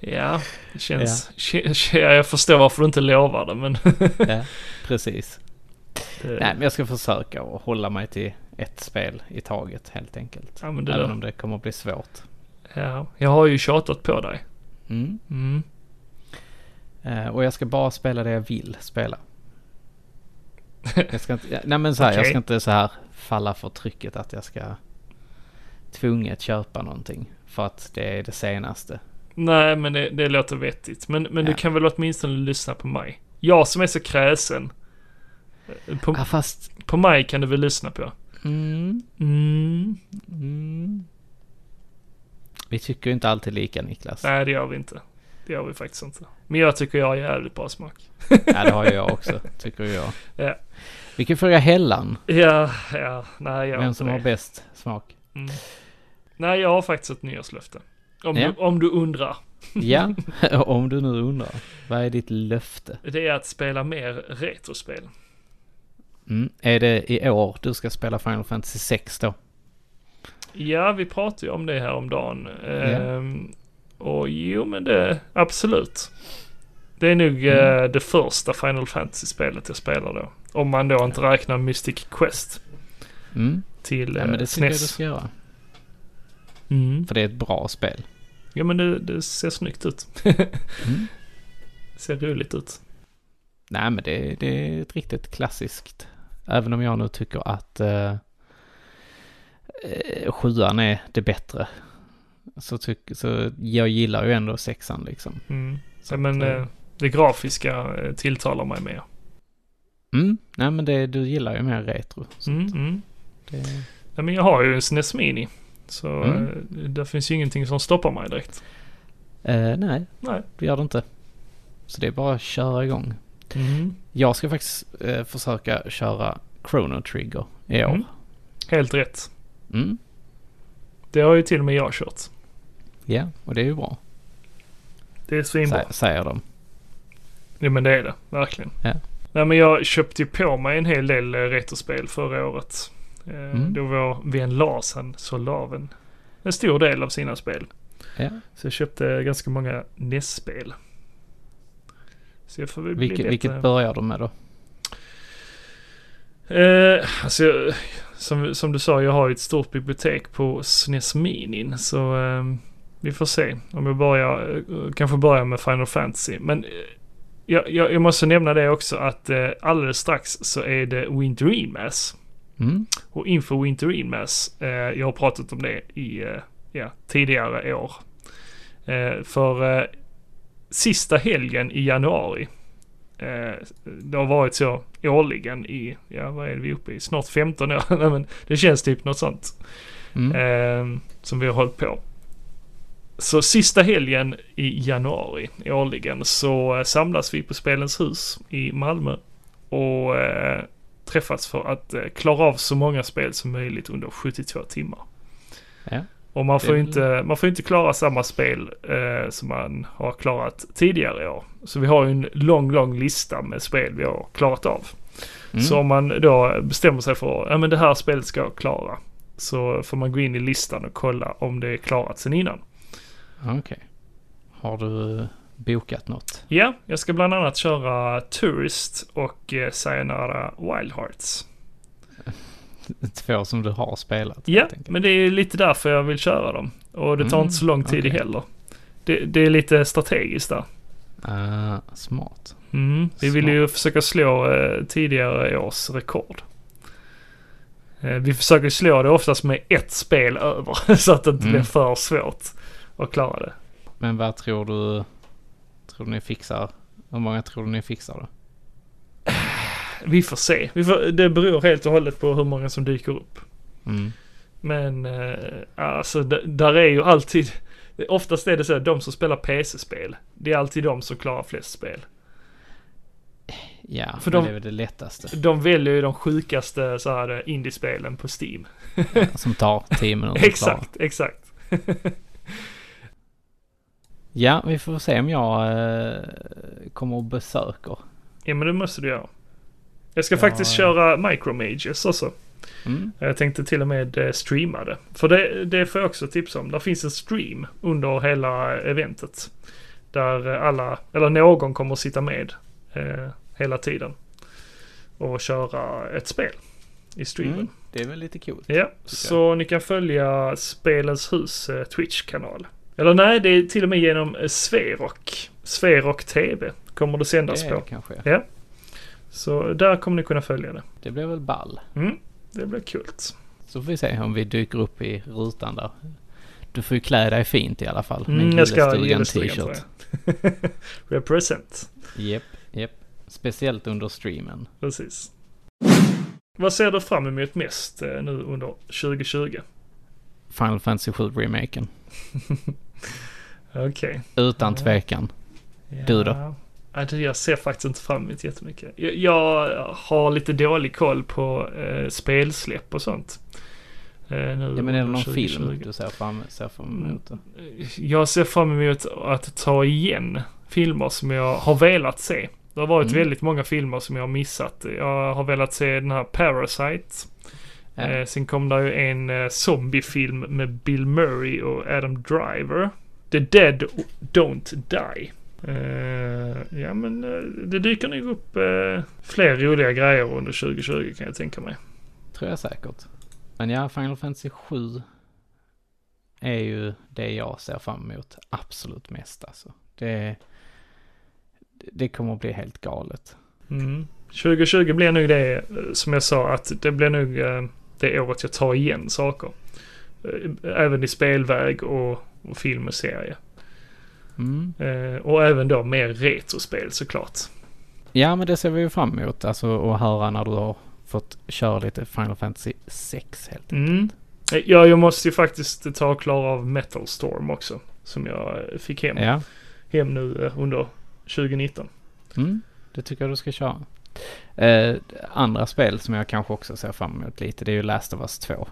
A: Ja, det känns... k- k- Jag förstår varför du inte lovar det, men...
B: Ja, precis.
A: det,
B: Nej, men jag ska försöka att hålla mig till ett spel i taget helt enkelt.
A: Ja, men det
B: Även
A: där.
B: om det kommer att bli svårt.
A: Ja, jag har ju tjatat på dig.
B: Mm.
A: Mm.
B: Eh, och jag ska bara spela det jag vill spela. Jag ska inte, ja, nej men så här, jag
A: Okej.
B: ska inte så här falla för trycket att jag ska tvunget köpa någonting. För att det är det senaste.
A: Mm. Nej, men det, det låter vettigt. Men, men
B: Ja.
A: du kan väl åtminstone lyssna på mig? Jag som är så kräsen. Eh, På,
B: Ja, fast...
A: på mig kan du väl lyssna på?
B: Mm,
A: Mm.
B: mm. Vi tycker ju inte alltid lika Niklas.
A: Nej, det gör vi inte. Det gör vi faktiskt inte. Men jag tycker jag har jävligt bra smak.
B: Ja, det har ju jag också, tycker jag.
A: Ja.
B: Vi kan fråga Hellan,
A: Ja, ja, nej, jag
B: vem
A: inte
B: som
A: det.
B: har bäst smak.
A: Nej, jag har faktiskt ett nyårslöfte. Om,
B: Ja.
A: du, om du undrar.
B: Ja, om du nu undrar. Vad är ditt löfte?
A: Det är att spela mer retrospel.
B: Mm. Är det i år du ska spela Final Fantasy 6 då?
A: Ja, vi pratade ju om det här om dagen.
B: Ja.
A: Ehm, och jo, men det, absolut. Det är nog
B: Mm.
A: eh, det första Final Fantasy-spelet jag spelar då. Om man då inte räknar Mystic Quest
B: Mm.
A: till
B: Ja,
A: eh,
B: men det tycker jag du
A: SNES.
B: ska göra.
A: Mm.
B: För det är ett bra spel.
A: Ja, men det, det ser snyggt ut.
B: Mm.
A: Ser roligt ut.
B: Nej, men det, det är ett riktigt klassiskt Även om jag nu tycker att eh, eh, sjuan är det bättre. Så, tyck, så jag gillar ju ändå sexan liksom.
A: Mm.
B: Så
A: Ja, men
B: att,
A: eh, det grafiska eh, tilltalar mig mer.
B: Mm, nej men det, du gillar ju mer retro. Så
A: Mm, mm.
B: det,
A: Ja, men jag har ju en SNES Mini. Så
B: Mm.
A: eh, där finns ju ingenting som stoppar mig direkt.
B: eh, nej,
A: Nej.
B: det gör det inte. Så det är bara att köra igång.
A: Mm.
B: Jag ska faktiskt eh, försöka köra Chrono Trigger i år.
A: Mm. Helt rätt.
B: Mm.
A: Det har ju till och med jag kört.
B: Ja, och det är ju bra.
A: Det är svinbra.
B: Sä- säger de.
A: Jo men det är det, verkligen.
B: Ja.
A: Nej men jag köpte ju på mig en hel del eh, retrospel förra året. Eh,
B: Mm.
A: Då vår vän Lars, han sålde av en, en stor del av sina spel.
B: Ja.
A: Så jag köpte ganska många NES-spel. Så jag får väl bli
B: Vilket,
A: bättre.
B: vilket börjar de med då?
A: Eh, alltså, jag- som, som du sa, jag har ju ett stort bibliotek på SNES Minin. Så eh, vi får se om jag börjar, eh, kanske börjar med Final Fantasy. Men eh, jag, jag, jag måste nämna det också att eh, alldeles strax så är det Winter Remass.
B: Mm.
A: Och inför Winter Remass, eh, jag har pratat om det i eh, ja, tidigare år. Eh, för eh, sista helgen i januari. Eh, det har varit så årligen i, ja vad är det vi är uppe i, snart 15 år. Nej, men det känns typ något sånt.
B: Mm.
A: Eh, som vi har hållit på. Så sista helgen i januari årligen så eh, samlas vi på Spelens hus i Malmö och eh, träffas för att eh, klara av så många spel som möjligt under 72 timmar.
B: Ja.
A: Och man får,
B: Det
A: ju
B: är
A: inte, man får ju inte klara samma spel eh, som man har klarat tidigare år. Så vi har ju en lång, lång lista med spel vi har klarat av.
B: Mm.
A: Så om man då bestämmer sig för att men det här spelet ska jag klara. Så får man gå in i listan och kolla om det är klarat sen innan.
B: Ah, Okej. Har du eh, bokat något?
A: Ja, jag ska bland annat köra Tourist och eh, Sayonara Wild Hearts.
B: Två som du har spelat?
A: Ja,
B: helt enkelt.
A: men det är lite därför jag vill köra dem. Och det tar
B: Mm,
A: inte så lång tid
B: okej.
A: heller. Det, det är lite strategiskt där.
B: Ah, smart.
A: Mm, vi vill
B: Smart.
A: ju försöka slå eh, tidigare års rekord. Eh, vi försöker slå det oftast med ett spel över så att det inte
B: Mm.
A: blir för svårt att klara det.
B: Men vad tror du? Tror du ni fixar? Hur många tror du ni fixar då?
A: Vi får se. Vi får, det beror helt och hållet på hur många som dyker upp.
B: Mm.
A: Men eh, alltså d- där är ju alltid... Oftast är det så att de som spelar PC-spel, det är alltid de som klarar flest spel.
B: Ja,
A: För
B: men
A: de-
B: det är väl det lättaste.
A: De väljer ju de sjukaste så här, eh, indiespelen på Steam.
B: Som tar tio minuter att klara.
A: Exakt, exakt.
B: Ja, vi får se om jag eh, kommer och besöker.
A: Ja men det måste du göra. Jag ska
B: Ja,
A: faktiskt
B: eh.
A: köra Micromages också.
B: Mm.
A: Jag tänkte till och med eh, streama det. För det, det får jag också tips om. Där finns en stream under hela eh, eventet. Där eh, alla, eller någon kommer att sitta med eh, hela tiden. Och köra ett spel i streamen.
B: Mm. Det är väl lite coolt.
A: Ja, så ni kan följa Spelens hus eh, Twitch-kanal. Eller nej, det är till och med genom eh, Sverok. Sverok TV kommer det sändas
B: Det
A: på.
B: är kanske.
A: Ja. Så där kommer ni kunna följa det.
B: Det blir väl ball.
A: Mm, det blir kul.
B: Så får vi se om vi dyker upp i rutan där. Du får ju klä dig fint i alla fall. med
A: Mm, jag ska ha
B: gillestugan
A: gillestugan tror jag. Represent.
B: Japp, japp. Speciellt under streamen.
A: Precis. Vad ser du fram emot mest eh, nu under 2020?
B: Final Fantasy 7-remaken.
A: Okej.
B: Utan tvekan. Du då?
A: Ja, du, jag ser faktiskt inte fram emot jättemycket. Jag, jag har lite dålig koll på eh, spelsläpp och sånt. Eh, nu
B: Ja, men är det
A: under
B: någon
A: 2020.
B: film du ser fram, ser fram emot? då?
A: Jag ser fram emot att ta igen filmer som jag har velat se. Det har varit
B: Mm.
A: väldigt många filmer som jag har missat. Jag har velat se den här Parasite.
B: Ja.
A: Eh, sen kom det ju en eh, zombiefilm med Bill Murray och Adam Driver. The Dead Don't Die. Eh, ja men eh, det dyker nog upp eh, fler roliga grejer under 2020 kan jag tänka mig.
B: Tror jag säkert. Men ja, Final Fantasy 7 är ju det jag ser fram emot absolut mest alltså. Det, det kommer att bli helt galet.
A: Mm. 2020 blir nog det eh, som jag sa att det blir nog eh, det året jag tar igen saker. Eh, Även i spelväg och, och film och serie.
B: Mm.
A: Eh, Och även då mer retrospel såklart.
B: Ja, men det ser vi ju fram emot. Alltså att höra när du har fått köra lite Final Fantasy 6 helt
A: Mm. Ja, jag måste ju faktiskt ta och klara av Metal Storm också. Som jag eh, fick hem,
B: Ja,
A: hem nu eh, under 2019.
B: mm. det tycker jag du ska köra. Eh, andra spel som jag kanske också ser fram emot lite, det är ju Last of Us 2.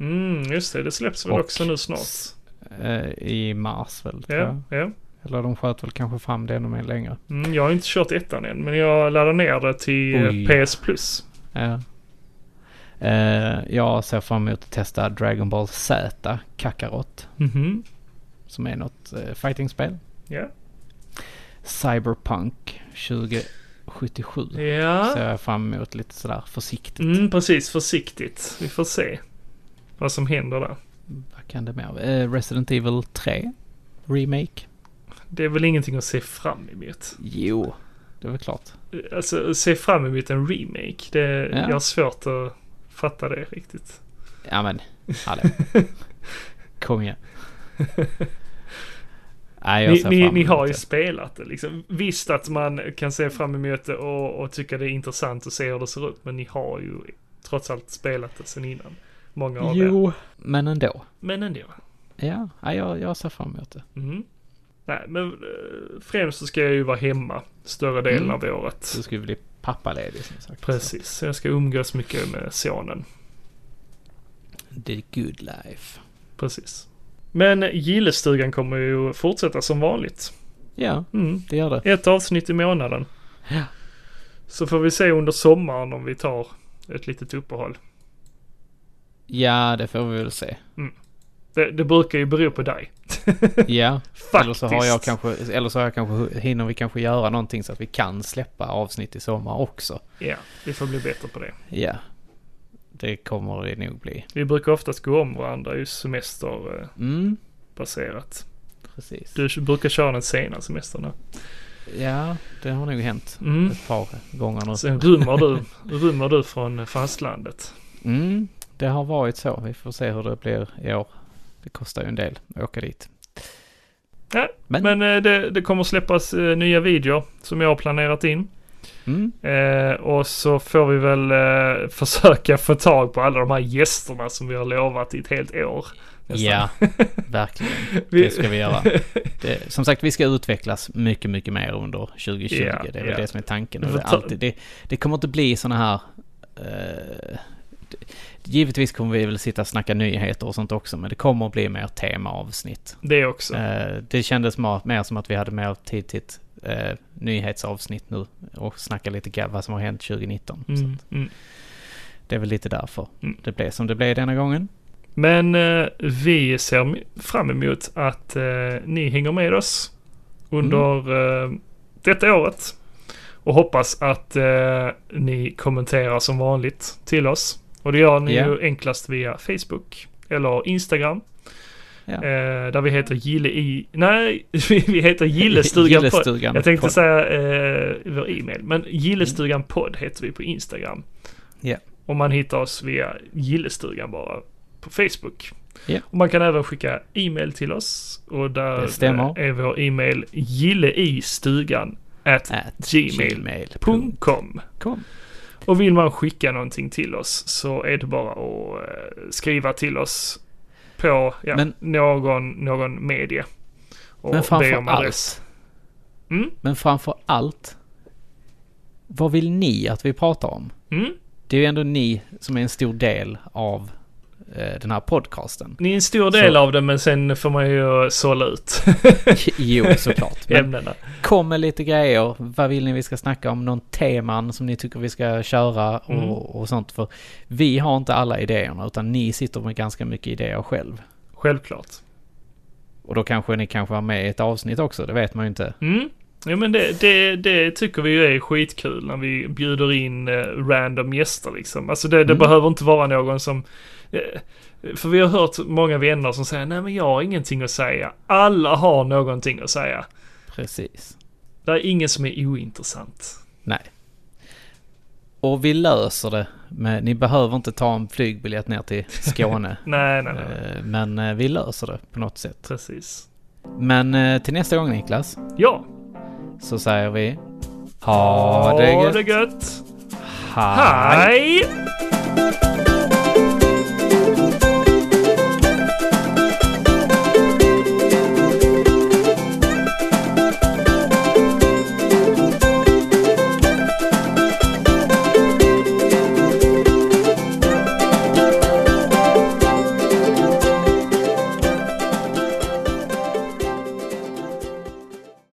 A: Mm, just det. Det släpps väl
B: Och
A: också nu snart.
B: s- Eh, I mars väl, tror
A: Ja,
B: jag.
A: ja.
B: Eller de sköt väl kanske fram det ännu mer längre.
A: Mm, jag har inte kört ettan än, men jag laddar ner det till eh,
B: Oj.
A: PS Plus.
B: Ja. Eh, jag ser fram emot att testa Dragon Ball Z, Kakarot,
A: Mhm.
B: som är något eh, fightingspel.
A: Ja.
B: Cyberpunk 2077 ser
A: Ja.
B: jag fram emot lite sådär försiktigt.
A: Mm, precis. Försiktigt. Vi får se vad som händer där.
B: Vad kan det mer eh, Resident Evil 3 Remake?
A: Det är väl ingenting att se fram emot.
B: Jo, det är väl klart.
A: Alltså, se fram emot en remake. Det,
B: Ja.
A: Jag har svårt att fatta det riktigt.
B: Ja men, hallå. Kom igen. Nej, jag
A: Ni,
B: ser
A: ni,
B: fram
A: ni har
B: emot
A: ju
B: det.
A: spelat det liksom. Visst att man kan se fram emot det och, och tycka det är intressant att se hur det ser ut. Men ni har ju trots allt spelat det sen innan. Många av er.
B: Jo, men ändå.
A: Men ändå.
B: Ja, nej, jag, jag ser fram emot det.
A: Mm. Nej, men eh, främst så ska jag ju vara hemma större delen
B: Mm.
A: av året.
B: Du ska ju bli pappaledig som sagt.
A: Precis, så jag ska umgås mycket med sonen.
B: The good life.
A: Precis. Men gillestugan kommer ju fortsätta som vanligt.
B: Ja,
A: Mm.
B: det gör det.
A: Ett avsnitt i månaden.
B: Ja.
A: Så får vi se under sommaren om vi tar ett litet uppehåll.
B: Ja, det får vi väl se.
A: Det, det brukar ju bero på dig.
B: Ja, eller så har jag
A: Faktiskt.
B: kanske, eller så har jag kanske, hinner vi kanske göra någonting så att vi kan släppa avsnitt i sommar också.
A: Ja, vi får bli bättre på det.
B: Ja, det kommer det nog bli.
A: Vi brukar oftast gå om varandra just semesterbaserat.
B: Mm, precis.
A: Du brukar köra den sena semestern. här.
B: Ja, det har nog hänt
A: Mm.
B: ett par gånger nu.
A: Sen rymmer du, rymmer du från fastlandet.
B: Mm, det har varit så. Vi får se hur det blir i år. Det kostar ju en del att åka dit.
A: Ja, men
B: Men-
A: eh, det, det kommer släppas eh, nya videor som jag har planerat in.
B: Mm,
A: Eh, och så får vi väl eh, försöka få tag på alla de här gästerna som vi har lovat i ett helt år. nästan.
B: ja, verkligen.
A: Vi-
B: Det ska vi göra. Det, som sagt, vi ska utvecklas mycket, mycket mer under 2020.
A: Ja,
B: det är
A: ja.
B: väl det som är tanken.
A: Vi
B: Och
A: får
B: det,
A: ta-
B: alltid, det, det kommer inte bli sådana här... eh, det- Givetvis kommer vi väl sitta och snacka nyheter och sånt också, men det kommer att bli mer temaavsnitt.
A: Det också.
B: Eh, det kändes ma- mer som att vi hade mer tid till ett eh, nyhetsavsnitt nu och snacka lite ga- vad som har hänt 2019. Så
A: Mm, mm.
B: det är väl lite därför
A: Mm.
B: det blev som det blev denna gången.
A: Men eh, vi ser m- fram emot att eh, ni hänger med oss under
B: Mm.
A: eh, detta året. Och hoppas att eh, ni kommenterar som vanligt till oss. Och det gör ni
B: Ja.
A: ju enklast via Facebook eller Instagram.
B: Ja.
A: Eh, där vi heter Gille i... Nej, vi vi heter Gillestugan podd.
B: Gillestugan
A: Jag tänkte
B: podd. Mm.
A: säga eh, vår e-mail. Men Gillestugan podd heter vi på Instagram.
B: Ja.
A: Och man hittar oss via Gillestugan bara på Facebook.
B: Ja.
A: Och man kan även skicka e-mail till oss. Och där
B: Det stämmer.
A: är vår e-mail gilleistugan at
B: At
A: gmail.com.
B: Kom.
A: Och vill man skicka någonting till oss så är det bara att eh, skriva till oss på ja,
B: Men-
A: någon, någon media. Och
B: Men
A: be
B: framför
A: om adress.
B: allt.
A: Mm?
B: Men framför allt. Vad vill ni att vi pratar om?
A: Mm?
B: Det är ju ändå ni som är en stor del av eh, den här podcasten.
A: Ni är en stor del
B: Så-
A: av det men sen får man ju sålla ut
B: Jo, såklart. Men
A: ämnena.
B: kom med lite grejer. Vad vill ni vi ska snacka om? Någon teman som ni tycker vi ska köra och,
A: Mm.
B: och sånt. För vi har inte alla idéerna utan ni sitter med ganska mycket idéer själv.
A: Självklart.
B: Och då kanske ni kanske har med i ett avsnitt också, det vet man ju inte.
A: Mm. Ja, men det, det, det tycker vi ju är skitkul när vi bjuder in eh, random gäster liksom. Alltså det, det
B: Mm.
A: behöver inte vara någon som... eh, för vi har hört många vänner som säger nej men jag har ingenting att säga. Alla har någonting att säga.
B: Precis.
A: Det är ingen som är ointressant.
B: Nej. Och vi löser det. Med, ni behöver inte ta en flygbiljett ner till Skåne.
A: Nej, nej, nej.
B: Eh, Men eh, vi löser det på något sätt.
A: Precis.
B: Men eh, till nästa gång Niklas
A: Ja,
B: så säger vi ha det
A: ha
B: gött.
A: det gött.
B: Hej.
A: Hej!